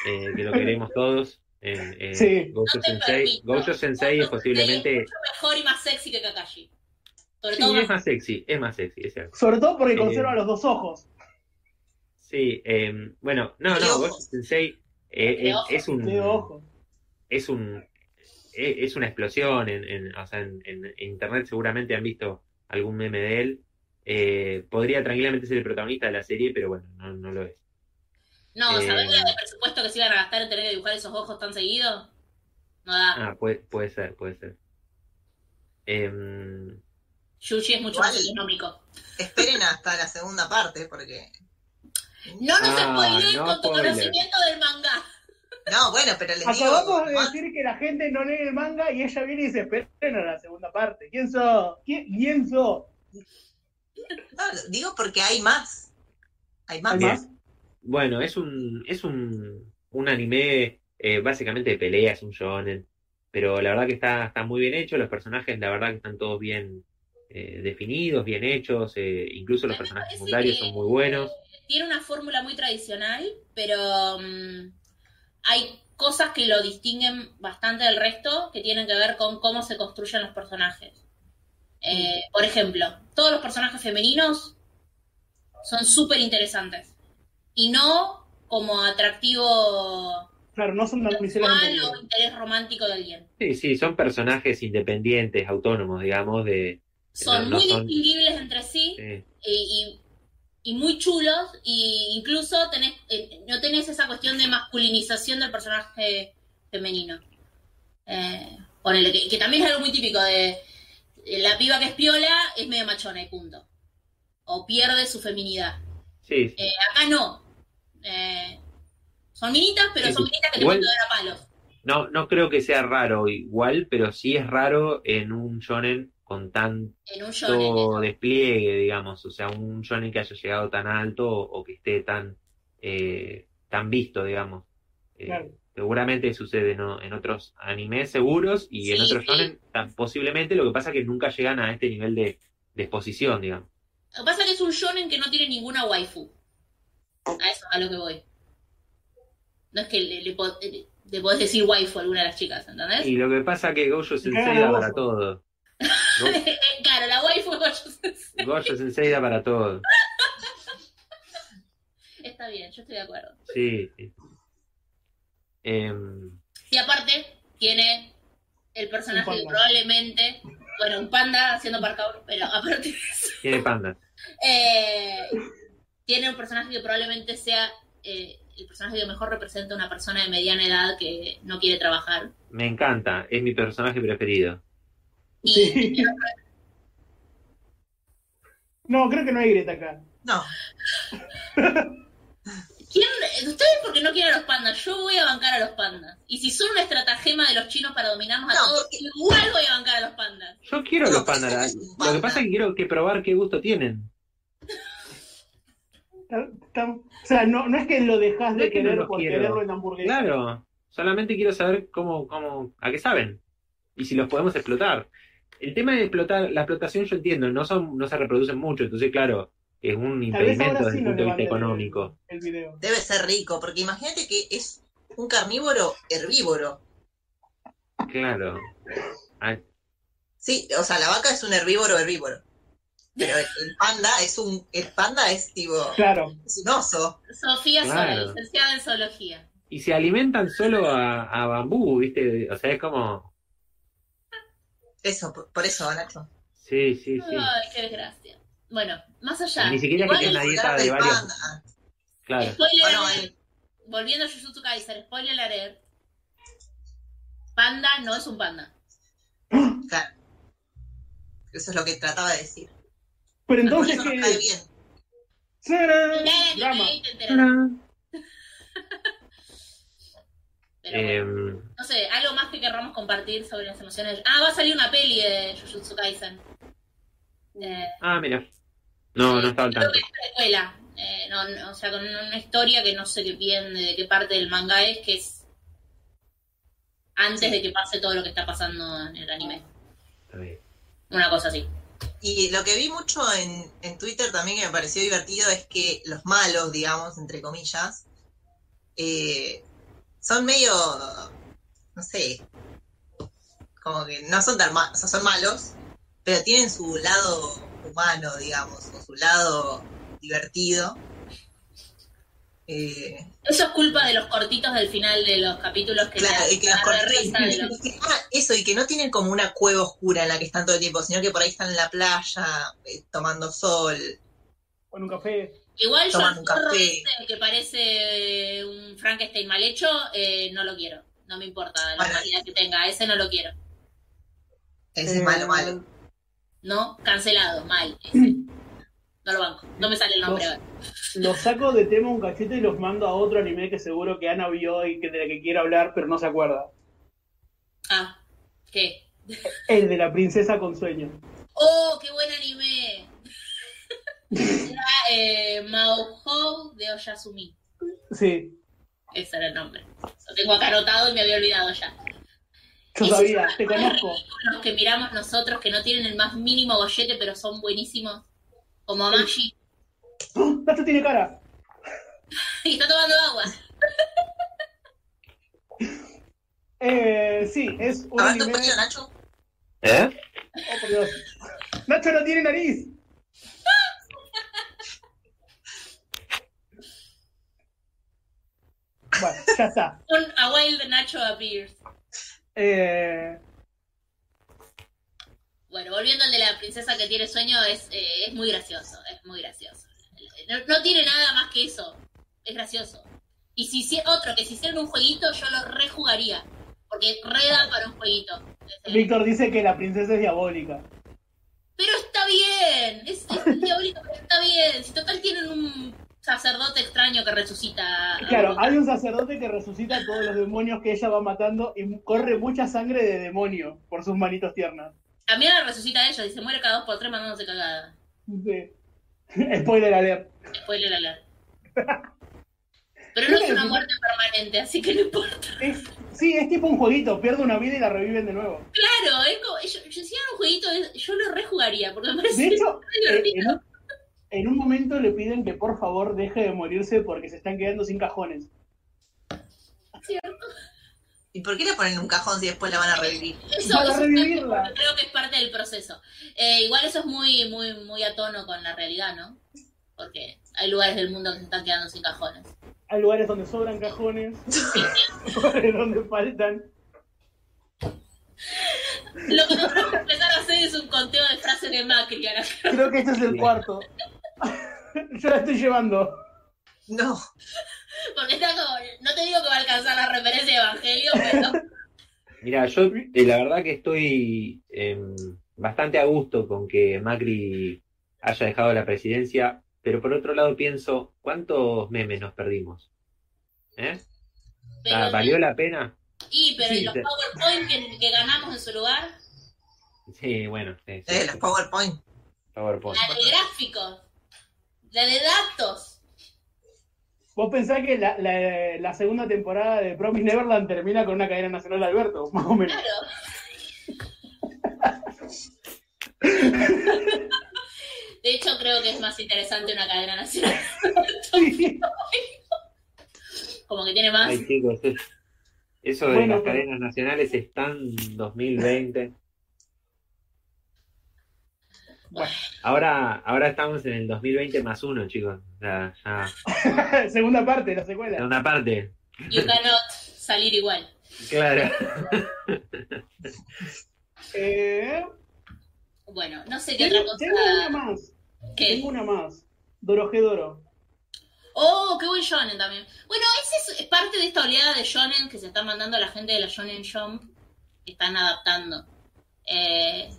[SPEAKER 1] eh, que lo queremos todos. Eh, eh,
[SPEAKER 4] Sí.
[SPEAKER 1] Gojo
[SPEAKER 2] No te
[SPEAKER 1] Sensei,
[SPEAKER 2] permito.
[SPEAKER 1] Gojo Sensei es
[SPEAKER 2] Gojo Sensei es
[SPEAKER 1] posiblemente
[SPEAKER 2] mucho mejor y más sexy que Kakashi. Sobre
[SPEAKER 1] Sí,
[SPEAKER 2] todo
[SPEAKER 1] es más sexy, es más sexy, es cierto.
[SPEAKER 4] Sobre todo porque
[SPEAKER 1] Sí.
[SPEAKER 4] conserva los dos ojos.
[SPEAKER 1] Sí, eh, bueno, no,
[SPEAKER 3] De
[SPEAKER 1] no,
[SPEAKER 3] ojos.
[SPEAKER 1] Gojo Sensei eh,
[SPEAKER 2] De
[SPEAKER 1] es,
[SPEAKER 2] ojos.
[SPEAKER 1] es un...
[SPEAKER 4] De ojos.
[SPEAKER 1] es un e- es una explosión en, en- o sea, en, en- en internet seguramente han visto algún meme de él Eh, podría tranquilamente ser el protagonista de la serie pero bueno no, no lo es
[SPEAKER 2] No,
[SPEAKER 1] Eh,
[SPEAKER 2] ¿sabés el presupuesto que se iban a gastar en tener que dibujar esos ojos tan seguidos? No da.
[SPEAKER 1] ah puede, puede ser puede ser Em,
[SPEAKER 2] Yuji es mucho
[SPEAKER 3] Igual.
[SPEAKER 2] más económico.
[SPEAKER 3] Esperen hasta la segunda parte, porque.
[SPEAKER 2] No nos
[SPEAKER 1] Ah,
[SPEAKER 2] spoileen
[SPEAKER 1] no
[SPEAKER 2] con tu
[SPEAKER 1] spoilers.
[SPEAKER 2] conocimiento del manga.
[SPEAKER 3] No, bueno, pero les
[SPEAKER 4] Acabamos de
[SPEAKER 3] digo.
[SPEAKER 4] decir que la gente no lee el manga y ella viene y se espera a la segunda parte. ¿Quién sos? ¿Qui- ¿Quién sos?
[SPEAKER 3] No, digo porque hay más. Hay más.
[SPEAKER 4] ¿Hay más?
[SPEAKER 1] bueno es un es un un anime eh, básicamente de peleas un shonen pero la verdad que está está muy bien hecho los personajes la verdad que están todos bien eh, definidos bien hechos eh, incluso los
[SPEAKER 2] A mí me
[SPEAKER 1] personajes
[SPEAKER 2] parece
[SPEAKER 1] secundarios
[SPEAKER 2] que-
[SPEAKER 1] son muy buenos
[SPEAKER 2] Tiene una fórmula muy tradicional, pero mm, hay cosas que lo distinguen bastante del resto que tienen que ver con cómo se construyen los personajes. Eh, por ejemplo, todos los personajes femeninos son súper interesantes y no como atractivo
[SPEAKER 4] Claro, no son damiselas
[SPEAKER 2] sexual
[SPEAKER 4] en
[SPEAKER 2] o
[SPEAKER 4] peligro.
[SPEAKER 2] interés romántico de alguien.
[SPEAKER 1] Sí, sí, son personajes independientes, autónomos, digamos, de...
[SPEAKER 2] Son
[SPEAKER 1] no
[SPEAKER 2] muy
[SPEAKER 1] son-
[SPEAKER 2] distinguibles entre sí
[SPEAKER 1] eh,
[SPEAKER 2] y, y- y muy chulos, y incluso tenés, eh, no tenés esa cuestión de masculinización del personaje femenino. Eh, ponele, que, que también es algo muy típico de eh, la piba que es piola es medio machona y punto. O pierde su feminidad.
[SPEAKER 1] sí, sí.
[SPEAKER 2] Eh, acá no. Eh, son minitas, pero
[SPEAKER 1] Sí,
[SPEAKER 2] son
[SPEAKER 1] sí.
[SPEAKER 2] minitas que te
[SPEAKER 1] Igual-
[SPEAKER 2] pueden dar a palos.
[SPEAKER 1] No, no creo que sea raro igual, pero sí es raro en un shonen con tanto
[SPEAKER 2] En un show
[SPEAKER 1] despliegue, digamos, o sea, un shonen que haya llegado tan alto o, o que esté tan, eh, tan visto, digamos. Eh,
[SPEAKER 4] Claro.
[SPEAKER 1] Seguramente sucede ¿no? en otros animes seguros y en
[SPEAKER 2] Sí,
[SPEAKER 1] otros
[SPEAKER 2] sí.
[SPEAKER 1] shonen tan- posiblemente, lo que pasa es que nunca llegan a este nivel de, de exposición, digamos.
[SPEAKER 2] Lo que pasa es que es un shonen que no tiene ninguna waifu. A eso es a lo que voy. No es que le, le po- le- le podés decir waifu a alguna de las chicas, ¿entendés?
[SPEAKER 1] Y lo que pasa es que Gojo Sensei
[SPEAKER 4] cagan a
[SPEAKER 1] da
[SPEAKER 4] vos.
[SPEAKER 1] para todo. Go-
[SPEAKER 2] Eh, claro, la waifu es
[SPEAKER 1] Gojo Sensei da para todo.
[SPEAKER 2] Está bien, yo estoy de acuerdo.
[SPEAKER 1] Sí. sí. Em,
[SPEAKER 2] Y aparte, tiene el
[SPEAKER 4] Un
[SPEAKER 2] personaje que
[SPEAKER 4] panda.
[SPEAKER 2] probablemente. Bueno, un panda haciendo parkour, pero aparte de eso.
[SPEAKER 1] tiene panda.
[SPEAKER 2] eh, tiene un personaje que probablemente sea. eh, el personaje que mejor representa a una persona de mediana edad que no quiere trabajar.
[SPEAKER 1] Me encanta. Es mi personaje preferido.
[SPEAKER 2] Y
[SPEAKER 4] Sí. No, creo que no hay Greta acá.
[SPEAKER 3] No,
[SPEAKER 2] ¿Quién, ustedes porque no quieren a los pandas, yo voy a bancar a los pandas. Y si son una estratagema de los chinos para dominarnos a
[SPEAKER 3] No,
[SPEAKER 2] todos,
[SPEAKER 3] porque-
[SPEAKER 2] igual voy a bancar a los pandas.
[SPEAKER 1] Yo quiero
[SPEAKER 3] No,
[SPEAKER 1] los
[SPEAKER 3] pero
[SPEAKER 1] pandas.
[SPEAKER 3] es un panda.
[SPEAKER 1] Lo que pasa es que quiero que probar qué gusto tienen.
[SPEAKER 4] Tam- tam- O sea, no, no es que lo dejas
[SPEAKER 1] No
[SPEAKER 4] de
[SPEAKER 1] es que no
[SPEAKER 4] querer
[SPEAKER 1] lo
[SPEAKER 4] por
[SPEAKER 1] quiero.
[SPEAKER 4] quererlo en hamburguesa.
[SPEAKER 1] Claro. Solamente quiero saber cómo, cómo, a qué saben. Y si los podemos explotar. El tema de explotar, la explotación yo entiendo, no son, no se reproducen mucho, entonces claro, es un
[SPEAKER 4] Tal vez
[SPEAKER 1] impedimento
[SPEAKER 4] ahora
[SPEAKER 1] desde
[SPEAKER 4] sí
[SPEAKER 1] el punto
[SPEAKER 4] nos
[SPEAKER 1] de
[SPEAKER 4] levantan
[SPEAKER 1] vista
[SPEAKER 4] el-
[SPEAKER 1] económico.
[SPEAKER 4] el video.
[SPEAKER 3] debe ser rico, porque imagínate que es un carnívoro herbívoro.
[SPEAKER 1] Claro. Ah,
[SPEAKER 3] Sí, o sea, la vaca es un herbívoro herbívoro. Pero el, el panda es un. El panda es tipo.
[SPEAKER 4] Claro.
[SPEAKER 3] Es un oso.
[SPEAKER 2] Sofía
[SPEAKER 1] Claro.
[SPEAKER 2] Sola, licenciada en zoología.
[SPEAKER 1] y se alimentan solo a, a bambú, ¿viste? O sea, es como.
[SPEAKER 3] Eso, por, por eso, Nacho.
[SPEAKER 1] Sí, sí, sí.
[SPEAKER 2] Ay, qué desgracia. Bueno, más allá.
[SPEAKER 1] Ni siquiera que
[SPEAKER 2] Igual,
[SPEAKER 1] tiene una dieta
[SPEAKER 3] Hablar
[SPEAKER 1] de
[SPEAKER 3] del
[SPEAKER 1] varios.
[SPEAKER 3] panda. Ah,
[SPEAKER 1] Claro.
[SPEAKER 2] spoiler
[SPEAKER 3] no,
[SPEAKER 2] alert.
[SPEAKER 3] el-
[SPEAKER 2] Volviendo a Jujutsu Kaisen, spoiler alert. Panda no es un panda.
[SPEAKER 3] claro. Eso es lo que trataba de decir.
[SPEAKER 4] Pero
[SPEAKER 3] Por
[SPEAKER 4] entonces,
[SPEAKER 3] eso nos cae
[SPEAKER 4] ¿qué?
[SPEAKER 3] bien.
[SPEAKER 4] ¡Tarán!
[SPEAKER 2] Mirá el
[SPEAKER 4] Drama.
[SPEAKER 2] anime y te enterarás. Pero bueno,
[SPEAKER 1] Em,
[SPEAKER 2] no sé, algo más que querramos compartir sobre las emociones. Ah, va a salir una peli de Jujutsu Kaisen. Eh,
[SPEAKER 1] ah, mira. No, no estaba al
[SPEAKER 2] Creo
[SPEAKER 1] tanto.
[SPEAKER 2] que es precuela. Eh, no, no, o sea, con una historia que no sé qué- bien de qué parte del manga es, que es antes de que pase todo lo que está pasando en el anime.
[SPEAKER 1] Está bien.
[SPEAKER 2] Una cosa así.
[SPEAKER 3] Y lo que vi mucho en, en Twitter también que me pareció divertido es que los malos, digamos, entre comillas, eh, son medio, no sé, como que no son tan malos, o sea, son malos, pero tienen su lado humano, digamos, o su lado divertido. Eh,
[SPEAKER 2] Eso es culpa de los cortitos del final de los capítulos que
[SPEAKER 3] claro,
[SPEAKER 2] te
[SPEAKER 3] y que las
[SPEAKER 2] hacen dar risa
[SPEAKER 3] cortinas-
[SPEAKER 2] de los-
[SPEAKER 3] y que- ah, eso, y que no tienen como una cueva oscura en la que están todo el tiempo, sino que por ahí están en la playa, eh, tomando sol.
[SPEAKER 4] Con un café.
[SPEAKER 2] Igual yo
[SPEAKER 3] Toman
[SPEAKER 2] el
[SPEAKER 3] un
[SPEAKER 2] zorro
[SPEAKER 3] café.
[SPEAKER 2] ese que parece eh, un Frankenstein mal hecho, eh, no lo quiero. No me importa la
[SPEAKER 3] Bueno.
[SPEAKER 2] humanidad que tenga, ese no lo quiero.
[SPEAKER 3] Ese
[SPEAKER 4] Eh,
[SPEAKER 3] es malo, malo.
[SPEAKER 2] No, cancelado, mal. ese. No lo banco, no me sale el nombre.
[SPEAKER 4] Dos.
[SPEAKER 2] ahora.
[SPEAKER 4] Los saco de tema un cachete y los mando a otro anime que seguro que Ana vio y que de la que quiere hablar, pero no se acuerda.
[SPEAKER 2] Ah, ¿qué?
[SPEAKER 4] El de la princesa con sueño.
[SPEAKER 2] ¡Oh, qué buen anime! Era eh, Maohou de Oyasumi.
[SPEAKER 4] Sí,
[SPEAKER 2] Ese era el nombre. Lo tengo acá anotado y me había olvidado ya.
[SPEAKER 4] yo
[SPEAKER 2] Esos
[SPEAKER 4] sabía,
[SPEAKER 2] son
[SPEAKER 4] te
[SPEAKER 2] los más
[SPEAKER 4] conozco.
[SPEAKER 2] ridículos Los que miramos nosotros que no tienen el más mínimo gollete, pero son buenísimos. Como Magi.
[SPEAKER 4] Dato tiene cara.
[SPEAKER 2] Y está tomando agua.
[SPEAKER 4] Eh, sí, es un
[SPEAKER 3] ¿Habrás
[SPEAKER 4] anime.
[SPEAKER 3] escuchado, Nacho?
[SPEAKER 1] ¿Eh?
[SPEAKER 4] Oh, por Dios. Nacho no tiene nariz. Bueno, ya está.
[SPEAKER 2] Un A Wild Nacho Appears.
[SPEAKER 4] Eh,
[SPEAKER 2] Bueno, volviendo al de la princesa que tiene sueño, es, eh, es muy gracioso. Es muy gracioso. No, no tiene nada más que eso. Es gracioso. Y si hici- otro que si hicieran un jueguito, yo lo rejugaría. Porque reda para un jueguito. Es el-
[SPEAKER 4] Víctor dice que la princesa es diabólica.
[SPEAKER 2] Pero está bien, es, es diabólico, pero está bien. Si total tienen un sacerdote extraño que resucita. a-
[SPEAKER 4] Claro, hay un sacerdote que resucita a todos los demonios que ella va matando y corre mucha sangre de demonio por sus manitos tiernas.
[SPEAKER 2] También la resucita ella, y se muere cada dos por tres mandándose cagada.
[SPEAKER 4] Sí. Spoiler alert.
[SPEAKER 2] Spoiler alert. Pero no es una muerte permanente, así que no importa.
[SPEAKER 4] Es- sí, es tipo un jueguito, pierde una vida y la reviven de nuevo.
[SPEAKER 2] Claro, es como, yo, yo- si era un jueguito, es- yo lo rejugaría, porque me
[SPEAKER 4] De
[SPEAKER 2] parece
[SPEAKER 4] hecho, eh, en
[SPEAKER 2] divertido.
[SPEAKER 4] un, en un momento le piden que por favor deje de morirse porque se están quedando sin cajones.
[SPEAKER 2] ¿cierto?
[SPEAKER 3] ¿Y por qué la ponen en un cajón si después la van a revivir?
[SPEAKER 2] Eso,
[SPEAKER 4] eh, Para
[SPEAKER 2] eso es-
[SPEAKER 4] revivirla.
[SPEAKER 2] creo que es parte del proceso. Eh, igual eso es muy, muy, muy a tono con la realidad, ¿no? Porque hay lugares del mundo que se están quedando sin cajones.
[SPEAKER 4] Hay lugares donde sobran cajones, lugares donde faltan.
[SPEAKER 2] Lo que tenemos que empezar a hacer es un conteo de frases de Macri. ahora.
[SPEAKER 4] Creo que este es el
[SPEAKER 1] Sí.
[SPEAKER 4] cuarto. Yo la estoy llevando.
[SPEAKER 3] No,
[SPEAKER 2] Porque está como, no te digo que va a alcanzar la referencia de Evangelio, pero
[SPEAKER 1] Mira, yo eh, la verdad que estoy eh, bastante a gusto con que Macri haya dejado la presidencia, pero por otro lado pienso, ¿cuántos memes nos perdimos? ¿Eh? O
[SPEAKER 2] pero-
[SPEAKER 4] Ah,
[SPEAKER 1] sea, ¿Valió la pena?
[SPEAKER 2] y pero ¿y los
[SPEAKER 1] Sí,
[SPEAKER 2] PowerPoint que, que ganamos en su lugar,
[SPEAKER 1] Sí, bueno, sí, sí,
[SPEAKER 3] eh, los
[SPEAKER 1] sí,
[SPEAKER 3] PowerPoint.
[SPEAKER 1] PowerPoint.
[SPEAKER 2] la de gráficos, la de datos.
[SPEAKER 4] Vos pensás que la, la- la segunda temporada de Promise Neverland termina con una cadena nacional de Alberto, más o menos.
[SPEAKER 2] Claro. De hecho, creo que es más interesante una cadena nacional.
[SPEAKER 4] Sí.
[SPEAKER 2] Como que tiene más.
[SPEAKER 1] Ay, chicos, es- eso de
[SPEAKER 4] Bueno,
[SPEAKER 1] las
[SPEAKER 4] pero-
[SPEAKER 1] cadenas nacionales están 2020.
[SPEAKER 4] Bueno.
[SPEAKER 1] Ahora, ahora estamos en el 2020 más uno, chicos. O sea, ya,
[SPEAKER 4] Segunda parte, la secuela.
[SPEAKER 1] segunda parte.
[SPEAKER 2] You cannot salir igual.
[SPEAKER 1] Claro.
[SPEAKER 4] Eh,
[SPEAKER 2] Bueno, no sé qué
[SPEAKER 4] tengo,
[SPEAKER 2] otra cosa.
[SPEAKER 4] tengo una más.
[SPEAKER 2] que-
[SPEAKER 4] Tengo una más. Dorojedoro.
[SPEAKER 2] Oh, qué buen shonen también. Bueno, ese es, es parte de esta oleada de shonen que se está mandando a la gente de la shonen jump. que Están adaptando. Eh,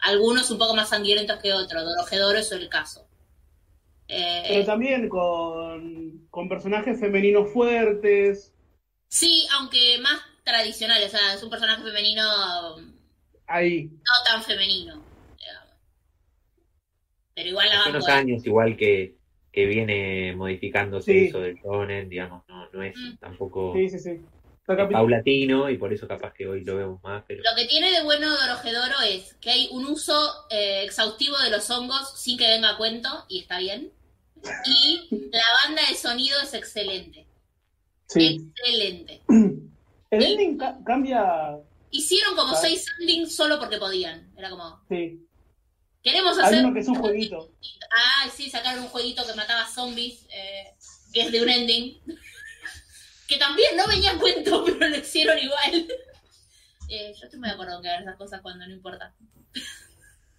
[SPEAKER 2] algunos un poco más sanguinolentos que otros. Dorojedoro es el caso. Eh,
[SPEAKER 4] Pero también con, con personajes femeninos fuertes,
[SPEAKER 2] Sí, aunque más tradicional, o sea, es un personaje femenino mm,
[SPEAKER 4] ahí.
[SPEAKER 2] no tan femenino. digamos. Pero igual la
[SPEAKER 1] Hace unos
[SPEAKER 2] banco. ¿eh?
[SPEAKER 1] años igual que, que viene modificándose
[SPEAKER 4] Sí.
[SPEAKER 1] eso del shonen, digamos, no, no es
[SPEAKER 2] Mm.
[SPEAKER 1] tampoco
[SPEAKER 4] Sí, sí, sí. Está capi-
[SPEAKER 1] paulatino y por eso capaz que hoy lo vemos más, pero
[SPEAKER 2] Lo que tiene de bueno Dorojedoro es que hay un uso eh, exhaustivo de los hongos sin que venga a cuento, y está bien. Y la banda de sonido es excelente.
[SPEAKER 4] Sí.
[SPEAKER 2] Excelente.
[SPEAKER 4] El ending ca- cambia.
[SPEAKER 2] Hicieron como
[SPEAKER 4] Claro.
[SPEAKER 2] seis endings solo porque podían. Era como,
[SPEAKER 4] Sí.
[SPEAKER 2] Queremos
[SPEAKER 4] Hay
[SPEAKER 2] hacer.
[SPEAKER 4] uno que es un jueguito.
[SPEAKER 2] Ah, sí, sacaron un jueguito que mataba zombies, eh, que es de un ending. que también no venía a cuento, pero lo hicieron igual. Eh, yo estoy muy de acuerdo que hagan esas cosas cuando no importa.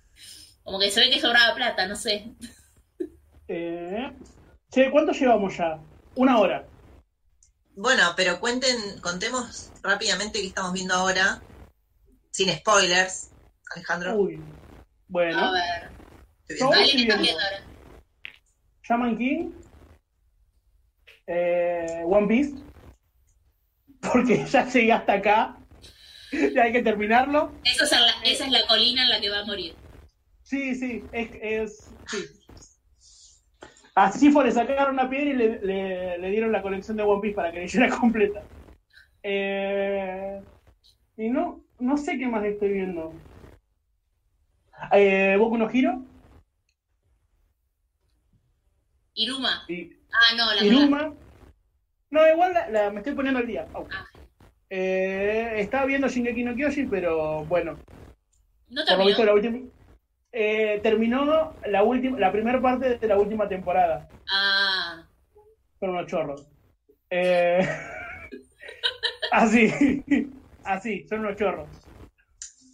[SPEAKER 2] Como que se ve que sobraba plata, no sé.
[SPEAKER 4] Eh, che, ¿cuánto llevamos ya? Una hora.
[SPEAKER 3] Bueno, pero cuenten, contemos rápidamente qué estamos viendo ahora, sin spoilers, Alejandro.
[SPEAKER 4] Uy. Bueno,
[SPEAKER 2] A ver.
[SPEAKER 3] estoy
[SPEAKER 2] Dale,
[SPEAKER 3] viendo.
[SPEAKER 4] Uh, ¿no?
[SPEAKER 2] ¿qué estás
[SPEAKER 4] Sí,
[SPEAKER 2] viendo ahora?
[SPEAKER 4] Shaman King. eh, One Piece. Porque ya llegué hasta acá. Ya hay que terminarlo.
[SPEAKER 2] Eso es en la- esa es la colina en la que va a morir.
[SPEAKER 4] Sí, sí, es, es- sí. A Sifo le sacaron una piedra y le, le- le dieron la colección de One Piece para que leyera completa. Eh, y no, no sé qué más estoy viendo. Eh, Boku no Hero
[SPEAKER 2] Iruma.
[SPEAKER 4] y
[SPEAKER 2] Ah, no, la
[SPEAKER 4] Iruma. No, igual la, la- me estoy poniendo al día. Au.
[SPEAKER 2] Ah.
[SPEAKER 4] Eh, estaba viendo Shingeki no Kyojin, pero bueno,
[SPEAKER 2] No
[SPEAKER 4] por lo visto
[SPEAKER 2] terminó.
[SPEAKER 4] la última... eh, terminó la, última, la primera parte de la última temporada.
[SPEAKER 2] Ah.
[SPEAKER 4] Son unos chorros. Eh, así, así, son unos chorros.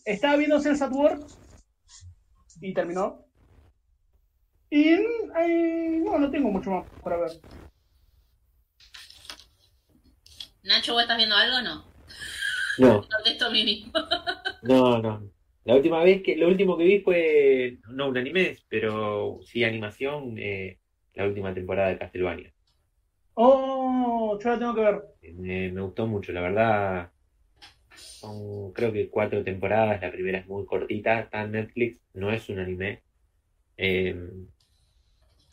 [SPEAKER 4] Estaba viendo Cells at Work y terminó. Y eh, no, no tengo mucho más para ver.
[SPEAKER 2] Nacho, ¿vos estás viendo algo o no?
[SPEAKER 1] No,
[SPEAKER 2] Contesto a mí mismo.
[SPEAKER 1] no, no. La última vez que, lo último que vi fue, no un anime, pero sí animación, eh, la última temporada de Castlevania.
[SPEAKER 4] Oh, yo la tengo que ver.
[SPEAKER 1] Me, me gustó mucho, la verdad. Son creo que cuatro temporadas, la primera es muy cortita, está en Netflix, no es un anime. Eh,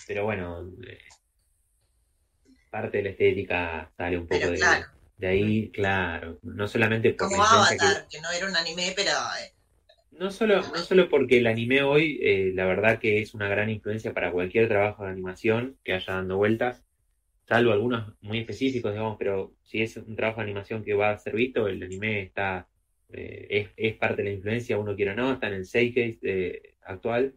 [SPEAKER 1] pero bueno, eh, parte de la estética sale un poco
[SPEAKER 3] Pero
[SPEAKER 1] de,
[SPEAKER 3] claro.
[SPEAKER 1] de ahí, claro. No solamente por
[SPEAKER 3] Como
[SPEAKER 1] la influencia que-
[SPEAKER 3] Avatar, que no era un anime, pero eh,
[SPEAKER 1] no solo, no solo porque el anime hoy, eh, la verdad que es una gran influencia para cualquier trabajo de animación que haya dando vueltas, salvo algunos muy específicos, digamos, pero si es un trabajo de animación que va a ser visto, el anime está, eh, es, es parte de la influencia, uno quiere o no, está en el Seikei eh, actual.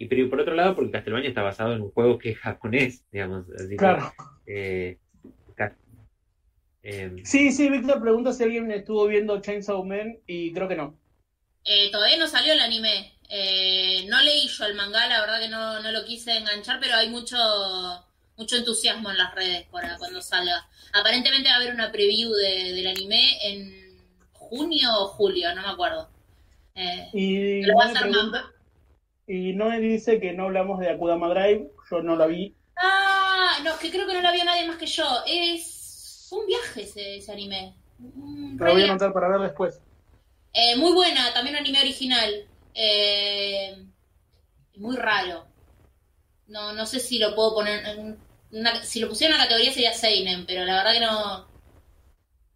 [SPEAKER 1] Y pero por otro lado, porque Castlevania está basado en un juego que es japonés, digamos, así que,
[SPEAKER 4] Claro.
[SPEAKER 1] eh, ca- em,
[SPEAKER 4] Sí, sí, Víctor pregunta si alguien estuvo viendo Chainsaw Man y creo que no.
[SPEAKER 2] Eh, todavía no salió el anime. Eh, no leí yo el manga, la verdad que no, no lo quise enganchar, pero hay mucho, mucho entusiasmo en las redes para cuando salga. Aparentemente va a haber una preview de- del anime en junio o julio, no me acuerdo. Eh,
[SPEAKER 4] Y
[SPEAKER 2] Lo va a
[SPEAKER 4] Noe
[SPEAKER 2] hacer
[SPEAKER 4] pregunta- y Noe dice que no hablamos de Akudama Drive, yo no la vi.
[SPEAKER 2] ah, no, es que creo que no lo vio nadie más que yo. Es un viaje ese, ese anime. Un
[SPEAKER 4] La voy a
[SPEAKER 2] re-
[SPEAKER 4] anotar para ver después.
[SPEAKER 2] Eh, muy buena, también anime original. Eh, muy raro. No, no sé si lo puedo poner. En una- si lo pusiera en una categoría sería Seinen, pero la verdad que no.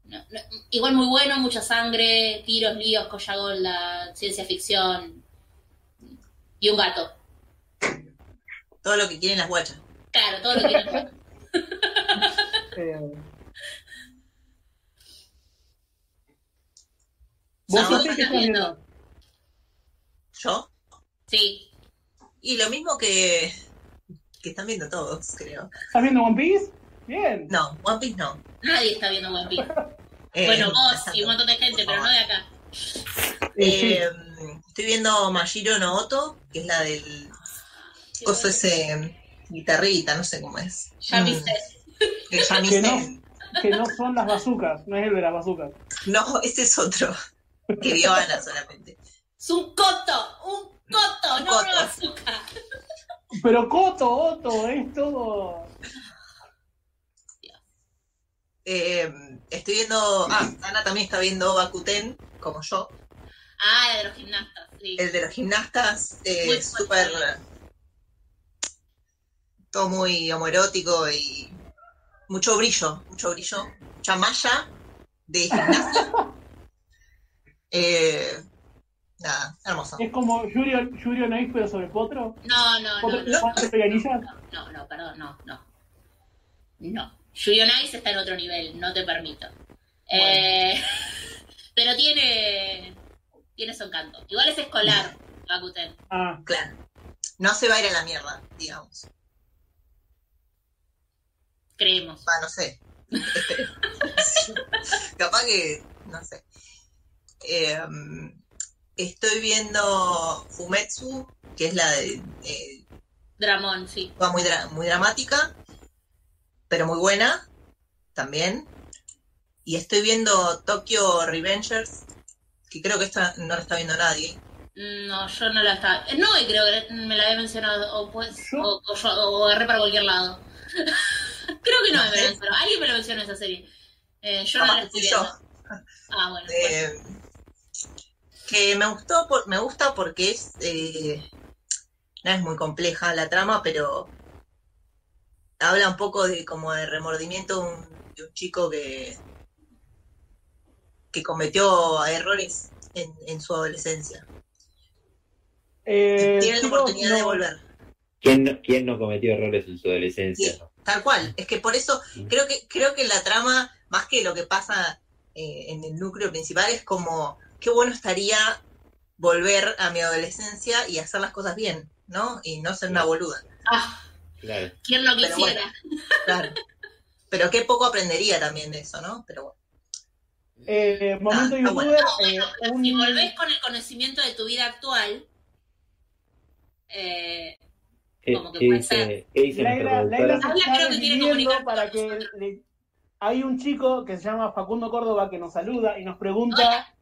[SPEAKER 2] no- no- igual muy bueno, mucha sangre, tiros, líos, colla golda, ciencia ficción. Y un gato.
[SPEAKER 3] todo lo que quieren las guachas.
[SPEAKER 2] Claro, todo lo que.
[SPEAKER 4] Eh,
[SPEAKER 2] ¿Vos
[SPEAKER 4] ¿Vos
[SPEAKER 2] qué
[SPEAKER 4] no,
[SPEAKER 3] Salvador,
[SPEAKER 2] estás
[SPEAKER 4] que estás
[SPEAKER 2] viendo?
[SPEAKER 4] viendo?
[SPEAKER 3] ¿Yo?
[SPEAKER 2] Sí.
[SPEAKER 3] Y lo mismo que, que están viendo todos, creo.
[SPEAKER 4] ¿Estás viendo One Piece? Bien.
[SPEAKER 3] No, One Piece no.
[SPEAKER 2] Nadie está viendo One Piece.
[SPEAKER 3] Eh,
[SPEAKER 2] Bueno, vos y
[SPEAKER 3] pasando.
[SPEAKER 2] un montón de gente, pero no de acá.
[SPEAKER 4] Eh,
[SPEAKER 3] Eh, estoy viendo Mashiro Nooto, que es la del coso ese mm, guitarrita, no sé cómo es.
[SPEAKER 2] Ya
[SPEAKER 3] Mm,
[SPEAKER 2] viste.
[SPEAKER 3] el
[SPEAKER 4] que,
[SPEAKER 3] shamisen.
[SPEAKER 4] no, que no son las bazucas, no es el de las bazucas.
[SPEAKER 3] No, ese es otro. Que vio Ana solamente.
[SPEAKER 2] Es un coto, un coto,
[SPEAKER 3] Un
[SPEAKER 2] no
[SPEAKER 3] coto.
[SPEAKER 2] una bazooka.
[SPEAKER 4] Pero Coto, Otto, es todo.
[SPEAKER 3] Eh, estoy viendo. Ah, Ana también está viendo Bakuten, como yo.
[SPEAKER 2] Ah, de los gimnastas, sí.
[SPEAKER 3] El de los gimnastas,
[SPEAKER 2] Muy
[SPEAKER 3] eh,
[SPEAKER 2] fuerte.
[SPEAKER 3] súper. Todo muy homoerótico y. Mucho brillo, mucho brillo. Chamaya de gimnasta. Eh, nada, hermoso.
[SPEAKER 4] Es como Yuri, on- Yuri on Ice, pero sobre Potro.
[SPEAKER 2] No, no, no,
[SPEAKER 4] Potro,
[SPEAKER 2] no,
[SPEAKER 4] Potro y Anillas.
[SPEAKER 2] no, no, perdón, no, no. No. Julian Ice está en otro nivel, no te permito. Eh, pero tiene. Tiene su encanto. Igual es escolar, Bakuten.
[SPEAKER 4] Ah,
[SPEAKER 3] Claro. no se va a ir a la mierda, digamos.
[SPEAKER 2] Creemos.
[SPEAKER 3] Va, no sé. Capaz que, no sé. Eh, estoy viendo Fumetsu, que es la de... eh,
[SPEAKER 2] Dramón, sí.
[SPEAKER 3] va muy, dra- muy dramática, pero muy buena también. Y estoy viendo Tokyo Revengers, que creo que esta no la está viendo nadie.
[SPEAKER 2] No, yo no la estaba. eh, No, y creo que me la había mencionado. O pues,
[SPEAKER 4] Yo-
[SPEAKER 2] o, o yo- o agarré para cualquier lado. creo que no
[SPEAKER 3] No
[SPEAKER 2] me
[SPEAKER 3] sé.
[SPEAKER 2] la mencionó. Alguien me la mencionó esa serie. Eh, yo no
[SPEAKER 3] Capaz
[SPEAKER 2] la
[SPEAKER 3] que
[SPEAKER 2] estoy
[SPEAKER 3] fui yo.
[SPEAKER 2] viendo. Ah, bueno. bueno.
[SPEAKER 3] Eh, que me gustó por- me gusta porque es eh, no es muy compleja la trama pero habla un poco de como de remordimiento de un, de un chico que que cometió errores en, en su adolescencia
[SPEAKER 4] Eh,
[SPEAKER 3] tiene la
[SPEAKER 4] chicos,
[SPEAKER 3] oportunidad de
[SPEAKER 4] no-
[SPEAKER 3] volver
[SPEAKER 1] ¿Quién, no- quién no cometió errores en su adolescencia?
[SPEAKER 3] Sí. tal cual es que por eso creo que creo que la trama más que lo que pasa eh, en el núcleo principal es como qué bueno estaría volver a mi adolescencia y hacer las cosas bien no y no ser una boluda
[SPEAKER 2] Ah,
[SPEAKER 1] Claro.
[SPEAKER 2] ¿Quién lo
[SPEAKER 3] Pero
[SPEAKER 2] quisiera?
[SPEAKER 3] bueno. claro pero qué poco aprendería también de eso no pero bueno
[SPEAKER 4] Eh, momento
[SPEAKER 3] Ah, ah, bueno.
[SPEAKER 4] youtuber. eh,
[SPEAKER 2] Bueno, pero
[SPEAKER 4] un-
[SPEAKER 2] si volvés con el conocimiento de tu vida actual, eh,
[SPEAKER 1] ¿Qué,
[SPEAKER 2] Como que
[SPEAKER 1] qué
[SPEAKER 2] puede Ah,
[SPEAKER 1] dice, qué dice nuestro
[SPEAKER 4] Laila,
[SPEAKER 1] productor?
[SPEAKER 4] Laila
[SPEAKER 2] Habla,
[SPEAKER 4] se está
[SPEAKER 2] creo que quiere
[SPEAKER 4] dividiendo
[SPEAKER 2] comunicar
[SPEAKER 4] para
[SPEAKER 2] con
[SPEAKER 4] que le- hay un chico que se llama Facundo Córdoba que nos saluda y nos pregunta
[SPEAKER 2] Hola.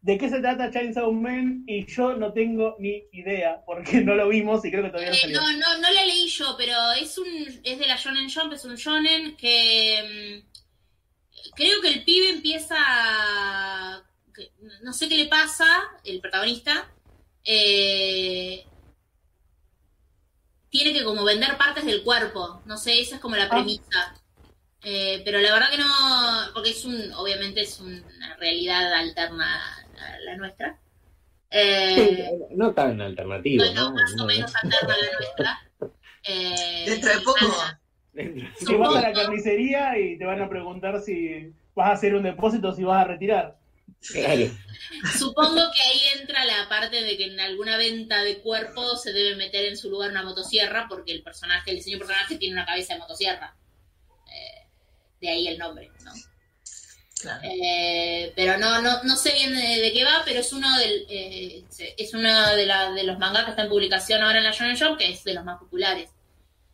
[SPEAKER 4] de qué se trata Chainsaw Man y yo no tengo ni idea porque no lo vimos y creo que todavía no
[SPEAKER 2] eh,
[SPEAKER 4] salió.
[SPEAKER 2] no, no, no la leí yo, pero es un es de la Shonen Jump, es un shonen que mm, creo que el pibe empieza a- que- no sé qué le pasa, el protagonista eh, tiene que como vender partes del cuerpo, no sé, esa es
[SPEAKER 4] Ah.
[SPEAKER 2] como la premisa. Eh, pero la verdad que no, porque es un, obviamente es una realidad alterna a la nuestra. Eh,
[SPEAKER 1] Sí, no tan alternativo,
[SPEAKER 2] bueno,
[SPEAKER 1] ¿no?
[SPEAKER 2] más o
[SPEAKER 1] No,
[SPEAKER 2] menos alterna a la nuestra. Eh,
[SPEAKER 3] dentro de poco
[SPEAKER 2] nada.
[SPEAKER 4] Te vas
[SPEAKER 2] supongo-
[SPEAKER 4] a la carnicería y te van a preguntar si vas a hacer un depósito o si vas a retirar.
[SPEAKER 1] Claro.
[SPEAKER 2] Supongo que ahí entra la parte de que en alguna venta de cuerpo se debe meter en su lugar una motosierra, porque el personaje, el diseño del personaje tiene una cabeza de motosierra. Eh, de ahí el nombre, ¿no?
[SPEAKER 3] claro
[SPEAKER 2] Eh, pero no, no, no sé bien de, de qué va, pero es uno del, eh, se- es uno de, la- de los mangas que está en publicación ahora en la Shonen Jump, que es de los más populares.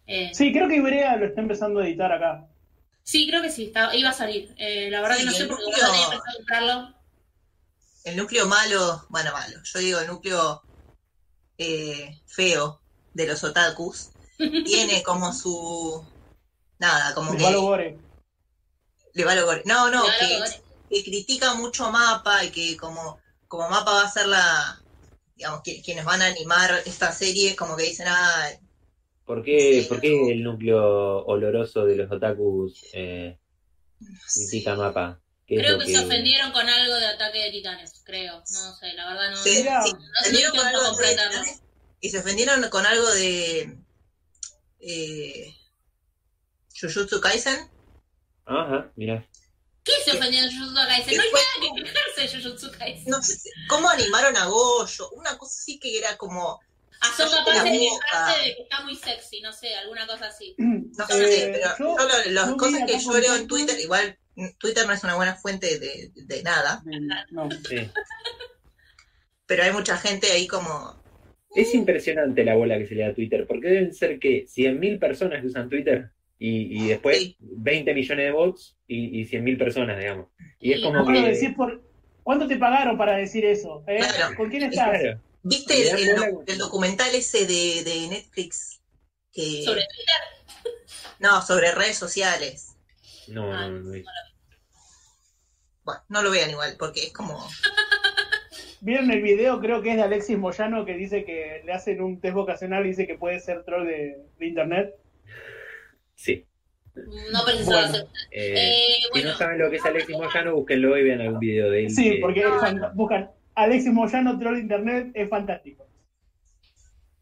[SPEAKER 2] Eh,
[SPEAKER 4] Sí, creo que Ibrea lo está empezando a editar acá.
[SPEAKER 2] Sí, creo que sí, está- iba a salir. Eh, la verdad
[SPEAKER 3] Sí,
[SPEAKER 2] que no
[SPEAKER 3] y
[SPEAKER 2] sé
[SPEAKER 3] el
[SPEAKER 2] porque
[SPEAKER 3] núcleo-
[SPEAKER 2] no tenía pensado comprarlo.
[SPEAKER 3] el núcleo malo bueno malo yo digo el núcleo eh, feo de los otakus tiene como su nada como
[SPEAKER 4] Les
[SPEAKER 3] que
[SPEAKER 4] va lo gore.
[SPEAKER 3] le va lo gore. no no
[SPEAKER 2] Le va lo
[SPEAKER 3] que-
[SPEAKER 2] gore.
[SPEAKER 3] que critica mucho a Mapa y que como, como Mapa va a ser la, digamos, qui- quienes van a animar esta serie, como que dicen, ah,
[SPEAKER 1] ¿Por qué,
[SPEAKER 3] Sí,
[SPEAKER 1] por qué
[SPEAKER 3] no.
[SPEAKER 1] el núcleo oloroso de los otakus eh, critica mapa? ¿Qué es
[SPEAKER 2] Creo
[SPEAKER 1] lo
[SPEAKER 2] que, se ofendieron con algo de ataque de titanes, creo. No sé, la verdad no.
[SPEAKER 3] se,
[SPEAKER 4] Mira.
[SPEAKER 3] sí,
[SPEAKER 2] no
[SPEAKER 3] se
[SPEAKER 2] sé qué
[SPEAKER 3] ofendieron con
[SPEAKER 2] onda
[SPEAKER 3] algo de
[SPEAKER 2] completarlo.
[SPEAKER 3] Titanes y se ofendieron con algo de eh, Jujutsu Kaisen,
[SPEAKER 1] Ajá, mira.
[SPEAKER 2] ¿Qué se ofendió en Jujutsu Kaisen? No hay
[SPEAKER 3] Después-
[SPEAKER 2] nada que quejarse de Jujutsu Kaisen.
[SPEAKER 3] no sé si- cómo animaron a Goyo, una cosa así que era como,
[SPEAKER 2] Ah, son
[SPEAKER 3] cállate
[SPEAKER 2] capaces
[SPEAKER 3] la
[SPEAKER 2] de
[SPEAKER 3] boca.
[SPEAKER 2] quejarse de que está muy sexy, no sé, alguna cosa así.
[SPEAKER 3] no
[SPEAKER 4] Eh,
[SPEAKER 3] sé, pero
[SPEAKER 4] yo-
[SPEAKER 3] yo lo- las
[SPEAKER 4] yo vi
[SPEAKER 3] cosas
[SPEAKER 4] acá
[SPEAKER 3] que
[SPEAKER 4] con
[SPEAKER 3] yo leo en
[SPEAKER 4] Facu-
[SPEAKER 3] Twitter, igual mm, Twitter no es una buena fuente de- de nada,
[SPEAKER 4] No.
[SPEAKER 1] Sí.
[SPEAKER 3] pero hay mucha gente ahí como
[SPEAKER 1] Es impresionante la bola que se le da a Twitter, porque deben ser que 100.000 personas que usan Twitter y, y después
[SPEAKER 3] Sí.
[SPEAKER 1] 20 millones de bots y, y 100.000 personas, digamos. Y es
[SPEAKER 2] Y
[SPEAKER 1] como
[SPEAKER 4] Bueno,
[SPEAKER 1] que...
[SPEAKER 4] decís por... ¿Cuánto te pagaron para decir eso? eh?
[SPEAKER 3] Claro.
[SPEAKER 4] ¿Con quién estás?
[SPEAKER 1] Claro,
[SPEAKER 3] viste
[SPEAKER 1] Mirá,
[SPEAKER 3] el, el
[SPEAKER 1] mirá.
[SPEAKER 3] doc- el documental ese de, de Netflix que
[SPEAKER 2] Sobre
[SPEAKER 3] no sobre redes sociales
[SPEAKER 1] no, no, no, no.
[SPEAKER 3] bueno no lo vean igual porque es como
[SPEAKER 4] Vieron el video, creo que es de Alexis Moyano, que dice que le hacen un test vocacional y dice que puede ser troll de, de internet.
[SPEAKER 1] Sí.
[SPEAKER 2] No precisó
[SPEAKER 4] Bueno.
[SPEAKER 2] hacer.
[SPEAKER 1] Eh,
[SPEAKER 2] Eh,
[SPEAKER 1] si
[SPEAKER 2] bueno,
[SPEAKER 1] no saben lo que es Alexis Moyano, búsquenlo y vean algún video de él.
[SPEAKER 4] Sí,
[SPEAKER 1] que-
[SPEAKER 4] porque es fan- buscan Alexis Moyano, troll de internet, es fantástico.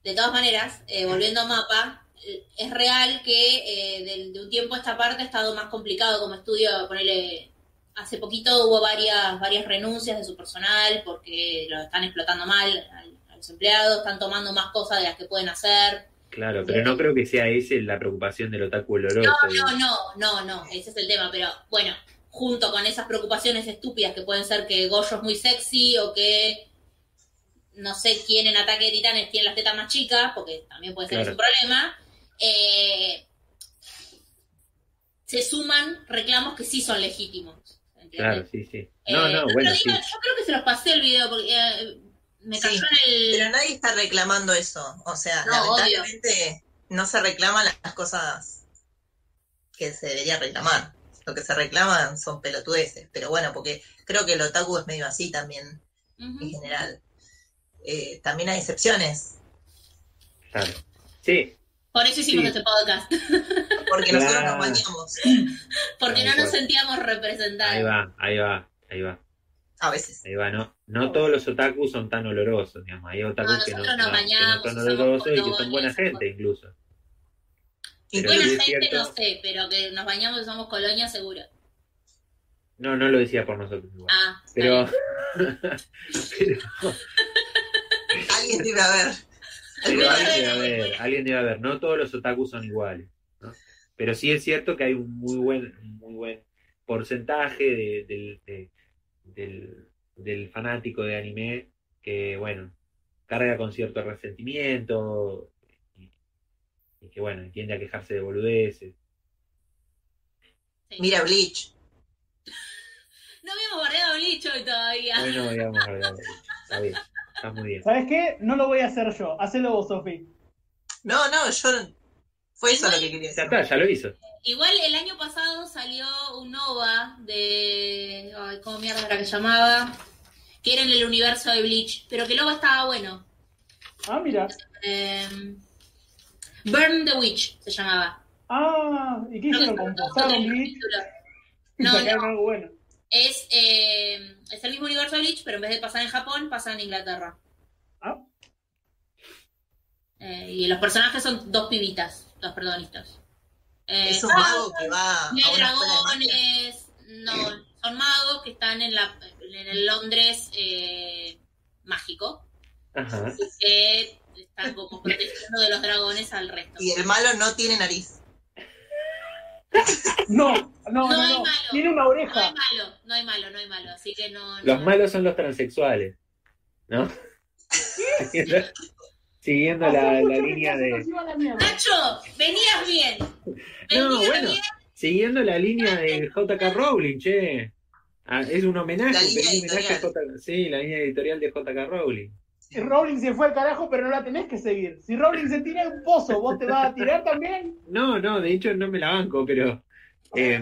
[SPEAKER 2] de todas maneras, eh, volviendo a mapa, eh, es real que eh, del- de, un tiempo a esta parte ha estado más complicado como estudio, ponerle hace poquito hubo varias, varias renuncias de su personal porque lo están explotando mal al, al a los empleados, están tomando más cosas de las que pueden hacer.
[SPEAKER 1] Claro, pero no creo que sea esa la preocupación del otaku oloroso.
[SPEAKER 2] No,
[SPEAKER 1] digamos.
[SPEAKER 2] no, no, no, no, ese es el tema, pero bueno, junto con esas preocupaciones estúpidas que pueden ser que Goyo es muy sexy o que no sé quién en Ataque de Titanes tiene las tetas más chicas, porque también puede ser
[SPEAKER 1] Claro.
[SPEAKER 2] ese un problema, eh, se suman reclamos que sí son legítimos. ¿entiendes?
[SPEAKER 1] Claro, sí, sí.
[SPEAKER 2] Eh,
[SPEAKER 1] No, no,
[SPEAKER 2] pero
[SPEAKER 1] bueno, sí.
[SPEAKER 2] digo, Yo creo que se los pasé el video porque eh, me
[SPEAKER 3] Sí,
[SPEAKER 2] cayó en el...
[SPEAKER 3] Pero nadie está reclamando eso. O sea,
[SPEAKER 2] No,
[SPEAKER 3] lamentablemente no se reclaman las cosas que se debería reclamar. Lo que se reclaman son pelotudeces. Pero bueno, porque creo que el otaku es medio así también,
[SPEAKER 2] Ujú.
[SPEAKER 3] en general. Eh, también hay excepciones.
[SPEAKER 1] claro. Sí,
[SPEAKER 2] Por eso hicimos
[SPEAKER 1] Sí.
[SPEAKER 2] este podcast,
[SPEAKER 3] Porque nosotros nos
[SPEAKER 4] Claro.
[SPEAKER 3] bañamos
[SPEAKER 2] porque
[SPEAKER 1] Ahí
[SPEAKER 2] no nos
[SPEAKER 1] va.
[SPEAKER 2] sentíamos
[SPEAKER 1] ahí
[SPEAKER 2] representados.
[SPEAKER 1] va, ahí va, ahí va,
[SPEAKER 3] a veces.
[SPEAKER 1] ahí va. No, no todos los otakus son tan olorosos, digamos. Hay otakus
[SPEAKER 2] No,
[SPEAKER 1] que, no,
[SPEAKER 2] nosotros nos
[SPEAKER 1] no- que no
[SPEAKER 2] bañamos,
[SPEAKER 1] son
[SPEAKER 2] usamos
[SPEAKER 1] olorosos y que son
[SPEAKER 2] condones,
[SPEAKER 1] buena gente incluso. Pero
[SPEAKER 2] Buena
[SPEAKER 1] sí es
[SPEAKER 2] gente,
[SPEAKER 1] cierto.
[SPEAKER 2] no sé, pero que nos bañamos y somos colonia, seguro.
[SPEAKER 1] No, no lo decía por nosotros. igual.
[SPEAKER 2] Ah, está bien.
[SPEAKER 1] Pero, pero,
[SPEAKER 3] Alguien debe haber.
[SPEAKER 1] pero
[SPEAKER 2] Alguien
[SPEAKER 1] alguien
[SPEAKER 2] debe
[SPEAKER 1] debe haber,
[SPEAKER 2] haber.
[SPEAKER 1] alguien debe haber. No todos los otakus son iguales. ¿no? Pero sí es cierto que hay un muy buen, un muy buen porcentaje de- del, de- del, del fanático de anime que, bueno, carga con cierto resentimiento y, y que, bueno, tiende a quejarse de boludeces.
[SPEAKER 2] Sí.
[SPEAKER 3] Mira Bleach.
[SPEAKER 2] No habíamos bardeado a Bleach hoy todavía.
[SPEAKER 1] Bueno, digamos, la verdad, está bien, está muy bien.
[SPEAKER 4] ¿Sabes qué? No lo voy a hacer yo. Hacelo vos, Sofi.
[SPEAKER 3] No, no, yo. Fue eso lo que quería
[SPEAKER 1] Ya
[SPEAKER 3] decir.
[SPEAKER 1] está, ya lo hizo.
[SPEAKER 2] Igual el año pasado salió un OVA de. Ay, ¿cómo mierda era que llamaba? Que era en el universo de Bleach, pero que el OVA estaba bueno.
[SPEAKER 4] Ah, mira.
[SPEAKER 2] Eh, Burn the Witch se llamaba.
[SPEAKER 4] Ah, ¿y qué
[SPEAKER 2] Creo que
[SPEAKER 4] hicieron?
[SPEAKER 2] fueron dos o
[SPEAKER 4] ¿Compostaron
[SPEAKER 2] tres
[SPEAKER 4] Bleach?
[SPEAKER 2] capítulos.
[SPEAKER 4] y
[SPEAKER 2] No,
[SPEAKER 4] sacaron
[SPEAKER 2] no.
[SPEAKER 4] algo bueno.
[SPEAKER 2] Es, eh, es el mismo universo de Bleach, pero en vez de pasar en Japón, pasa en Inglaterra.
[SPEAKER 4] Ah.
[SPEAKER 2] Eh, y los personajes son dos pibitas, dos protagonistas. Eh,
[SPEAKER 3] Es un
[SPEAKER 2] ah,
[SPEAKER 3] mago que va a
[SPEAKER 2] No hay
[SPEAKER 3] una escuela de magia.
[SPEAKER 2] dragones, no, son magos que están en, la, en el Londres eh, mágico,
[SPEAKER 1] Ajá.
[SPEAKER 2] que están como protegiendo de los dragones al resto.
[SPEAKER 3] Y el malo no tiene nariz.
[SPEAKER 4] No, no, no.
[SPEAKER 2] No hay
[SPEAKER 4] no.
[SPEAKER 2] malo.
[SPEAKER 4] Tiene una
[SPEAKER 2] No hay
[SPEAKER 4] oreja.
[SPEAKER 2] malo, no hay malo, no hay malo, así que no...
[SPEAKER 1] Los
[SPEAKER 2] no-
[SPEAKER 1] malos son los transexuales, ¿no? Siguiendo
[SPEAKER 4] Hace
[SPEAKER 1] la,
[SPEAKER 4] mucho
[SPEAKER 1] la
[SPEAKER 4] que
[SPEAKER 1] línea
[SPEAKER 4] Nacho
[SPEAKER 1] de.
[SPEAKER 4] nos iba a la mierda.
[SPEAKER 2] Nacho, venías bien. Venías
[SPEAKER 1] No, bueno,
[SPEAKER 2] bien.
[SPEAKER 1] siguiendo la línea de JK Rowling, che. Ah, es un
[SPEAKER 3] La
[SPEAKER 1] homenaje,
[SPEAKER 3] línea
[SPEAKER 1] pero es un homenaje a
[SPEAKER 3] editorial.
[SPEAKER 1] J.K. Sí, la línea editorial de JK Rowling.
[SPEAKER 4] Si Rowling se fue al carajo, pero no la tenés que seguir. Si Rowling se tira en un pozo, ¿vos te vas a tirar también?
[SPEAKER 1] No, no, de hecho no me la banco, pero. eh,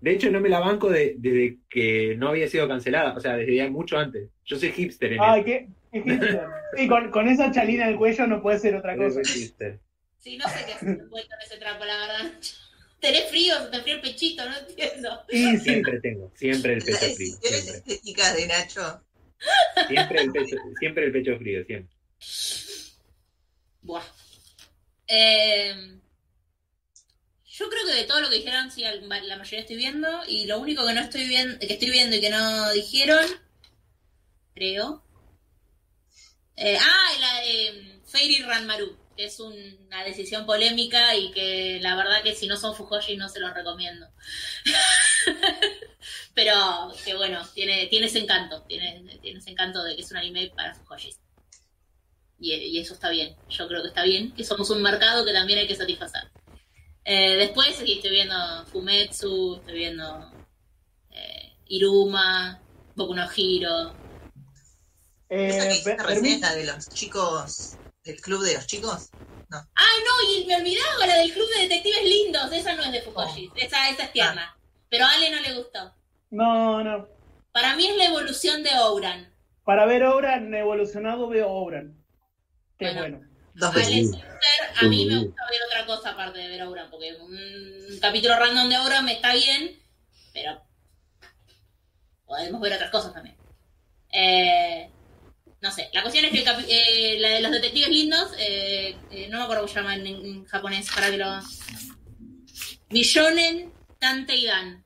[SPEAKER 1] de hecho no me la banco de- desde que no había sido cancelada, o sea, desde mucho antes. Yo soy hipster en
[SPEAKER 4] Ay,
[SPEAKER 1] eso.
[SPEAKER 4] qué. qué hipster. Y con, con esa chalina en el cuello no puede ser otra
[SPEAKER 1] Yo
[SPEAKER 4] cosa.
[SPEAKER 1] soy hipster.
[SPEAKER 2] Sí, no sé qué hacer envuelto en ese trapo, la verdad. Nacho. Tenés frío, se te frío el pechito, no entiendo.
[SPEAKER 4] Y sí,
[SPEAKER 1] Siempre tengo, siempre el pecho
[SPEAKER 3] Las
[SPEAKER 1] frío.
[SPEAKER 3] escenas
[SPEAKER 1] Siempre,
[SPEAKER 3] estéticas de Nacho.
[SPEAKER 1] siempre el pecho, siempre el pecho frío, siempre.
[SPEAKER 2] Buah. Eh, yo creo que de todo lo que dijeron, sí, al- la mayoría estoy viendo. Y lo único que no estoy viendo, que estoy viendo y que no dijeron, creo. Eh, ah, y la de Fairy Ranmaru, que es un- una decisión polémica y que la verdad que si no son Fujoshi no se los recomiendo. Pero que bueno, tiene, tiene ese encanto, tiene, tiene ese encanto de que es un anime para Fujoshi. Y, y eso está bien. Yo creo que está bien, que somos un mercado que también hay que satisfacer. Eh, después sí, estoy viendo Fumetsu, estoy viendo eh, Iruma, Boku no Hiro.
[SPEAKER 3] Esa
[SPEAKER 4] eh,
[SPEAKER 3] que hiciste
[SPEAKER 4] per-
[SPEAKER 3] recién,
[SPEAKER 4] permi-
[SPEAKER 3] la de los chicos, del club de los chicos.
[SPEAKER 2] ¡Ay, no! Y me olvidaba la del Club de Detectives Lindos. Esa no es de Fujoshi, esa, esa es tierna. Pero a Ale no le gustó.
[SPEAKER 4] No, no.
[SPEAKER 2] Para mí es la evolución de Ouran.
[SPEAKER 4] Para ver Obran evolucionado, veo Obran. Qué
[SPEAKER 2] Bueno.
[SPEAKER 4] bueno.
[SPEAKER 3] Dos
[SPEAKER 2] Ale,
[SPEAKER 3] veces.
[SPEAKER 2] sin ser, a mí me gusta ver otra cosa aparte de ver Ouran, porque un capítulo random de Ouran me está bien, pero podemos ver otras cosas también. Eh, no sé, la cuestión es que el capi- eh, la de los detectives lindos, eh, eh, no me acuerdo cómo se llama en, en japonés, para que lo... Millonen Tanteidan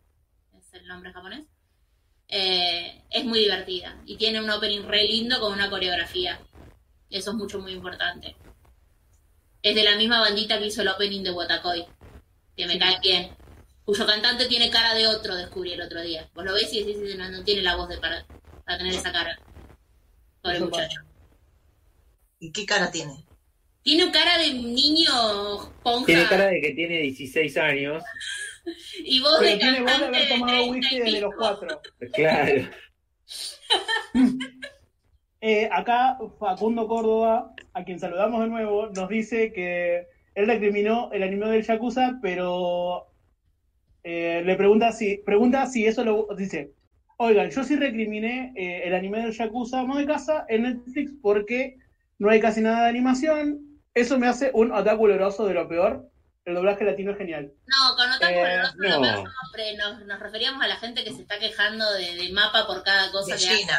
[SPEAKER 2] es el nombre japonés. Eh, es muy divertida y tiene un opening re lindo con una coreografía Eso es mucho, muy importante. Es de la misma bandita que hizo el opening de Watakoi, que me cae bien. Cuyo cantante tiene cara de otro, descubrí el otro día. Vos lo ves y decís, no, no tiene la voz de para, para tener esa cara. Pobre
[SPEAKER 4] Eso
[SPEAKER 2] muchacho.
[SPEAKER 3] ¿Y qué cara tiene?
[SPEAKER 2] Tiene cara de niño ponja
[SPEAKER 1] Tiene cara de que tiene 16 años.
[SPEAKER 2] y voz
[SPEAKER 4] Pero
[SPEAKER 2] de
[SPEAKER 4] tiene voz de
[SPEAKER 2] cantante
[SPEAKER 4] haber
[SPEAKER 2] de
[SPEAKER 4] tomado
[SPEAKER 2] 30
[SPEAKER 4] whisky
[SPEAKER 2] y
[SPEAKER 4] desde los
[SPEAKER 2] pico.
[SPEAKER 4] cuatro.
[SPEAKER 1] Claro.
[SPEAKER 4] Eh, acá Facundo Córdoba, a quien saludamos de nuevo, nos dice que él recriminó el anime del Yakuza, pero eh, le pregunta si, pregunta si eso lo dice. Oigan, yo sí recriminé eh, el anime del Yakuza Amo de Casa en Netflix porque no hay casi nada de animación. Eso me hace un ataque oloroso de lo peor. El doblaje latino es genial.
[SPEAKER 2] No, con Otaku
[SPEAKER 4] Eh,
[SPEAKER 2] Oloroso lo
[SPEAKER 1] no.
[SPEAKER 2] peor siempre nos, nos referíamos a la gente que se está quejando de, de mapa por cada cosa
[SPEAKER 3] De
[SPEAKER 2] que hace.
[SPEAKER 3] China.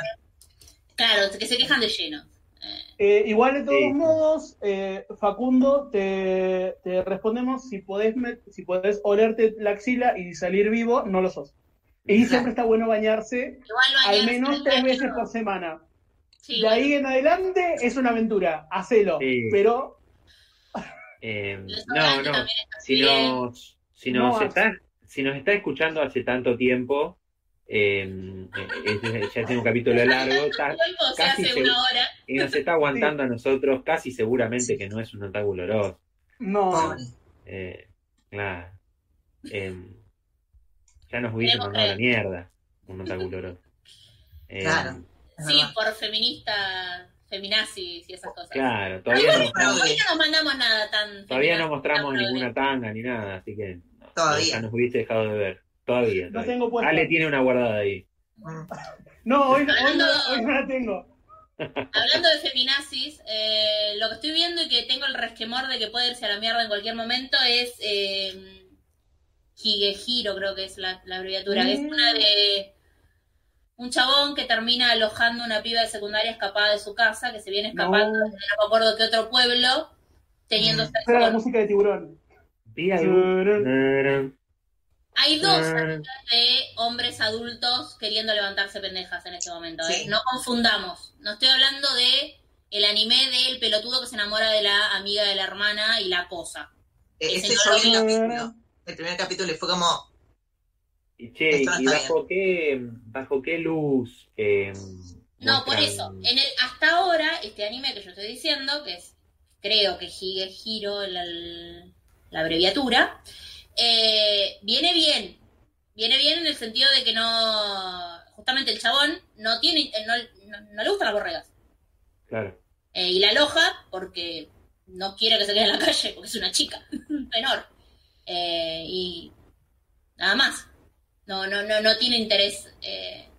[SPEAKER 2] Claro, que se quejan de lleno. Eh,
[SPEAKER 4] Eh, igual de todos
[SPEAKER 1] Sí.
[SPEAKER 4] modos, eh, Facundo, te, te respondemos si podés, me- si podés olerte la axila y salir vivo, no lo sos. Y siempre está bueno bañarse
[SPEAKER 2] igual
[SPEAKER 4] al
[SPEAKER 2] bañarse en
[SPEAKER 4] menos
[SPEAKER 2] el
[SPEAKER 4] tres
[SPEAKER 2] baño,
[SPEAKER 4] veces por semana.
[SPEAKER 2] sí,
[SPEAKER 4] de
[SPEAKER 2] bueno,
[SPEAKER 4] ahí en adelante es una aventura, hacelo.
[SPEAKER 1] Sí.
[SPEAKER 4] Pero
[SPEAKER 1] Eh,
[SPEAKER 2] los
[SPEAKER 1] no,
[SPEAKER 2] sobrantes
[SPEAKER 1] no.
[SPEAKER 2] también están
[SPEAKER 1] Si, no, si,
[SPEAKER 4] No
[SPEAKER 1] nos
[SPEAKER 4] hace.
[SPEAKER 1] está, si nos está escuchando hace tanto tiempo, eh, eh, eh, ya tiene un capítulo largo, está-
[SPEAKER 2] bien. Hoy, o sea,
[SPEAKER 1] ah, casi
[SPEAKER 2] hace
[SPEAKER 1] se-
[SPEAKER 2] una hora.
[SPEAKER 1] y nos está aguantando a nosotros casi seguramente que no es un otaku oloroso.
[SPEAKER 4] no.
[SPEAKER 3] Pobre.
[SPEAKER 1] Eh, claro. Em, ya nos hubiesen
[SPEAKER 2] Tenemos
[SPEAKER 1] mandado a la
[SPEAKER 2] que-
[SPEAKER 1] mierda un otaku oloroso. Em,
[SPEAKER 3] Claro. Es
[SPEAKER 2] Sí,
[SPEAKER 3] verdad.
[SPEAKER 2] por feminista, feminazis y esas cosas.
[SPEAKER 1] claro, todavía no,
[SPEAKER 3] Fraude.
[SPEAKER 2] Hoy no nos mandamos nada tan.
[SPEAKER 1] todavía no
[SPEAKER 2] feminazi,
[SPEAKER 1] mostramos
[SPEAKER 2] tan progre.
[SPEAKER 1] ninguna tanga ni nada, así que no,
[SPEAKER 3] Todavía.
[SPEAKER 1] ya nos hubiese dejado de ver. Todavía.
[SPEAKER 4] No
[SPEAKER 1] todavía.
[SPEAKER 4] tengo puesta.
[SPEAKER 1] Ale tiene una guardada ahí.
[SPEAKER 3] Mm.
[SPEAKER 4] No, hoy, hoy no,
[SPEAKER 2] Hablando-
[SPEAKER 4] hoy no la tengo.
[SPEAKER 2] Hablando de feminazis, eh, lo que estoy viendo y que tengo el resquemor de que puede irse a la mierda en cualquier momento es eh, Higehiro, creo que es la, la abreviatura. que Es
[SPEAKER 4] Mm.
[SPEAKER 2] una de un chabón que termina alojando una piba de secundaria escapada de su casa, que se viene
[SPEAKER 4] No.
[SPEAKER 2] escapando de no me acuerdo qué otro pueblo, teniendo
[SPEAKER 3] Mm.
[SPEAKER 2] sexo
[SPEAKER 4] Era la
[SPEAKER 2] con-
[SPEAKER 4] música de tiburón.
[SPEAKER 1] Vi algún-
[SPEAKER 4] Turun,
[SPEAKER 2] Hay dos de hombres adultos queriendo levantarse pendejas en este momento, ¿eh?
[SPEAKER 3] Sí.
[SPEAKER 2] No confundamos. No estoy hablando de el anime del pelotudo que se enamora de la amiga de la hermana y la cosa.
[SPEAKER 3] E-
[SPEAKER 2] Ese
[SPEAKER 3] Ese
[SPEAKER 2] no
[SPEAKER 3] yo vi el
[SPEAKER 4] lo vi.
[SPEAKER 3] capítulo. El primer capítulo y fue como,
[SPEAKER 1] Y che,
[SPEAKER 3] Esto no
[SPEAKER 1] ¿y
[SPEAKER 3] está
[SPEAKER 1] bajo qué, bajo qué luz? eh,
[SPEAKER 2] No, por
[SPEAKER 1] muestran-
[SPEAKER 2] eso. eh. En el hasta ahora, este anime que yo estoy diciendo, que es, creo que Higehiro, la, la abreviatura, eh, viene bien. Viene bien en el sentido de que no. Justamente el chabón no tiene. no, no- no le gustan las borregas.
[SPEAKER 1] Claro.
[SPEAKER 2] Eh, y la aloja porque no quiere que se quede en la calle, porque es una chica menor. Eh, y nada más. No, no, no, no tiene interés, eh,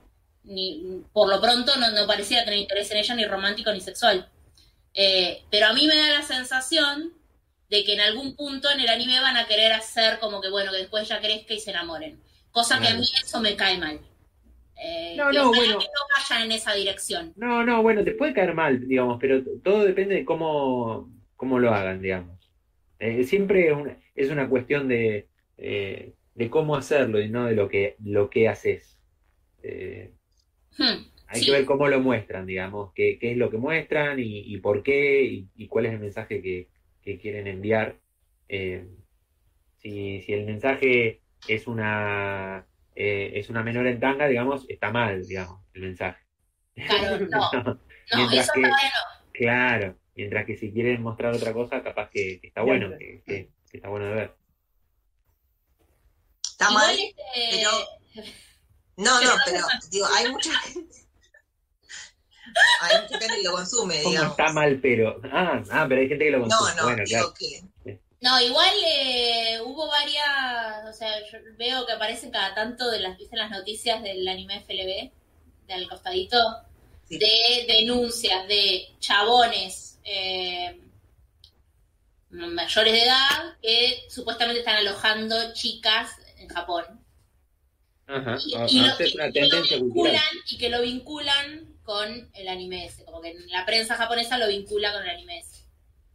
[SPEAKER 2] ni por lo pronto no, no parecía tener interés en ella, ni romántico ni sexual. Eh, pero a mí me da la sensación de que en algún punto en el anime van a querer hacer como que bueno, que después ya crezca y se enamoren. Cosa que a mí eso me cae mal. Eh,
[SPEAKER 1] No,
[SPEAKER 2] y
[SPEAKER 1] no,
[SPEAKER 2] ojalá
[SPEAKER 1] bueno.
[SPEAKER 2] que no vayan en esa dirección.
[SPEAKER 1] No, no, bueno, te puede caer mal, digamos, pero todo depende de cómo, cómo lo hagan, digamos. Eh, siempre es una, es una cuestión de, eh, de cómo hacerlo y no de lo que, lo que haces. Eh,
[SPEAKER 2] Hmm,
[SPEAKER 1] hay
[SPEAKER 2] Sí.
[SPEAKER 1] que ver cómo lo muestran, digamos, qué, qué es lo que muestran y, y por qué y, y cuál es el mensaje que, que quieren enviar. Eh, si, si el mensaje es una, eh, es una menor en tanga, digamos, está mal, digamos, el mensaje.
[SPEAKER 2] claro, no. No,
[SPEAKER 1] Mientras
[SPEAKER 2] eso
[SPEAKER 1] que-
[SPEAKER 2] todavía no.
[SPEAKER 1] Claro, mientras que si quieren mostrar otra cosa, capaz que, que está
[SPEAKER 4] Ya
[SPEAKER 1] bueno,
[SPEAKER 4] sé.
[SPEAKER 1] que, que- que está bueno de ver.
[SPEAKER 3] está
[SPEAKER 2] Igual,
[SPEAKER 3] mal.
[SPEAKER 2] este,
[SPEAKER 3] pero- No, no,
[SPEAKER 2] pero-
[SPEAKER 3] pero digo, hay mucha gente. Hay mucha gente que lo consume,
[SPEAKER 1] ¿Cómo
[SPEAKER 3] Eh, digamos.
[SPEAKER 1] está mal, pero? Ah, ah, pero hay gente que lo consume.
[SPEAKER 3] No, no,
[SPEAKER 1] bueno, claro.
[SPEAKER 3] digo que.
[SPEAKER 2] No, igual eh, hubo varias, o sea, yo veo que aparecen cada tanto de las viste en las noticias del anime FLB, del costadito,
[SPEAKER 3] Sí.
[SPEAKER 2] de denuncias de chabones eh, mayores de edad que supuestamente están alojando chicas en Japón.
[SPEAKER 1] Ajá.
[SPEAKER 2] Y,
[SPEAKER 1] Ah,
[SPEAKER 2] y
[SPEAKER 1] ah,
[SPEAKER 2] lo,
[SPEAKER 1] es una
[SPEAKER 2] y que lo
[SPEAKER 1] tendencia cultural.
[SPEAKER 2] vinculan, y que lo vinculan con el anime ese, como que en la prensa japonesa lo vincula con el anime ese.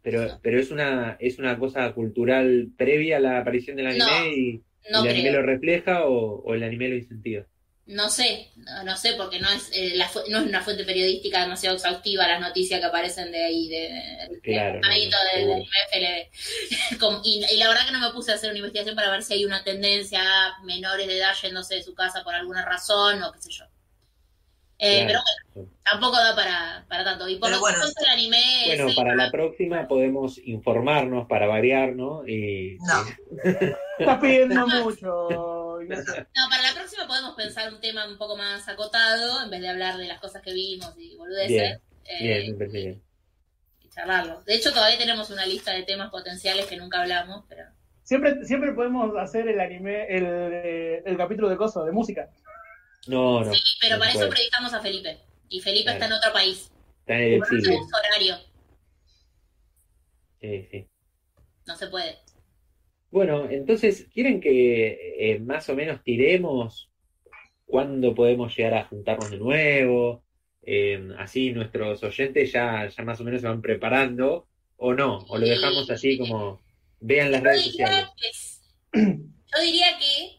[SPEAKER 1] Pero, pero es una, es una cosa cultural previa a la aparición del anime
[SPEAKER 2] No,
[SPEAKER 1] y, y
[SPEAKER 2] No
[SPEAKER 1] el anime
[SPEAKER 2] creo.
[SPEAKER 1] lo refleja o, o el anime lo incentiva.
[SPEAKER 2] No sé, no, no sé, porque no es, eh, la fu- no es una fuente periodística demasiado exhaustiva las noticias que aparecen de ahí, de, de-
[SPEAKER 1] Claro,
[SPEAKER 2] de-
[SPEAKER 1] no, no,
[SPEAKER 2] del
[SPEAKER 1] seguro.
[SPEAKER 2] MFL. Como- y, y la verdad que no me puse a hacer una investigación para ver si hay una tendencia a menores de edad yéndose de su casa por alguna razón o qué sé yo. Eh,
[SPEAKER 1] Claro,
[SPEAKER 2] pero bueno, tampoco da para, para tanto. Y por
[SPEAKER 3] Pero
[SPEAKER 2] lo
[SPEAKER 3] bueno.
[SPEAKER 2] tanto el anime
[SPEAKER 1] Bueno,
[SPEAKER 2] sí,
[SPEAKER 1] para la próxima podemos informarnos para variar, ¿no? Y,
[SPEAKER 3] No.
[SPEAKER 4] Está pidiendo mucho.
[SPEAKER 2] No, para la próxima podemos pensar un tema un poco más acotado, en vez de hablar de las cosas que vimos y boludeces.
[SPEAKER 1] Bien,
[SPEAKER 2] eh,
[SPEAKER 1] bien, me parece bien.
[SPEAKER 2] Y charlarlo. De hecho, todavía tenemos una lista de temas potenciales que nunca hablamos, pero...
[SPEAKER 4] Siempre, siempre podemos hacer el anime, el, eh, el capítulo de cosas, de música.
[SPEAKER 1] No, no,
[SPEAKER 2] Sí, pero
[SPEAKER 1] no
[SPEAKER 2] para
[SPEAKER 1] se
[SPEAKER 2] eso
[SPEAKER 1] puede.
[SPEAKER 2] previstamos a Felipe. Y Felipe
[SPEAKER 1] Claro.
[SPEAKER 2] está en otro país.
[SPEAKER 1] está en el
[SPEAKER 2] Por otro
[SPEAKER 1] exilio.
[SPEAKER 2] uso horario.
[SPEAKER 1] Sí, sí.
[SPEAKER 2] No se puede.
[SPEAKER 1] Bueno, entonces, ¿quieren que eh, más o menos tiremos cuándo podemos llegar a juntarnos de nuevo? Eh, así nuestros oyentes ya, ya más o menos se van preparando, o no, o lo dejamos así como vean las
[SPEAKER 2] Yo
[SPEAKER 1] redes
[SPEAKER 2] diría
[SPEAKER 1] sociales.
[SPEAKER 2] que... Yo diría que...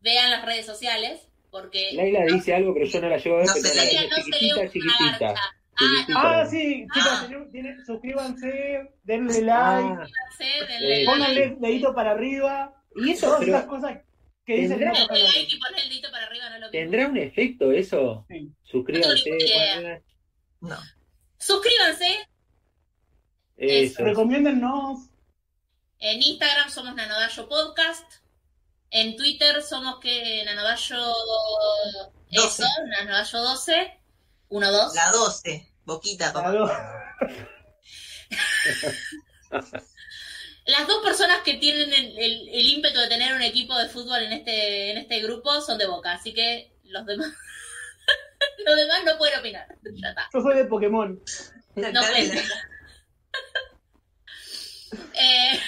[SPEAKER 2] Vean las redes sociales, porque...
[SPEAKER 1] Laila dice algo, pero yo no la llevo a ver,
[SPEAKER 3] No
[SPEAKER 1] pero
[SPEAKER 3] se
[SPEAKER 1] la
[SPEAKER 3] lee,
[SPEAKER 1] tiene
[SPEAKER 2] no se lee
[SPEAKER 1] chiquitita,
[SPEAKER 2] una
[SPEAKER 1] chiquitita.
[SPEAKER 2] garcha.
[SPEAKER 1] chiquitita.
[SPEAKER 4] Ah, sí, chicas,
[SPEAKER 2] Ah.
[SPEAKER 4] tiene- tiene- suscríbanse, denle like,
[SPEAKER 1] Ah,
[SPEAKER 2] No sé, denle
[SPEAKER 1] Eh,
[SPEAKER 2] like.
[SPEAKER 4] pónganle dedito para arriba.
[SPEAKER 1] y eso,
[SPEAKER 4] todas
[SPEAKER 1] pero
[SPEAKER 4] esas cosas que dicen
[SPEAKER 1] ¿Tendrá-
[SPEAKER 4] nuestros
[SPEAKER 2] Denle
[SPEAKER 4] canales.
[SPEAKER 2] like y ponle el dedito para arriba, no es lo mismo.
[SPEAKER 1] ¿tendrá un efecto eso?
[SPEAKER 4] Sí.
[SPEAKER 1] Suscríbanse,
[SPEAKER 2] No tengo idea.
[SPEAKER 1] pongan-
[SPEAKER 3] No.
[SPEAKER 2] Suscríbanse.
[SPEAKER 1] eso.
[SPEAKER 4] Recomiéndennos.
[SPEAKER 2] En Instagram somos Nanodayo Podcast. En Twitter somos que Nanodayo. Eso,
[SPEAKER 3] Doce.
[SPEAKER 2] Nanodayo 12. 1, 2.
[SPEAKER 3] La 12. Boquita, papá.
[SPEAKER 4] algo.
[SPEAKER 2] Las dos personas que tienen el, el- el ímpetu de tener un equipo de fútbol en este, en este grupo son de boca, así que los demás. los demás no pueden opinar. Ya está.
[SPEAKER 4] Yo soy de Pokémon.
[SPEAKER 3] La
[SPEAKER 2] No
[SPEAKER 3] cara de la-
[SPEAKER 2] cuenta. Eh,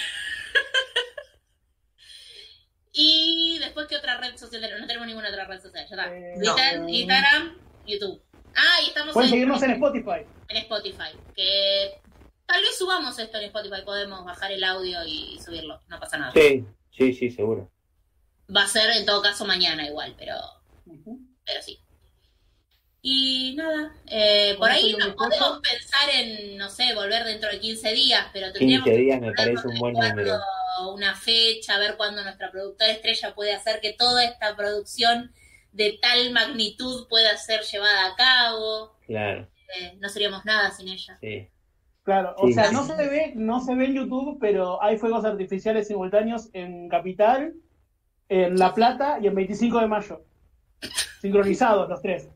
[SPEAKER 2] y después, ¿qué otra red social? tenemos? No tenemos ninguna otra red social. Ya está.
[SPEAKER 4] Eh,
[SPEAKER 2] Twitter,
[SPEAKER 4] no.
[SPEAKER 2] Instagram, YouTube. Ah, y estamos
[SPEAKER 4] Pueden seguirnos en Spotify.
[SPEAKER 2] en Spotify. Que tal vez subamos esto en Spotify. Podemos bajar el audio y subirlo. No pasa nada.
[SPEAKER 1] Sí, sí, sí, seguro.
[SPEAKER 2] Va a ser en todo caso mañana igual, pero,
[SPEAKER 4] Ujú.
[SPEAKER 2] pero sí. Y nada, eh, por
[SPEAKER 4] Bueno,
[SPEAKER 2] ahí
[SPEAKER 4] eso es
[SPEAKER 2] nos
[SPEAKER 4] lo que
[SPEAKER 2] podemos pensar en, no sé, volver dentro de 15 días, pero tendríamos
[SPEAKER 1] 15
[SPEAKER 2] que
[SPEAKER 1] días me
[SPEAKER 2] ponernos
[SPEAKER 1] parece un
[SPEAKER 2] de
[SPEAKER 1] buen
[SPEAKER 2] acuerdo
[SPEAKER 1] número.
[SPEAKER 2] una fecha, a ver cuándo nuestra productora estrella puede hacer que toda esta producción de tal magnitud pueda ser llevada a cabo.
[SPEAKER 1] Claro,
[SPEAKER 2] Eh, no seríamos nada sin ella.
[SPEAKER 1] sí.
[SPEAKER 4] Claro, o
[SPEAKER 1] Sí.
[SPEAKER 4] sea, no se ve, no se ve en YouTube, pero hay fuegos artificiales simultáneos en Capital, en La Plata y en 25 de mayo. Sincronizados los tres.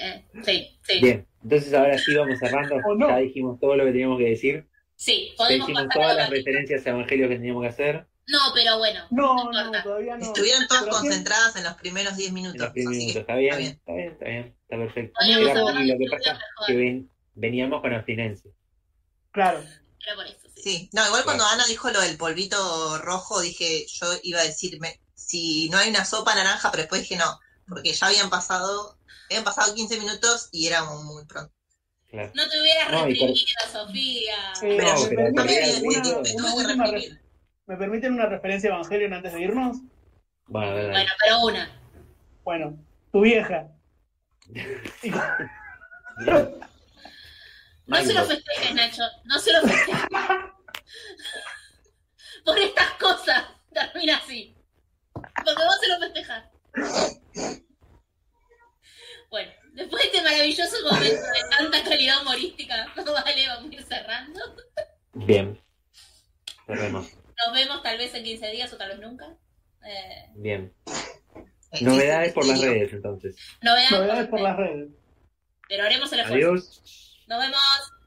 [SPEAKER 2] Eh, sí, sí.
[SPEAKER 1] Bien, entonces ahora sí vamos cerrando.
[SPEAKER 4] O no.
[SPEAKER 1] Ya dijimos todo lo que teníamos que decir.
[SPEAKER 2] Sí,
[SPEAKER 1] Ya
[SPEAKER 2] podemos
[SPEAKER 1] hicimos
[SPEAKER 2] pasar a
[SPEAKER 1] todas
[SPEAKER 2] otra-
[SPEAKER 1] las referencias a evangelios que teníamos que hacer.
[SPEAKER 2] No, pero bueno.
[SPEAKER 4] No, no,
[SPEAKER 2] importa.
[SPEAKER 4] todavía no.
[SPEAKER 3] Estuvieron todas
[SPEAKER 4] Pero siempre-
[SPEAKER 3] concentradas en los primeros 10
[SPEAKER 1] En
[SPEAKER 3] minutos.
[SPEAKER 1] los primeros
[SPEAKER 3] así
[SPEAKER 1] minutos.
[SPEAKER 3] que-
[SPEAKER 1] ¿Está bien?
[SPEAKER 3] bien.
[SPEAKER 1] Está bien, está bien, está perfecto.
[SPEAKER 2] Podríamos
[SPEAKER 1] Era-
[SPEAKER 2] hacer
[SPEAKER 1] y lo
[SPEAKER 2] una
[SPEAKER 1] que
[SPEAKER 2] discusión
[SPEAKER 1] pasa
[SPEAKER 2] mejor.
[SPEAKER 1] que ven- veníamos con abstinencia.
[SPEAKER 4] Claro.
[SPEAKER 2] Era por eso, sí.
[SPEAKER 3] Sí, no, igual cuando Ana dijo lo del polvito rojo, dije, yo iba a decirme, si no hay una sopa naranja, pero después dije no, porque ya habían pasado, habían pasado 15 minutos y era muy, muy pronto.
[SPEAKER 1] Claro.
[SPEAKER 2] No te hubieras
[SPEAKER 1] No, y por-
[SPEAKER 2] reprimido, Sofía.
[SPEAKER 4] Eh,
[SPEAKER 3] Pero
[SPEAKER 1] No,
[SPEAKER 3] yo-
[SPEAKER 1] pero
[SPEAKER 3] no me
[SPEAKER 1] también-
[SPEAKER 3] había-
[SPEAKER 1] una-
[SPEAKER 3] me tuve que
[SPEAKER 4] una última
[SPEAKER 3] reprimir.
[SPEAKER 4] ¿Me permiten una referencia a Evangelion antes de irnos?
[SPEAKER 1] Bueno, dale.
[SPEAKER 2] Bueno, pero una.
[SPEAKER 4] Bueno, tu vieja. Y con-
[SPEAKER 1] Bien.
[SPEAKER 2] No se lo festejes, Nacho. No se lo festejes. por estas cosas termina así. Porque vos se lo festejás. Bueno, después de este maravilloso momento de tanta calidad humorística, vale, vamos a ir cerrando.
[SPEAKER 1] Bien. Cerremos.
[SPEAKER 2] Nos vemos tal vez en 15 días o tal vez nunca. Eh,
[SPEAKER 1] Bien.
[SPEAKER 3] Eh,
[SPEAKER 1] Novedades por las
[SPEAKER 3] sí,
[SPEAKER 1] redes, entonces.
[SPEAKER 2] novedades,
[SPEAKER 4] Novedades por
[SPEAKER 2] ustedes.
[SPEAKER 4] las redes.
[SPEAKER 2] Pero haremos el esfuerzo.
[SPEAKER 1] Adiós.
[SPEAKER 2] Nos vemos.